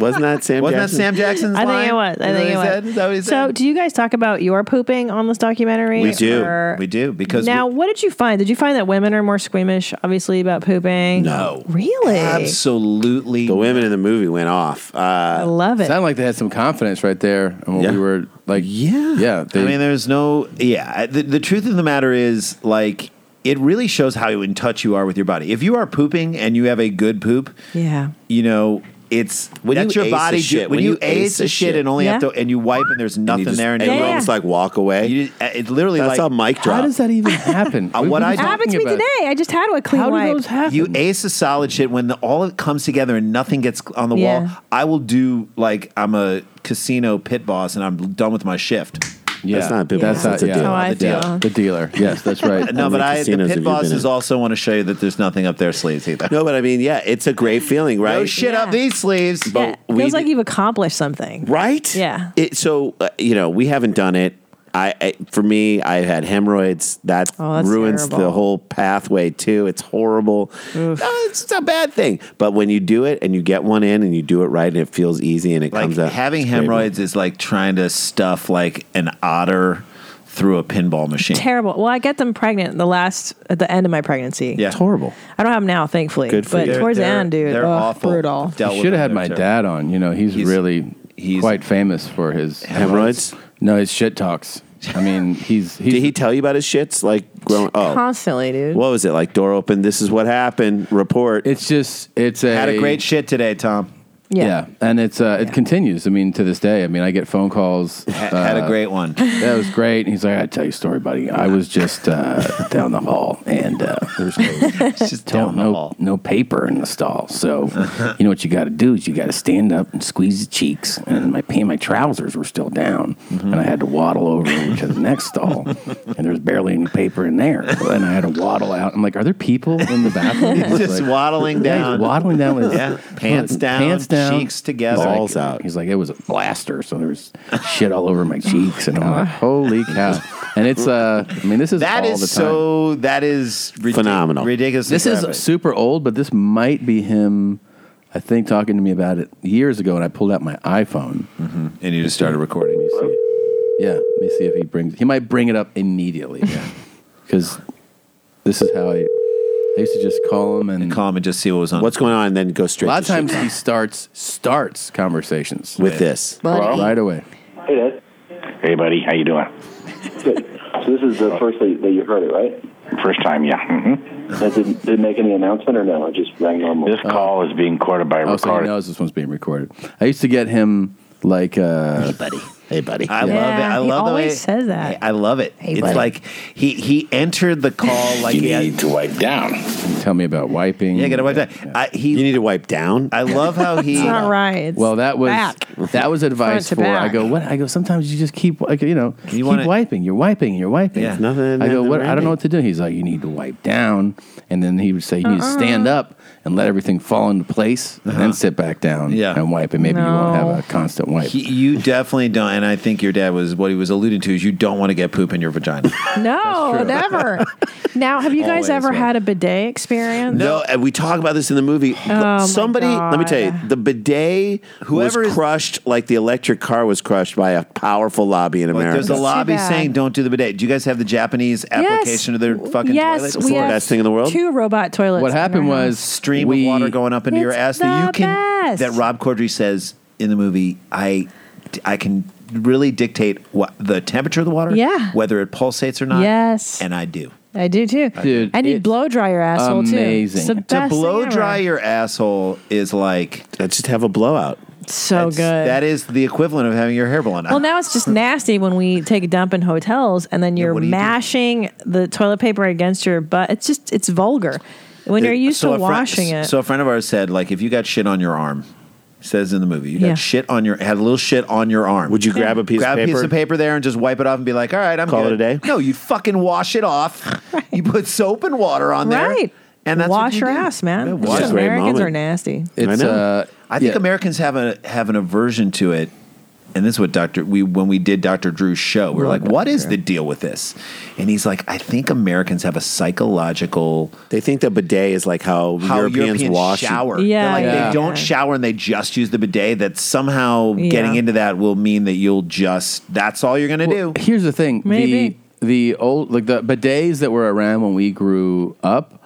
Wasn't that Sam?
Wasn't
Jackson?
that Sam Jackson's
I
line?
think it was. I
Is that
think
what
it
he
was.
said? Is that what he
So, do you guys talk about your pooping on this documentary?
We do.
or-
We do, because
now, what did you find? Did you find that women are more squeamish, obviously, about pooping?
No.
really.
Absolutely.
The women in the movie went off. Uh, I
love it.
Sound like they had some confidence right there, and when we were like, yeah, yeah. They,
I mean, there's no. Yeah. The, the truth of the matter is, like, it really shows how in touch you are with your body. If you are pooping and you have a good poop,
Yeah.
you know, it's
When
that's
you
your
ace
body
a
do-
shit,
when, you ace a shit and only have
Yeah.
to and you wipe and there's nothing
just-
there and
and
you're
you
like-
almost like walk away.
You, it's literally
that's
like-
how mic
How
drop.
does
that even happen?
Uh, what I
It happened to me today. I just had a clean wipe.
You ace a solid shit when the, all it comes together and nothing gets on the
Yeah.
wall. I will do like I'm a casino pit boss and I'm done with my shift.
yeah,
That's not a bit-
That's,
Yeah.
not,
that's a
yeah,
deal. How I
the deal.
feel.
The dealer. Yes, that's right.
No, but I the pit boss is
all.
also want to show you that there's nothing up their sleeves either.
No, but I mean, yeah, it's a great feeling, right?
No shit up these sleeves.
Yeah,
we
feels
d-
like you've accomplished something.
right?
Yeah.
It, so uh, you know, we haven't done it. I, I for me, I had hemorrhoids. That
Oh, that's
ruins the
terrible.
whole pathway too. It's horrible. No, it's, it's a bad thing. But when you do it and you get one in and you do it right and it feels easy and it
Like
comes out
having
it's great.
hemorrhoids is like trying to stuff like an otter through a pinball machine.
Terrible. Well, I get them pregnant the last at the end of my pregnancy.
Yeah. It's horrible.
I don't have them now, thankfully.
Good for
but
you.
towards the
They're-
end, dude,
they're
ugh,
awful.
brutal.
Dealt
I
with
should have
it.
had my
They're
dad on. You know, he's, really quite famous for his hemorrhoids. No, his shit talks. I mean, he's, he's. Did he
tell you about his shits? Like growing? Oh,
Constantly, dude.
what was it like? Door open. This is what happened. Report.
It's just. It's a
Had a great shit today, Tom.
Yeah. and it's uh, it continues. I mean, to this day. I mean, I get phone calls.
had a
uh,
great one.
That was great. And he's like, "I tell you a story, buddy. I was just uh, down the hall, and uh, there's no, just don't, no, no paper in the stall. So, you know what you got to do is you got to stand up and squeeze the cheeks. And my pant, my trousers were still down, and I had to waddle over to the next stall, and there's barely any paper in there. And I had to waddle out. I'm like, "Are there people in the bathroom?
He's just
Like,
waddling
yeah, he's
down.
waddling down with his
Yeah. Pants down,
pants down,
cheeks together.
He's like-
Balls out.
He's like, it was a blaster, so there was shit all over my cheeks, and I'm like, holy cow! And it's, uh, I mean, this is
That
all
is
the time.
so. That is ridic-
Phenomenal.
Ridiculous.
This is super old, but this might be him. I think talking to me about it years ago, and I pulled out my iPhone,
Mm-hmm. and you just started recording. You see
it? Yeah, let me see if he brings. He might bring it up immediately, because this is how I. I used to just call him and,
call him and just see what was on.
What's going on? And then go
A
straight.
lot of
to shit
times he starts starts conversations
with this.
Hello? right away.
Hey, Dad.
Hey, buddy, how you doing?
Good. So this is the first that that you heard it, right?
First time, yeah. Mm-hmm.
That didn't, didn't make any announcement or no? It just rang normal.
This call is being recorded by a
Oh, so he
recorder.
knows this one's being recorded. I used to get him like, uh, hey buddy,
hey buddy.
I love it. I love the way
says that.
I love it.
Hey,
it's
buddy.
like he he entered the call like he had
to wipe down. Tell me about wiping.
Yeah, gotta wipe down. I, he,
you need to wipe down.
I love how he.
It's not right. It's
well, that was
back.
that was advice
Front to
for. I
back.
go what? I go. Sometimes you just keep like you know keep
wanna-
wiping. You're wiping. You're wiping.
Yeah. Nothing-
I go.
nothing
What? I don't
random.
know what to do. He's like, you need to wipe down, and then he would say, you
Uh-uh.
need to stand up and let everything fall into place, and
Uh-huh.
then sit back down yeah. and wipe, and maybe you won't
No.
have a constant wipe.
He- you definitely don't, and I think your dad was what he was alluding to is you don't want to get poop in your vagina.
No, never. now, have you guys
Always
ever
was.
had a bidet experience?
No, and we talk about this in the movie.
Oh my
Somebody, let me
God.
tell you, the bidet
Whoever
was
is-
crushed like the electric car was crushed by a powerful lobby in
Like,
America.
there's a lobby saying don't do the bidet. Do you guys have the Japanese application of their fucking
yes,
toilet?
we have Two robot toilets.
What happened was stream of water going up into your
It's
ass that
the
you can
best.
that Rob Corddry says in the movie. I I can really dictate what the temperature of the water,
Yeah.
whether it pulsates or not.
Yes.
and I do.
I do too,
Dude,
And you
it's
blow dry your asshole too. It's the
to
best thing
blow
ever.
dry your asshole is like
just have a blowout.
So good.
That is the equivalent of having your hair blown out.
Well, now it's just nasty when we take a dump in hotels and then you're
what do you do?
mashing the toilet paper against your butt. It's just, it's vulgar. When you're
It-
used
so a
to
friend-
washing it.
So a friend of ours said, like, if you got shit on your arm, says in the movie, you got
Yeah.
shit on your had a little shit on your arm.
Would you grab a piece of
grab a piece
paper?
of paper there and just wipe it off and be like, all right, I'm
Call it
good.
a day?
No, you fucking wash it off. You put soap and water on there.
Right.
And that's
wash your
do.
ass, man.
Yeah,
Just
wash it. Great
Americans
moment.
are nasty.
I,
uh,
think Americans have a have an aversion to it. And this is what Doctor we when we did Doctor Drew's show, we were like, "What is the deal with this?" And he's like, "I think Americans have a psychological.
They think the bidet is like how,
how
Europeans
Europeans,
wash-
shower.
Yeah,
They're like
yeah.
they don't
Yeah.
shower and they just use the bidet. That somehow
Yeah.
getting into that will mean that you'll just that's all you're gonna do.
Here's the thing.
Maybe.
The, the old like the bidets that were around when we grew up.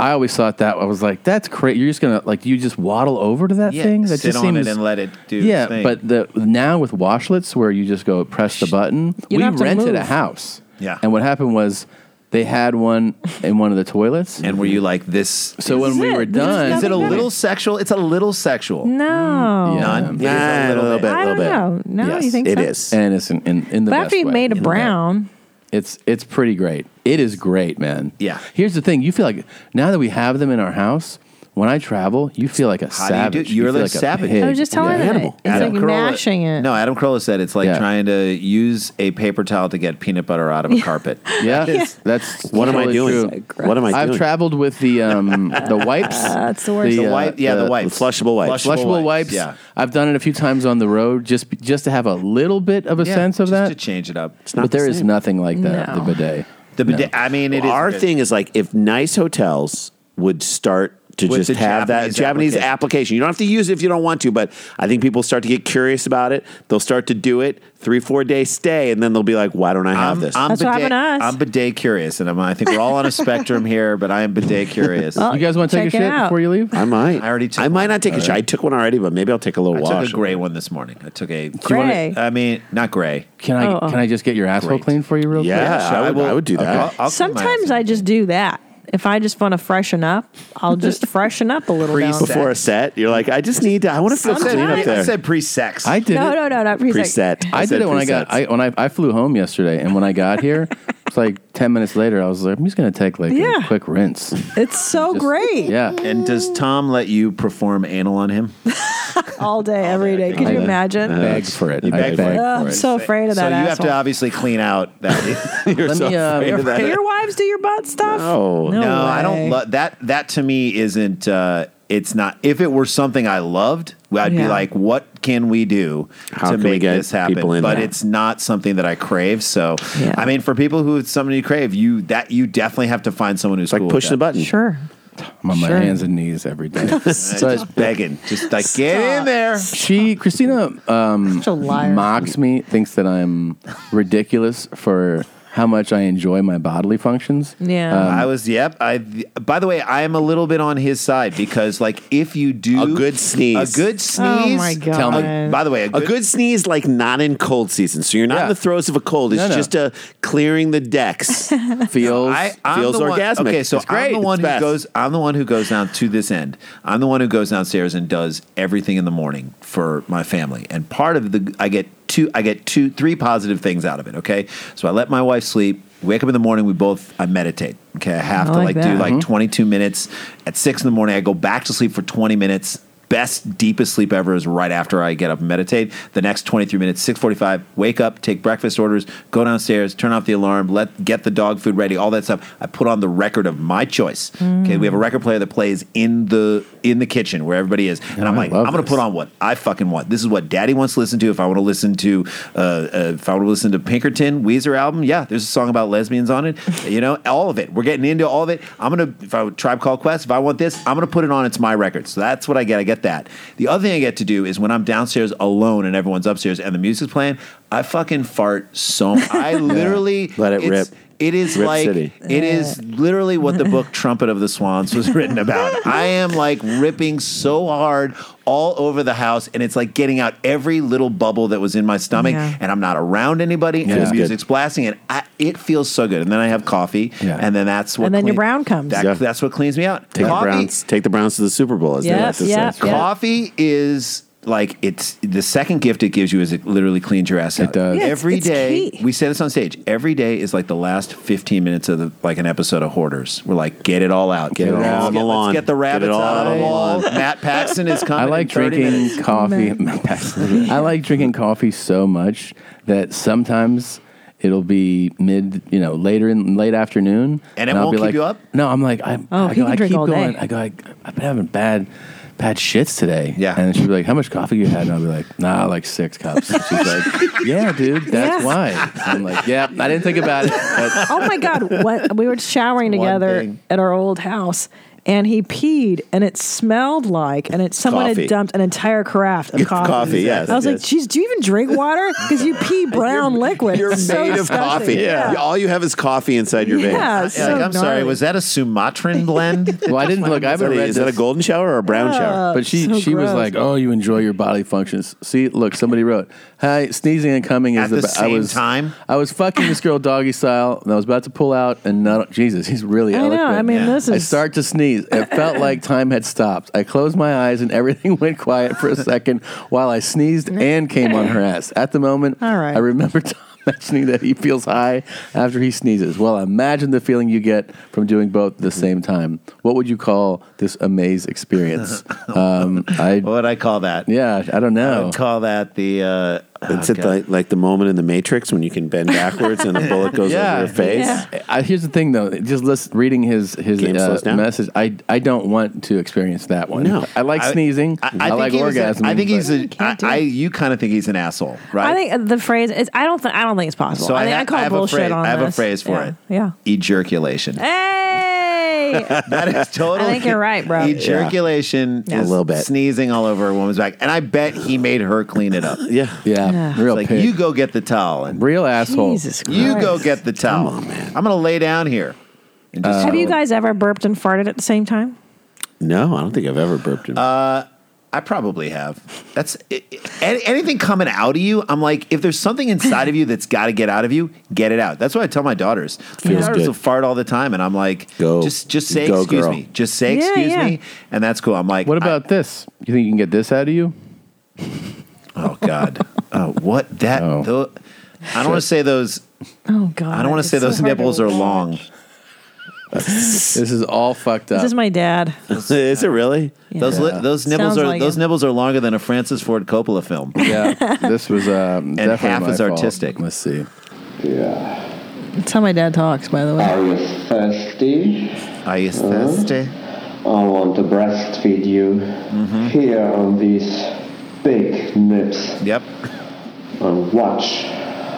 I always thought that I was like, that's crazy. You're just gonna like you just waddle over to that
Yeah,
thing. That
sit
just
on
seems
it and let it do.
yeah,
its thing.
but the now with washlets where you just go press the button. we
You don't have to
rented a
move.
house.
Yeah.
and what happened was they had one in one of the toilets.
And were you like this?
So when
is
we
it.
were
There's
done,
nothing Is it a better. little sexual? It's a little sexual.
No.
None. It is a little bit.
I don't know. No, you think so?
and it's in, in, in the
But
best
after you've
way.
made a brown,
It's it's pretty great. It is great, man. Yeah. Here's the thing: you feel like now that we have them in our house, when I travel, you feel like a
How do you do-
savage.
you're
feel
the
like a
savage.
pig.
I was just telling
Yeah.
them Animal. that. It's like
mashing it.
No, Adam Carolla said it's like trying to use a paper towel to get peanut butter out of a carpet.
Yeah, that's
What am I
totally
doing?
true.
So What am I
I've
doing?
traveled with the um the wipes. uh,
That's the worst. The wipe- yeah, the wipes.
Flushable wipes.
Flushable,
Flushable
wipes.
wipes, yeah.
I've done it a few times on the road just just to have a little bit of a
Yeah,
sense of that.
to change it up. It's
but there is nothing like that.
No.
The bidet.
The bidet. I mean, it is
our
good.
thing is like if nice hotels would start to
With
just
the
have that
Japanese
Japanese
application.
application. You don't have to use it if you don't want to, but I think people start to get curious about it. They'll start to do it three, four day stay, and then they'll be like, "Why don't I have this?"
That's what happened to us.
I'm bidet curious, and I'm, I think we're all on a spectrum here, but I am bidet curious.
Well, You guys wanna take a check it shit out. before
you leave?
I might. I already. Took I might not take a shit. I took one already, but maybe I'll take a little
I
wash.
took a gray one this morning. I took a
Gray?
I mean, not gray.
Can I?
Oh, oh.
Can I just get your asshole
Great.
clean for you, real
Yeah,
quick?
sure, I I would- will- I would do that. I'll- I'll clean my
Sometimes I just do that. If I just want to freshen up, I'll just freshen up a little bit.
before a set. You're like, I just need to. I want to feel
Sometimes.
clean up there.
I said
pre-sex.
I did.
No,
it.
no, no, not preset.
I, did it when I got. I, when I, I flew home yesterday, and when I got here, it's like ten minutes later. I was like, I'm just gonna take like
Yeah.
a quick rinse.
It's so
Just-
great.
Yeah.
And does Tom let you perform anal on him?
All day, every day. Could you
I
imagine?
beg for it.
You
I beg
beg for it.
Oh, I'm so afraid of
So
that.
you have to
asshole.
obviously clean out that. You're
Let me, uh,
Your wives do your butt stuff?
No, no, I
way.
don't love that. That to me isn't. Uh, it's not. If it were something I loved, I'd
Yeah.
be like, "What can we do
How
to
can we
make
get
this happen?"
people in
but
there?
it's not something that I crave. So,
Yeah.
I mean, for people who it's something you crave, you that you definitely have to find someone who's like cool
push
with
the
that.
button.
Sure.
I'm on my
Sure.
hands and knees every day.
just begging, just like get in there.
She Christina um, mocks me, thinks that I'm ridiculous for how much I enjoy my bodily functions. Um,
I was. Yep. I. By the way, I am a little bit on his side because, like, if you do a good
sneeze.
a good sneeze.
Oh my Tell me.
a- by the way, a
A
good,
good sneeze, like not in cold season. So you're not in the throes of a cold. It's
No, no.
just a clearing the decks.
feels
I, I'm
feels
the one-
orgasmic.
okay, so
It's great.
I'm the one
It's
who
best.
goes. I'm the one who goes down to this end. I'm the one who goes downstairs and does everything in the morning for my family. And part of the, I get two, I get two, three positive things out of it. Okay, so I let my wife sleep. Wake up in the morning. We both. I meditate. Okay, I have
I
to
like
like do
that.
like
Mm-hmm.
Mhm.
22 minutes. At six in the morning, I go back to sleep for 20 minutes. Best deepest sleep ever is right after I get up and meditate. The next 23 minutes, 6:45, wake up, take breakfast orders, go downstairs, turn off the alarm, let get the dog food ready, all that stuff. I put on the record of my choice. Okay, we have a
Mm.
record player that plays in the in the kitchen where everybody is, and I'm like,
love
I'm gonna
this.
put on what I fucking want. This is what Daddy wants to listen to. If I want to listen to, uh, uh, if I want to listen to Pinkerton Weezer album, yeah, there's a song about lesbians on it. You know, all of it. We're getting into all of it. I'm gonna if I Tribe Call Quest, if I want this, I'm gonna put it on. It's my record. So that's what I get. I get that. The other thing I get to do is when I'm downstairs alone and everyone's upstairs and the music's playing, I fucking fart so. I literally
Let it
it's-
rip.
It is
Rip
like
City.
it is literally what the book Trumpet of the Swans was written about. I am like ripping so hard all over the house, and it's like getting out every little bubble that was in my stomach,
Yeah.
and I'm not around anybody, and
Feels
the
good.
music's blasting, and I, it feels so good. And then I have coffee, and then that's what
And then your
clean-
brown comes.
that- That's what cleans me out.
Take
Coffee-
the Browns. Take the Browns to the Super Bowl. As they like to say.
Coffee is like it's the second gift it gives you is it literally cleans your ass out. It does.
Yeah, it's-
Every
it's
day
key.
we say this on stage. Every day is like the last fifteen minutes of the, like an episode of Hoarders. We're like, get it all out, get,
it all
let's
out on
get-
the
let's
lawn.
get the
Get it
rabbits
all
out on the
out
wall.
on the lawn.
Matt Paxton is coming.
I like
in 30
drinking
minutes.
coffee. I like drinking coffee so much that sometimes it'll be mid, you know, later in late afternoon,
And it
I'll
won't
be
keep
like-
you up?
No, I'm like, I,
Oh,
I,
he
go,
can
I
drink
keep
all day.
going. I go, I, I've been having bad, bad shits today. Yeah, and she'll be like, "How much coffee you had?" And I'll be like, "Nah, like six cups." And she's like, "Yeah, dude, that's
Yeah.
why." I'm like, "Yeah, I didn't think about it." That's-
oh my god what, we were showering
One
together
thing.
at our old house and he peed and it smelled like and it someone
Coffee.
had dumped an entire carafe of coffee
Coffee, yes,
i was like
yes.
geez do you even drink water because you pee brown liquid
You're
It's so
made of
disgusting.
coffee.
yeah,
All you have is coffee inside your veins.
Yeah, it's so
Like, I'm sorry,
gnarly.
was that a Sumatran blend?
well, I didn't look. I
Is that
haven't
a-
read
is that
this.
a golden shower or a brown shower?
But she
so
she was
gross.
like, "Oh, you enjoy your bodily functions." See, look, somebody wrote, "Hi, sneezing and coming is
At the
be- I
same
was
time?
I was fucking this girl doggy style, and I was about to pull out, and not, Jesus, he's really.
I know,
eloquent.
I mean, this
I
is-
start to sneeze. It felt like time had stopped. I closed my eyes, and everything went quiet for a second while I sneezed and came on her ass. At the moment,
All right.
I remember Tom mentioning that he feels high after he sneezes. Well, imagine the feeling you get from doing both at the same time. What would you call this amaze experience? Um, I, what
would I call that?
Yeah, I don't know.
call that the. Uh,
it's at the, like the moment in the Matrix when you can bend backwards and the bullet goes over your face.
I, here's the thing, though. Just listen, reading his his
Game
uh,
slows down.
message, I I don't want to experience that one. I like sneezing. I,
think
like
he was a-
orgasm.
I think he's a. I, I you kind of think he's an asshole, right?
i think the phrase is i don't think i don't think it's possible
So
i
I
think
ha-
i call
I have a
bullshit
phrase-
on
I have a
this.
phrase for
Yeah.
it. ejaculation.
yeah
Hey.
that is totally.
I think you're right, bro.
Ejaculation
Yeah. Yeah.
is
A little bit.
sneezing all over a woman's back, and I bet he made her clean it up.
yeah,
yeah, real
like
pig.
you go get the towel and
real asshole.
Jesus You go get the towel. I'm gonna lay down here. And
Uh,
just
Have you guys ever burped and farted at the same time?
No, I don't think I've ever burped. In.
Uh, I probably have. That's i- i- any, anything coming out of you. I'm like, if there's something inside of you that's got to get out of you, get it out. That's what I tell my daughters. My
Feels
daughters
good.
will fart all the time, and I'm like, just just say
Go,
excuse
girl.
me, just say
Yeah,
excuse
yeah.
me, and that's cool. I'm like,
What about this? You think you can get this out of you?
oh god, oh what that? tho- I don't want to say those.
Oh God!
I don't want to
it's
say
so
those
hard to
nipples are long.
this is all fucked
This is my dad.
is it really?
Those li-
Yeah.
those nipples
Sounds
are
like
those
it.
nipples are longer than a Francis Ford Coppola film.
Yeah, this was um,
and
definitely
half
my
is
fault.
artistic.
Let's see.
Yeah.
That's how my dad talks, by the way.
Are you thirsty?
Are you thirsty?
I want to breastfeed you
Mm-hmm.
here on these big nips.
Yep.
And watch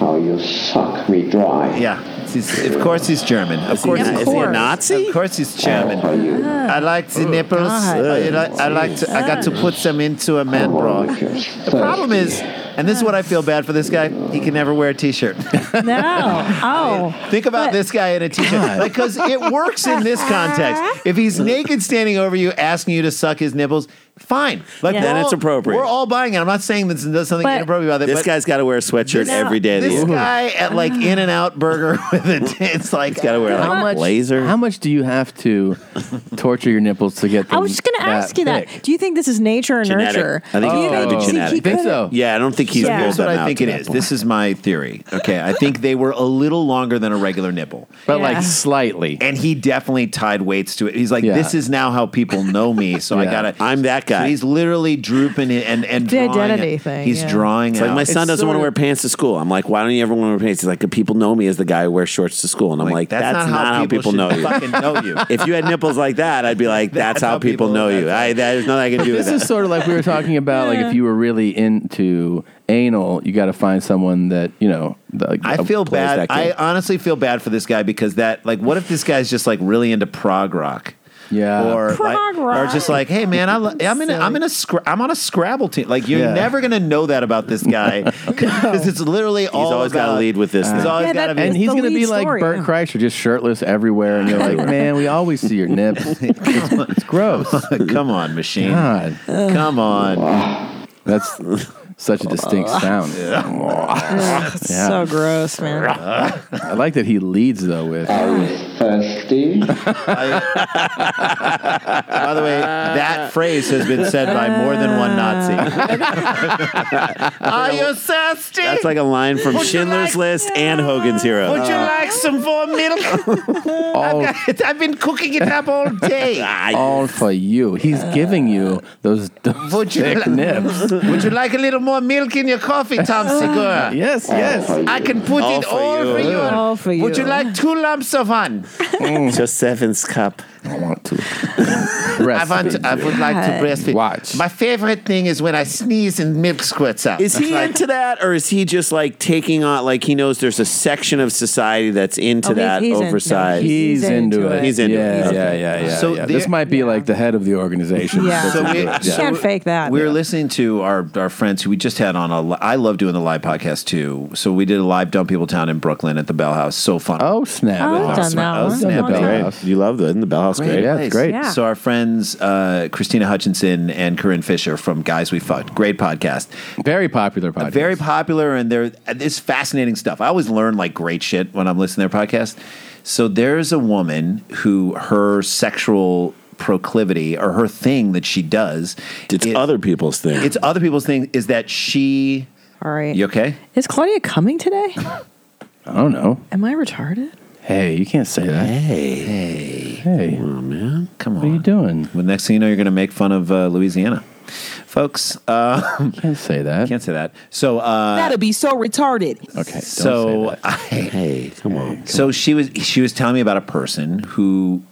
how you suck me dry.
Yeah. He's, of course he's German. Of course,
Of
he's
course.
Nazi? Of course he's German. I like the nipples.
God.
I, li- I like to. I got to put them into a man
Oh,
bra. The problem is, and this is what I feel bad for this guy. He can never wear a t-shirt.
No. Oh.
Think about this guy in a t-shirt
God.
because it works in this context. If he's naked standing over you asking you to suck his nipples, fine. Like
Yeah.
we're
Then it's
all-
appropriate.
We're all buying it. I'm not saying that's there's something
But-
inappropriate about it.
This
but
guy's got to wear a sweatshirt
this-
every day of the
This
year.
guy at like In and Out Burger with a it's like
He's got to wear like
How much
blazer.
How much do you have to torture your nipples to get? Them
I was just going to ask you that.
thick?
Do you think this is nature or nurture?
I think
Do
it's
you
gotta be
see, he
genetic.
could've-
Yeah, I don't think he's.
So here's
pulled
what
them
I
out
think
to
it
that
is.
point.
This is my theory. Okay, I think they were a little longer than a regular nipple,
But, like, Yeah. slightly.
And he definitely tied weights to it. He's like,
Yeah.
this is now how people know me. So I
Yeah.
gotta. I'm that guy. So he's literally drooping it and and
The
drawing
identity
it.
thing,
He's
yeah.
drawing.
It's like
out.
my son
It's
doesn't want to
sorta-
wear pants to school. I'm like, why don't you ever want to wear pants? He's like, people know me as the guy who wears shorts to school, and I'm like, that's, not, how people,
should
know you.
fucking know you.
if you had nipples like that, I'd be like, that's, how, people, know you. I, there's nothing I can do with
This
that.
is sort of like we were talking about, like if you were really into anal, you got to find someone that you know. That, like,
I feel
plays
bad.
that
I
game.
honestly feel bad for this guy because that, like, what if this guy's just like really into prog rock?
Yeah.
or like,
Prog
or just like, hey man, I, lo- I'm in, a, I'm in a, scr- I'm on a Scrabble team. Like, you're
Yeah.
never gonna know that about this guy because it's literally all.
always gotta
got to
lead with this
He's
thing.
always
Yeah,
got to
that-
be.
and
it's
he's
the
gonna be
lead
like
story,
Bert Kreischer, just shirtless everywhere, and you're like, man, we always see your nips. It's gross.
Come on, machine.
God.
Come on.
That's such a distinct sound.
Ugh, it's
Yeah.
So gross, man.
I like that he leads though with.
Thirsty?
By the way, that phrase has been said by more than one Nazi. Are you thirsty?
That's like a line from Schindler's List and Hogan's Heroes.
Would you like some warm milk? I've, got- I've been cooking it up all day.
all for you. He's giving you those, those
Would you
thick
li-
nips.
Would you like a little more milk in your coffee, Tom Segura?
Yes, yes.
I can put
All
it
for
all
you.
for you.
All for
Would you
you.
like two lumps of one?
Just seven's cup.
I want to.
I want. I would like to
God.
breastfeed.
Watch.
My favorite thing is when I sneeze and milk squirts out.
Is he into that, or is he just like taking on? Like he knows there's a section of society that's into
Oh, he's-
that
he's in-
oversized.
He's, into, it.
He's into
yeah,
it. He's
Yeah,
into
yeah, yeah.
So
yeah.
there-
this might be like the head of the organization.
Yeah.
That's
So
into
we-
it.
You can't fake that.
We were listening to our, our friends who we just had on a. li- I love doing the live podcast too. So we did a live Dumb People Town in Brooklyn at the Bell House. So fun.
Oh snap!
Oh, I've done that
Oh,
one.
snap.
Bell
Great.
House.
You love the isn't the Bell House. Great.
Yeah, it's great.
Yeah.
So our friends uh, Christina Hutchinson and Corinne Fisher from Guys We Fucked, great podcast,
Very popular podcast.
very popular, and they're it's fascinating stuff. I always learn like great shit when I'm listening to their podcast. So there's a woman who her sexual proclivity or her thing that she does
It's
it-
other people's thing.
it's other people's thing is that she
All right.
you okay
Is Claudia coming today?
I don't know.
Am I retarded?
Hey, you can't say that.
hey,
Hey,
come on, man.
come
what are you
on
doing?
well next thing you know you're gonna make fun of uh, louisiana folks uh,
You can't say that.
can't say that so uh,
That'd be so retarded.
Okay. Don't say
so
that.
I,
Hey, come on.
so she was she was telling me about a person who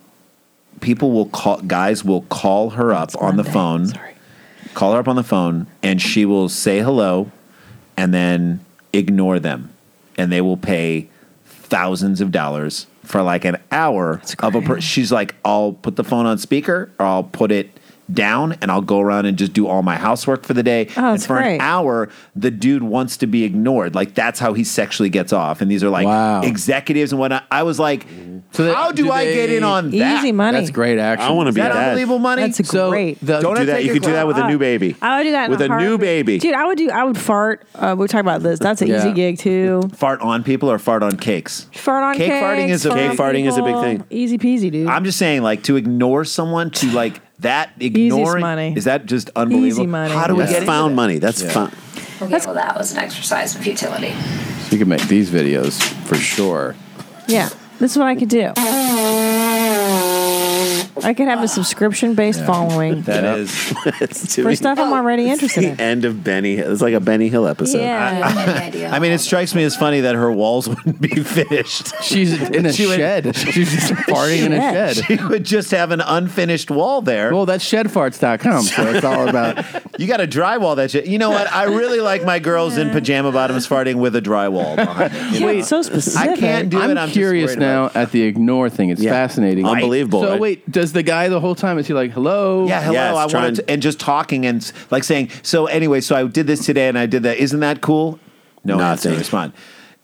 people will call guys will call her up on the phone
Sorry.
call her up on the phone and she will say hello and then ignore them and they will pay thousands of dollars for like an hour of a per- she's like I'll put the phone on speaker or I'll put it down and I'll go around and just do all my housework for the day
Oh,
and
that's
for
great.
an hour the dude wants to be ignored like that's how he sexually gets off and these are like executives and whatnot I was like how do, I get in on that
That's great action.
I wanna be Is that that. unbelievable money? That's
so
great.
The,
Don't Do I that- take you your could do that clothes with a off? new baby.
I would do that in
With a new
heartbeat.
baby.
dude. I would do. I would fart. Uh, we talked about this. That's an
Yeah.
easy gig too.
fart on people or fart on cakes
Fart on
Cake
cakes,
farting is a-
fart
Cake
on
farting is a big
people.
thing.
Easy peasy, dude.
I'm just saying, like, to ignore someone to like that ignoring
money.
is that just unbelievable?
Easy money.
How do we
That's
get
found
money? That's
found-
Okay, well, that was an exercise in futility.
You can make these videos for sure.
Yeah, this is what I could do. I could have a subscription based following.
That is it's
for stuff I'm already interested in.
the end of Benny. It's like a Benny Hill episode.
Yeah.
I mean, it strikes me as funny that her walls wouldn't be finished.
She's in a shed. She's just farting in a shed.
She would just have an unfinished wall there.
Well, that's shedfarts.com, so it's all about.
You got to drywall that shit. You know what? I really like my girls in pajama bottoms farting with a drywall behind it. you
Wait,
know?
so
I can't do
I'm
it. I'm just
curious
worried
now at the ignore thing. It's fascinating,
Right. Unbelievable,
So
right?
wait, does the guy the whole time is he like, hello?
Yeah, hello. I wanted to, and just talking and s- like saying, so anyway, so I did this today and I did that. Isn't that cool? No answer. Respond.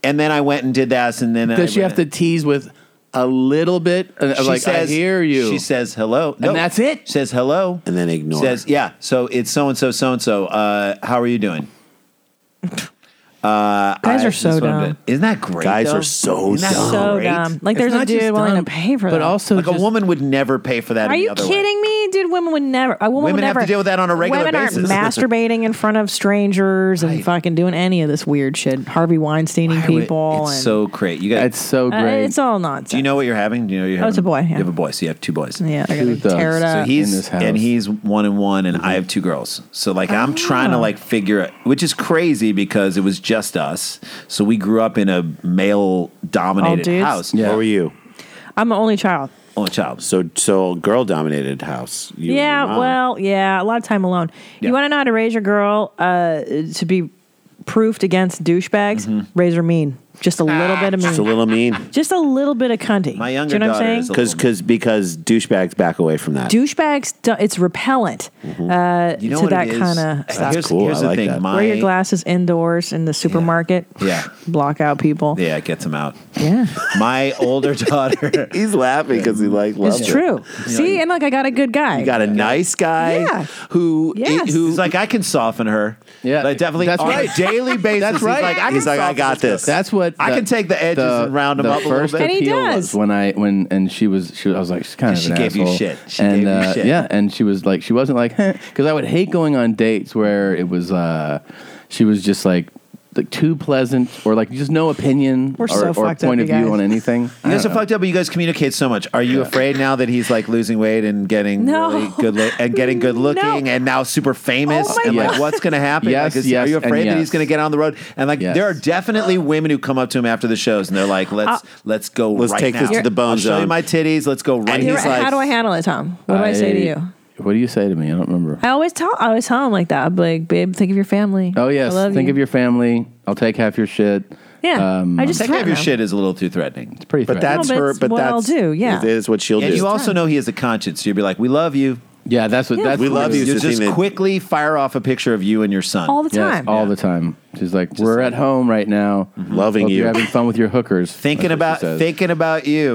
And then I went and did that, and then I
Does she have to tease with a little bit? of
She
like,
says-
I hear you.
She says hello,
And that's
it. Says hello,
and then ignore.
Says yeah. So it's so and so, so and so. How are you doing? Uh,
Guys
I-
are so
this is what I'm
dumb.
doing. Isn't that great?
Guys
though?
are so
Isn't that
dumb.
So
great?
dumb. Like, there's a dude willing to pay for
but
that.
also like a woman would never pay for that.
Are
any
you
other way.
kidding me, dude? Women would never. A woman
Women
would
have
never
to deal with that on a regular
women aren't
basis.
masturbating in front of strangers and fucking doing any of this weird shit. Harvey Weinsteining people.
It's
and,
so great. You guys, it's
so
Uh, great. it's all nonsense.
Do you know what you're having? Do you know you're
Oh,
having?
it's a boy, yeah.
You have a boy, so you have two boys.
Yeah, they're gonna Two dogs tear it up.
So he's
in this house. Mm-hmm.
and he's one and one, and I have two girls. So like I'm trying
Ah.
to like figure, it, which is crazy because it was just us. So we grew up in a male
All
dominated
Oh, dudes?
house.
Yeah. Where were
you?
I'm an only child.
Only child.
So so girl dominated house. You and your
yeah,
mom.
well, yeah, a lot of time alone.
Yeah.
You want to know how to raise your girl uh, to be proofed against douchebags?
Mm-hmm.
Raise her mean. Just a
Ah,
little bit of mean.
Just a little mean.
Just a little bit of cunty. My younger know what I'm saying?
because because because douchebags back away from that.
douchebags do- it's repellent uh,
You know
to
what
that
it is?
kind of
That's
stuff
Here's- cool. here's I the like thing. that.
wear
My-
your glasses indoors in the supermarket
Yeah.
block out people
Yeah, it gets him out.
Yeah.
My older daughter.
He's laughing because he like
it's true see and like i got a good guy
You got a nice guy
Yeah.
who
Yes.
who's
like I can soften her.
Yeah,
like definitely
That's
on
right.
a daily basis.
That's right.
He's like I,
He's
can
like, I
soften
got this.
That's what
I can take the edges and round 'em
the
up a little
first
bit. And he
appeal was
does.
when I when and she was she was- I was like she's kind of
She
an
gave you
asshole.
shit. She
and,
gave you
uh,
shit.
Yeah, and she was like she wasn't like because I would hate going on dates where it was uh she was just like like too pleasant or like just no opinion
We're
or,
so
or
fucked up,
point of
you
view
guys.
on anything. I
You guys
don't
are
know.
fucked up, but you guys communicate so much. Are you afraid now that he's like losing weight and getting
No.
really good lo- and getting good looking and now super famous
Oh my
and like
God.
what's going to happen?
Yes,
like, is,
yes,
are you
and
afraid that
yes.
he's going to get on the road? And like there are definitely women who come up to him after the shows and they're like, "Let's
Uh,
let's go
Let's
right
take
now.
this to the bone
I'll show you
zone."
my titties. Let's go right."
You're
now.
right. how do i handle it tom what do i, say to you
What do you say to me? I don't remember.
i always tell i always tell him like that i'm like babe think of your family
Oh yes,
I love
think
you.
of your family. I'll take half your shit.
Yeah, I just Take half threaten your them. shit
is a little too threatening. It's
pretty.
But
threatening.
that's her. But that's It is what she'll
and
do.
you also know he has a conscience. So you'd be like, "We love you."
Yeah, that's what.
Yeah. that's
we
what
love
it
you.
is.
You
It's the
just
thing that-
quickly fire off a picture of you and your son
Yes, all the time. She's like, we're at home right now,
Loving
Hope
you.
You're having fun with your hookers.
Mhm. thinking
That's what she
about
says.
thinking about you.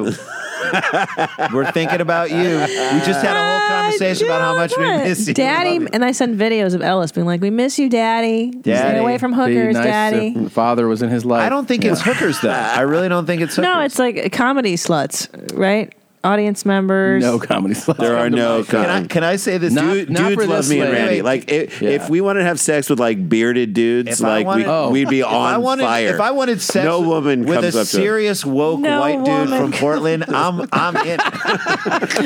We're thinking about you. We just had a whole conversation about how much we
What?
miss you.
Daddy, and I send videos of Ellis being like, "We miss you, Daddy. Stay away from
Be
hookers,
nice
Daddy."
if father was in his life. I
don't think it's hookers though. I really don't think it's
No, it's like comedy sluts, right? Audience members.
no comedy sluts.
There are no.
Can I, can I say this?
Dude, dudes love me and Randy. Like if,
Yeah.
if we wanted to have sex with like bearded dudes,
If I
like
wanted-
we,
Oh.
we'd be
If
on
I wanted-
fire.
if I wanted sex
no woman
with
comes
a
up to
serious woke
No
white dude
woman
from Portland, I'm I'm in.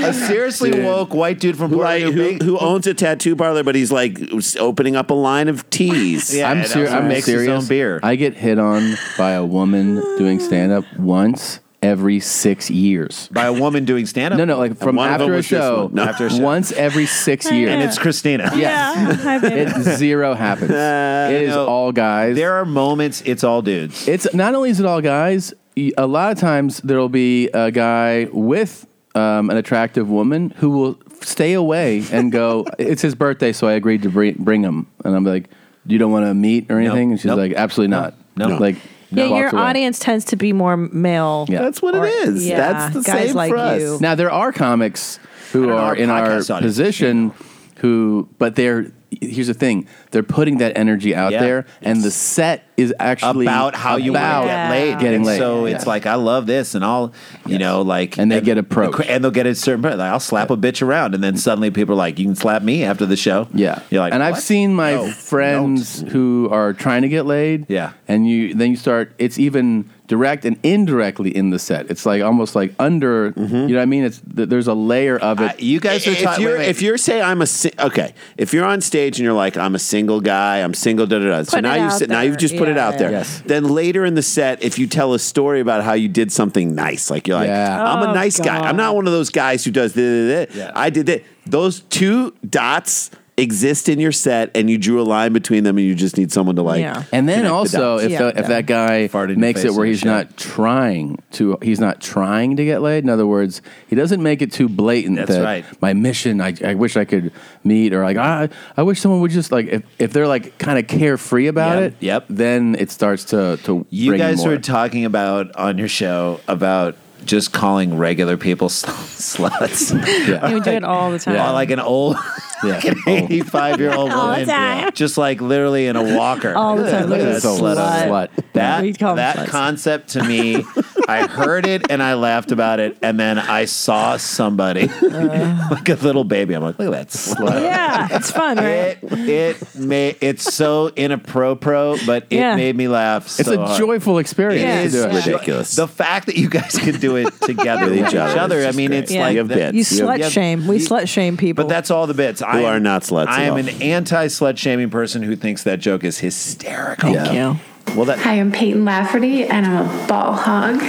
a seriously
Dude.
woke white dude from
who,
Portland
like, who, who owns a tattoo parlor, but he's like opening up a line of teas.
I'm, ser- I'm serious. I get hit on by a woman doing stand up once every six years.
By a woman doing stand up?
No, no, like from
one of them
after a,
was this
show,
one. No. After a show.
Once every six years.
And it's Christina.
Yes. it zero happens. it is all guys.
There are moments it's all dudes.
It's not only is it all guys, y- a lot of times there'll be a guy with um, an attractive woman who will stay away and go, "It's his birthday, so I agreed to bring, bring him." And I'm like, "You don't want to meet or anything?" and she's
nope,
like, "Absolutely not."
no, no.
like
Yeah,
walks
your
away.
audience tends to be more male.
Yeah. That's what it
Or-
is.
Yeah,
That's the
guys
same
like
for us.
you.
Now there are comics
I
who
don't know
are
our
in our
podcast audience,
position who but they're here's the thing they're putting that energy out
Yeah.
there and the set is actually
about how you
about
want to get laid.
getting
And
laid
So
Yeah.
it's like I love this, and I'll you know like, and
they get approached,
and they'll get a certain. Like, I'll slap a bitch around, and then suddenly people are like, "You can slap me after the show."
Yeah,
you're like,
and I've
"What?"
seen my
No.
friends who are trying to get laid.
Yeah.
and you then you start. It's even direct and indirectly in the set. It's like almost like under.
Mm-hmm.
You know what I mean? It's th- there's a layer of it.
you guys
if you're if you're say I'm a si- okay, if you're on stage and you're like I'm a single guy, I'm single, da da da. So
Put
now
it
you
out
sit, now
there.
you've just put it
Yeah,
out there.
yeah.
Then later in the set, if you tell a story about how you did something nice, like you're like
Yeah.
I'm
Oh,
a nice guy, I'm not one of those guys who does this. I did that. Those two dots exist in your set, and you drew a line between them, and you just need someone to like.
And then
connect the
also,
dots.
if the, if that guy
your
makes
face
it where
in the
he's
shit.
not trying to, he's not trying to get laid. In other words, he doesn't make it too blatant.
That's
that
right.
My mission, I, I wish I could meet, or like I, I wish someone would just like if, if they're like kind of carefree about
Yep,
it. Yep. Then it starts to to
You
bring
guys
more.
were talking about on your show about just calling regular people sl- sluts.
Yeah. Oh.
You do it all the time.
Yeah, like an old, like an eighty-five-year-old
All the
woman,
time.
just like literally in a walker.
All the time.
Look at that
Slut.
slut.
Slut. We
That
call them
that
sluts.
concept to me, I heard it and I laughed about it, and then I saw somebody like a little baby. I'm like, look at that slut.
yeah, it's fun, right?
It, it may it's so inappropriate, but it
Yeah.
made me laugh.
It's
so
a
hard.
joyful experience.
It
to
is
do it.
ridiculous. The fact that you guys could do it together
With
with
each
each
other is
other, I
just
mean,
great.
it's
Yeah.
like
You have
that-
bits. You You have-
Slut shame. We slut shame people.
But that's all the bits. Who
are not sluts
I
at
am
all.
an anti slut shaming person who thinks that joke is hysterical.
Thank Yeah.
Well, that
Hi, I'm Peyton Lafferty, and I'm a ball hog.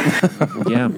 yeah.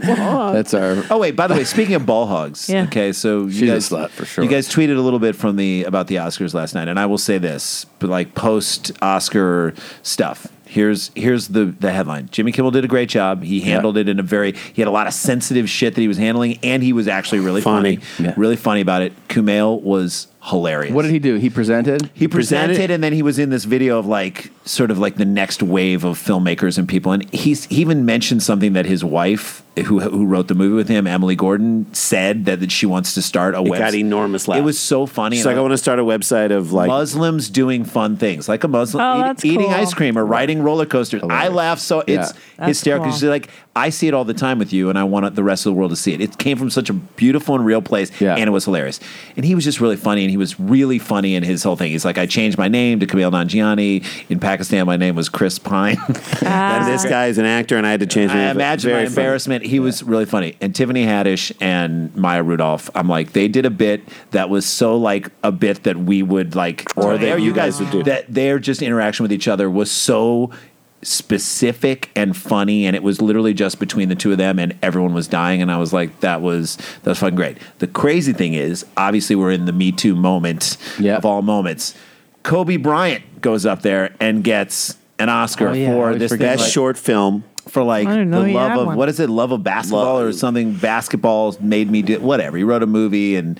That's our.
Oh wait! By the way, speaking of ball hogs,
Yeah.
okay, so you
She's a
guys,
slut for sure.
You guys tweeted a little bit from the about the Oscars last night, and I will say this, but like post Oscar stuff. Here's here's the the headline. Jimmy Kimmel did a great job. He handled it in a very he had a lot of sensitive shit that he was handling, and he was actually really funny, really funny about it. Kumail was hilarious.
What did he do? He presented.
He presented, and then he was in this video of like sort of like the next wave of filmmakers and people. And he's he even mentioned something that his wife, who who wrote the movie with him, Emily Gordon, said that, that she wants to start a
It
website.
got enormous laughs.
It was so funny.
She's
And
like, I want to start a website of like
Muslims doing fun things, like a Muslim
Oh,
eat-
that's
eating
cool.
ice cream or riding roller coasters. I laugh so it's
Yeah.
hysterical.
That's
hysterical.
cool.
She's like, I see it all the time with you, and I want the rest of the world to see it. It came from such a beautiful and real place, and it was hilarious. And he was just really funny, and he was really funny in his whole thing. He's like, I changed my name to Camille Nanjiani. In Pakistan, my name was Chris Pine.
and this guy is an actor, and I had to change. my
I
name.
imagine my
Very funny.
embarrassment. He was really funny. And Tiffany Haddish and Maya Rudolph, I'm like, they did a bit that was so like a bit that we would like,
Or that
there
Oh, you guys would do.
That their just interaction with each other was so specific and funny and it was literally just between the two of them and everyone was dying and I was like that was that was fucking great. The crazy thing is obviously we're in the Me Too moment of all moments. Kobe Bryant goes up there and gets an Oscar
Oh, yeah, I
for
always
this
forget
thing,
about
like-
that. short film
for like
I
the
didn't know he
love
had
of
one.
what is it love of basketball or something basketball made me do whatever he wrote a movie and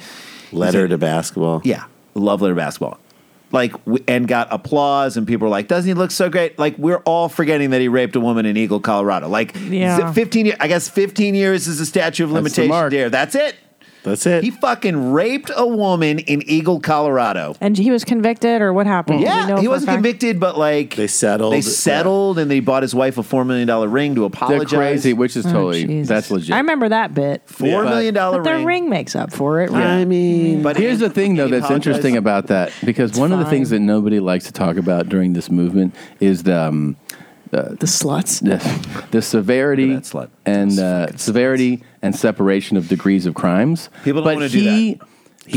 letter to basketball.
yeah love letter to basketball like w- and got applause and people were like doesn't he look so great like we're all forgetting that he raped a woman in Eagle Colorado like
Yeah.
z- 15 years I guess 15 years is a statute of
That's the
limitation
mark.
there that's it
that's it
he fucking raped a woman in Eagle Colorado
and he was convicted, or what
Oh.
happened? Do we
yeah,
know
he
for a
wasn't
fact?
convicted, but like they
settled.
They settled, and they bought his wife a four million dollar ring to apologize.
crazy, which is Oh, totally- Jesus. that's legit.
I remember that bit.
Four Yeah. million dollar
But The
ring.
ring makes up for it. Right?
I
mean,
but
here's the thing, though, that's
apologized.
interesting about that because one of the
fine.
things that nobody likes to talk about during this movement is the um, uh,
the sluts,
the, the severity, and uh, severity and separation of degrees of crimes.
People don't
But
wanna do
he-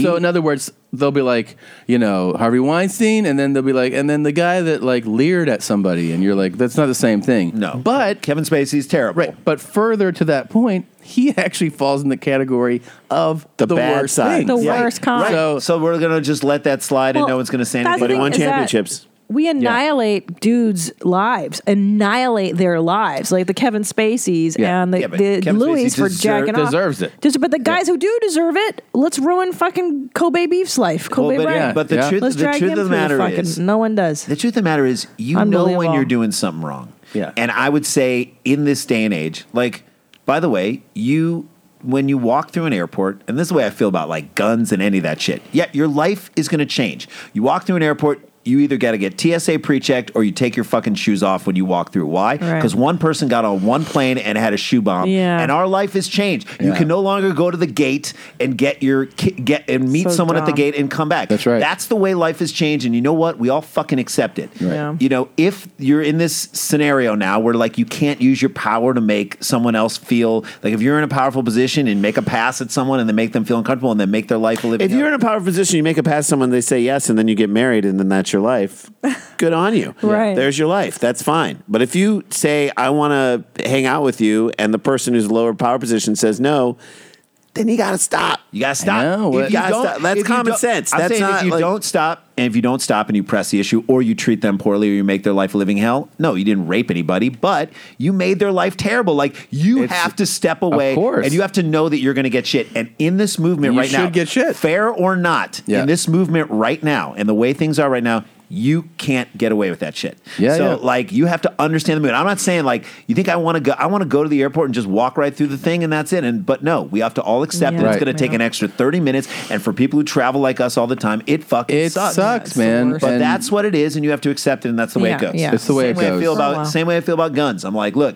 so, in other words, they'll be like, you know, Harvey Weinstein, and then they'll be like, and then the guy that like leered at somebody, and you're like, that's not the same thing. No, but
Kevin Spacey's terrible.
Right, but further to that point, he actually falls in the category of the,
bad
worst
side.
things.
Right. Right. So, we're gonna just let that slide, and
Well,
no one's gonna say
that's
anything.
the But he thing won is that-
championships.
we annihilate dudes' lives, annihilate their lives, like the Kevin Spaceys
Yeah.
and the,
Yeah, but
the
Kevin
Louis
Spacey
for
deser-
jacking off.
deserves it.
Des- but the guys who do deserve it, let's ruin fucking Kobe Beef's life. Kobe
but,
Bryant.
but the truth,
let's
the
drag
truth
him
of the
through
matter
fucking-
is,
no one does.
The truth of the matter is, you know when
Unbelievable.
you're doing something wrong. Yeah. And I would say in this day and age, like, by the way, you when you walk through an airport, and this is the way I feel about like guns and any of that shit. Yeah, your life is going to change. You walk through an airport. You either got to get TSA pre-checked or you take your fucking shoes off when you walk through. Why?
Right.
Because one person got on one plane and had a shoe bomb,
Yeah.
and our life has changed. You
Yeah.
can no longer go to the gate and get your ki- get and meet
So
someone at the
dumb.
gate and come back. That's right. That's the way life has changed, and you know what? We all fucking accept it.
Right. Yeah.
You know, if you're in this scenario now where like you can't use your power to make someone else feel like if you're in a powerful position and make a pass at someone and then make them feel uncomfortable and then make their life a living.
If you're in a power position, you make a pass someone, they say yes, and then you get married, and then that's your life. Good on you.
Right.
There's your life. That's fine. But if you say, I want to hang out with you, and the person who's lower power position says no, then you got to stop.
You got to stop.
know,
If
what- You gotta
don't-
stop. That's
if you
common
don't-
sense.
I'm
That's
saying if
not
you
like-
don't stop, and if you don't stop and you press the issue, or you treat them poorly, or you make their life a living hell. No, you didn't rape anybody, but you made their life terrible. Like you have to step away,
course.
and you have to know that you're going to get shit. And in this movement
You
right now,
should get
shit, fair or not.
Yeah.
In this movement right now, and the way things are right now. You can't get away with that shit.
Yeah,
So
yeah.
like you have to understand the mood. I'm not saying like you think I want to go. I want to go to the airport and just walk right through the thing and that's it. And but no, we have to all accept that
Yeah.
it's
Right.
going to take
Yeah.
an extra 30 minutes. And for people who travel like us all the time, it fucking
It
sucks.
sucks, Yeah, it's man. the worst.
But
And-
that's what it is, and you have to accept it, and that's the way
Yeah,
it goes.
yeah. It's the way
same
it
I
goes.
feel
For a
Oh,
about
while.
same way I feel about guns. I'm like, look,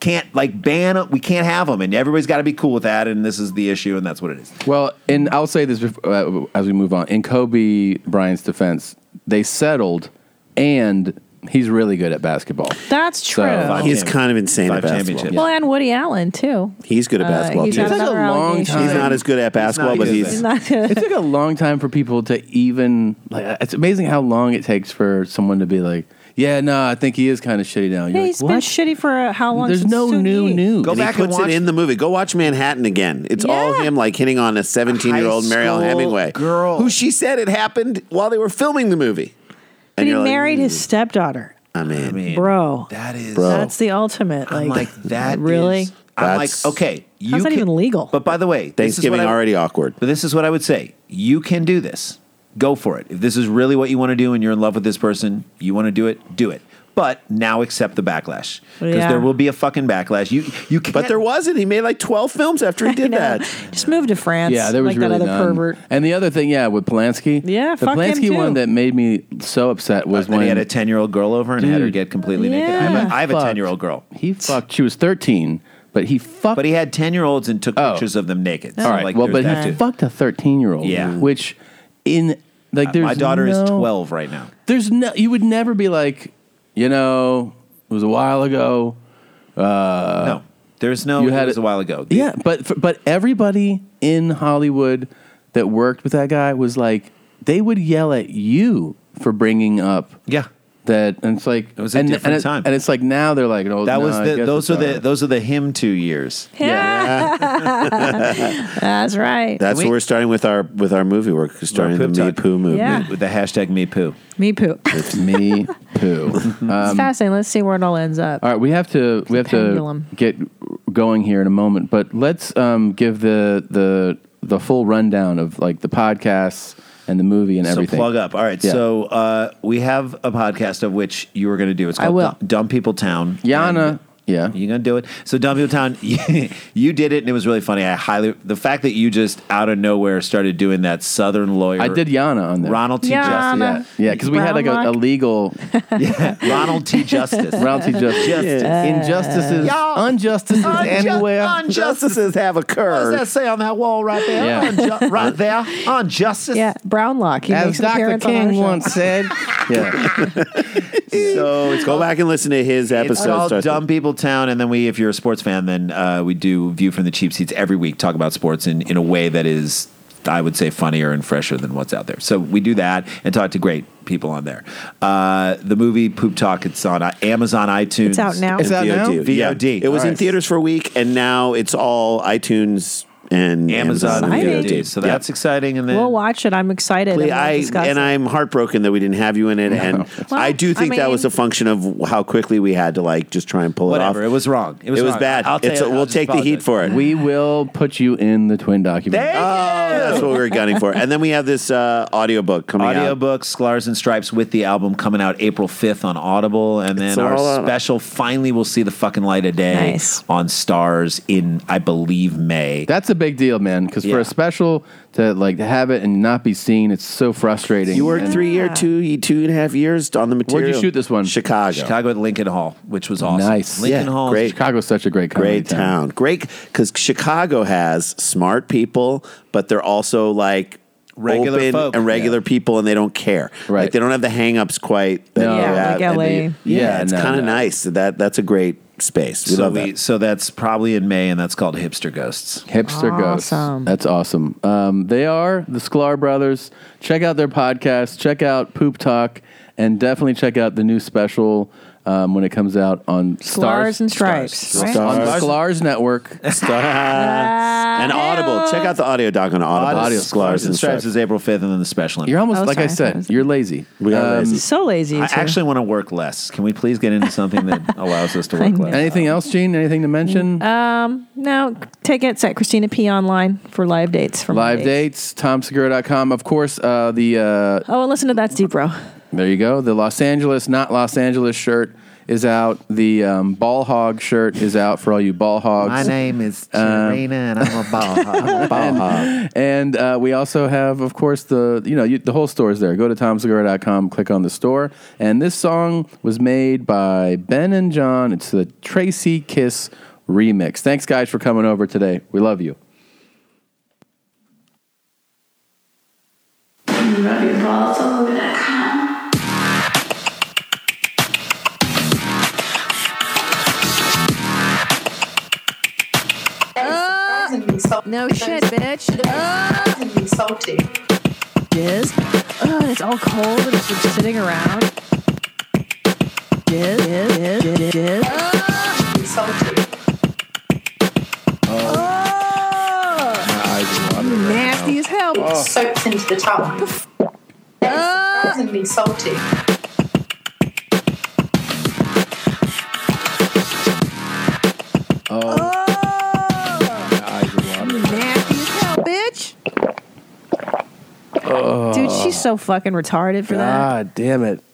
can't like ban them. We can't have them, and everybody's got to be cool with that. And this is the issue, and that's what it is.
Well, and I'll say this before, uh, as we move on. In Kobe Bryant's defense, they settled, and he's really good at basketball.
That's true.
He's kind of insane at
Five
basketball.
championships.
Well, and Woody Allen too.
He's good at
Uh,
basketball.
he's
too.
got It took a another long allegation. time.
He's not as good at basketball, but he's.
it took a long time for people to even like. uh, It's amazing how long it takes for someone to be like, "Yeah, no, I think he is kind of shitty now." You're
Yeah,
like,
he's
what?
been shitty for uh, how long?
There's
since
no
Sue
new
Yee?
news.
Go and back he puts it in the movie. Go watch Manhattan again. It's all him like hitting on a 17 year old
High
Mariel
school
Hemingway girl, who she said it happened while they were filming the movie.
But he
you're like,
married his stepdaughter,
I mean,
bro.
That is
Bro.
that's the ultimate. Like,
I'm like that.
Really?
is- I'm like,
That's-
okay, you
that
can-
even legal?
But by the way, this is what
Thanksgiving
I-
already awkward.
But this is what I would say. You can do this. Go for it. If this is really what you want to do and you're in love with this person, you want to do it, do it. But now accept the backlash. Because
Yeah.
there will be a fucking backlash. You you can't
But there wasn't. He made like 12 films after he did that.
Just move to France.
Yeah, there was
like
really
that other
none.
pervert.
And the other thing, yeah, with Polanski.
Yeah,
the
fuck him
Polanski
too.
one that made me so upset was
Then
when
he had a 10 year old girl over and had her get completely naked. I have a- I have a 10 year old girl.
He fucked. She was thirteen, but he fucked. But
he had ten year olds and took
Oh.
pictures
of them naked.
All
So,
right.
like,
well, but
there's
he
that too.
fucked a thirteen year old.
Yeah.
Which in like there's
My daughter is
no-
12 right now.
There's no. You would never be like, you know, it was a while ago. Uh,
no, there's no.
You
it
had
was a while ago.
Yeah, but for, but everybody in Hollywood that worked with that guy was like, they would yell at you for bringing up.
Yeah.
That and it's like it
was a
and,
different
and it-
time.
and it's like now they're like, oh,
That
no,
was
I
the
guess
those are
it's
the
not.
those are the him two years.
that's right.
That's what we're starting with our with our movie. We're starting the Me Poo movement
Yeah.
with the hashtag Me Poo.
Me poo.
It's me poo.
it's
Um,
fascinating. Let's see where it all ends up.
All right, we have to we have
Pendulum.
to get going here in a moment, but let's um, give the the the full rundown of like the podcasts and the movie and everything.
So plug up. All right.
Yeah.
So uh, we have a podcast of which you are going to do. It's
I
called
will.
Dumb, Dumb People Town.
Yana. yeah.
You're going to do it. So Dumb People Town, you did it and it was really funny. I highly, the fact that you just out of nowhere started doing that Southern lawyer.
I did Yana on there.
Ronald T.
Yeah,
Justice.
yeah, because we had like a, a legal
Ronald T. Justice.
Ronald T. Justice.
Justice.
Injustices,
Y'all-
injustices
Unju-
anywhere.
Injustices
have
What does that
occurred.
say on that wall right there?
Yeah.
Unju- right there on justice.
Yeah, Brownlock. He
As
makes an
Dr.
appearance on our
King
show.
once said, yeah.
so it's go back and listen to his
It's
episode.
called
Starts-
Dumb People Town, and then we, if you're a sports fan, then uh, we do View from the Cheap Seats every week, talk about sports in, in a way that is, I would say, funnier and fresher than what's out there. So we do that and talk to great people on there. Uh, the movie Poop Talk, it's on uh, Amazon, iTunes.
It's VOD. Yeah.
VOD.
It was
All
in
right.
theaters for a week, and now it's all iTunes
and
Amazon video
videotape.
days. So
Yeah.
that's exciting. And then
we'll watch it. I'm excited.
Lee,
and we'll
I
discuss
and
it.
I'm heartbroken that we didn't have you in it, and
Well,
I do
I
think that
mean-
was a function of how quickly we had to like just try and pull
Whatever,
it off.
it was wrong. It was wrong.
bad.
I'll tell
It's-
you- I'll
we'll
just
take the heat
apologize.
for it.
We will put you in the twin documentary.
Oh, that's what we were gunning for. And then we have this uh, audiobook coming out.
audiobook Scars and Stripes with the album coming out April 5th on Audible and then
It's
our
all out.
special finally will see the fucking light of day
Nice.
on Stars in I believe May.
That's a big deal, man. Because for a special to like to have it and not be seen, it's so frustrating.
You worked three year, two, two and a half years on the material.
Where'd you shoot this one?
Chicago.
Chicago at Lincoln Hall, which was awesome.
Nice.
Lincoln
Yeah,
Hall
great.
Chicago's such a great,
great town. Great because Chicago has smart people, but they're also like
Regular
open
folk,
and regular people, and they don't care. Right, like, they don't have the hangups quite. that
No.
you
Yeah,
have
like
in
LA.
the-
Yeah,
yeah, it's
no,
kind of
no.
nice. That that's a great space. We
so
love
we-
that.
so that's probably in May and that's called Hipster Ghosts.
Hipster Ghosts.
Awesome.
That's awesome. Um, they are the Sklar Brothers. Check out their podcast. Check out Poop Talk, and definitely check out the new special um, when it comes out on
Stars
Stars
and Stripes.
Stars.
right?
On Sklar's network. Uh,
and Audible. Check out the audio doc on Audible.
Audio
Scars and
Stripes
Stripes.
is April 5th and then the special. in
You're
May.
almost
Oh,
like I said. You're lazy. Um,
We are lazy.
So lazy.
I
too.
actually want to work less. Can we please get into something that allows us to work less?
Anything else, Gene? Anything to mention?
Um, no, tickets at Christina P online for live dates. For
Live
Monday.
dates, tomsegura.com. Of course, uh, the uh,
Oh, and listen to that's deep, bro.
There you go. The Los Angeles, not Los Angeles shirt is out. The um, ball hog shirt is out for all you ball hogs.
My name is
Um,
Serena, and I'm a ball hog. I'm a ball hog.
and uh, we also have, of course, the you know you, the whole store is there. Go to tomsegura.com, click on the store. And this song was made by Ben and John. It's the Tracy Kiss remix. Thanks, guys, for coming over today. We love you.
Rub your balls all over that cum.
no shit, bitch. Oh!
salty.
Jizz. Ugh, and it's all cold and it's just sitting around. Jizz, jizz, jizz, jizz, jizz.
Nasty as hell.
Oh.
Soaked into the towel. That's surprisingly salty.
Nasty as hell, bitch. Dude, she's so fucking retarded for that.
God Ah, damn it.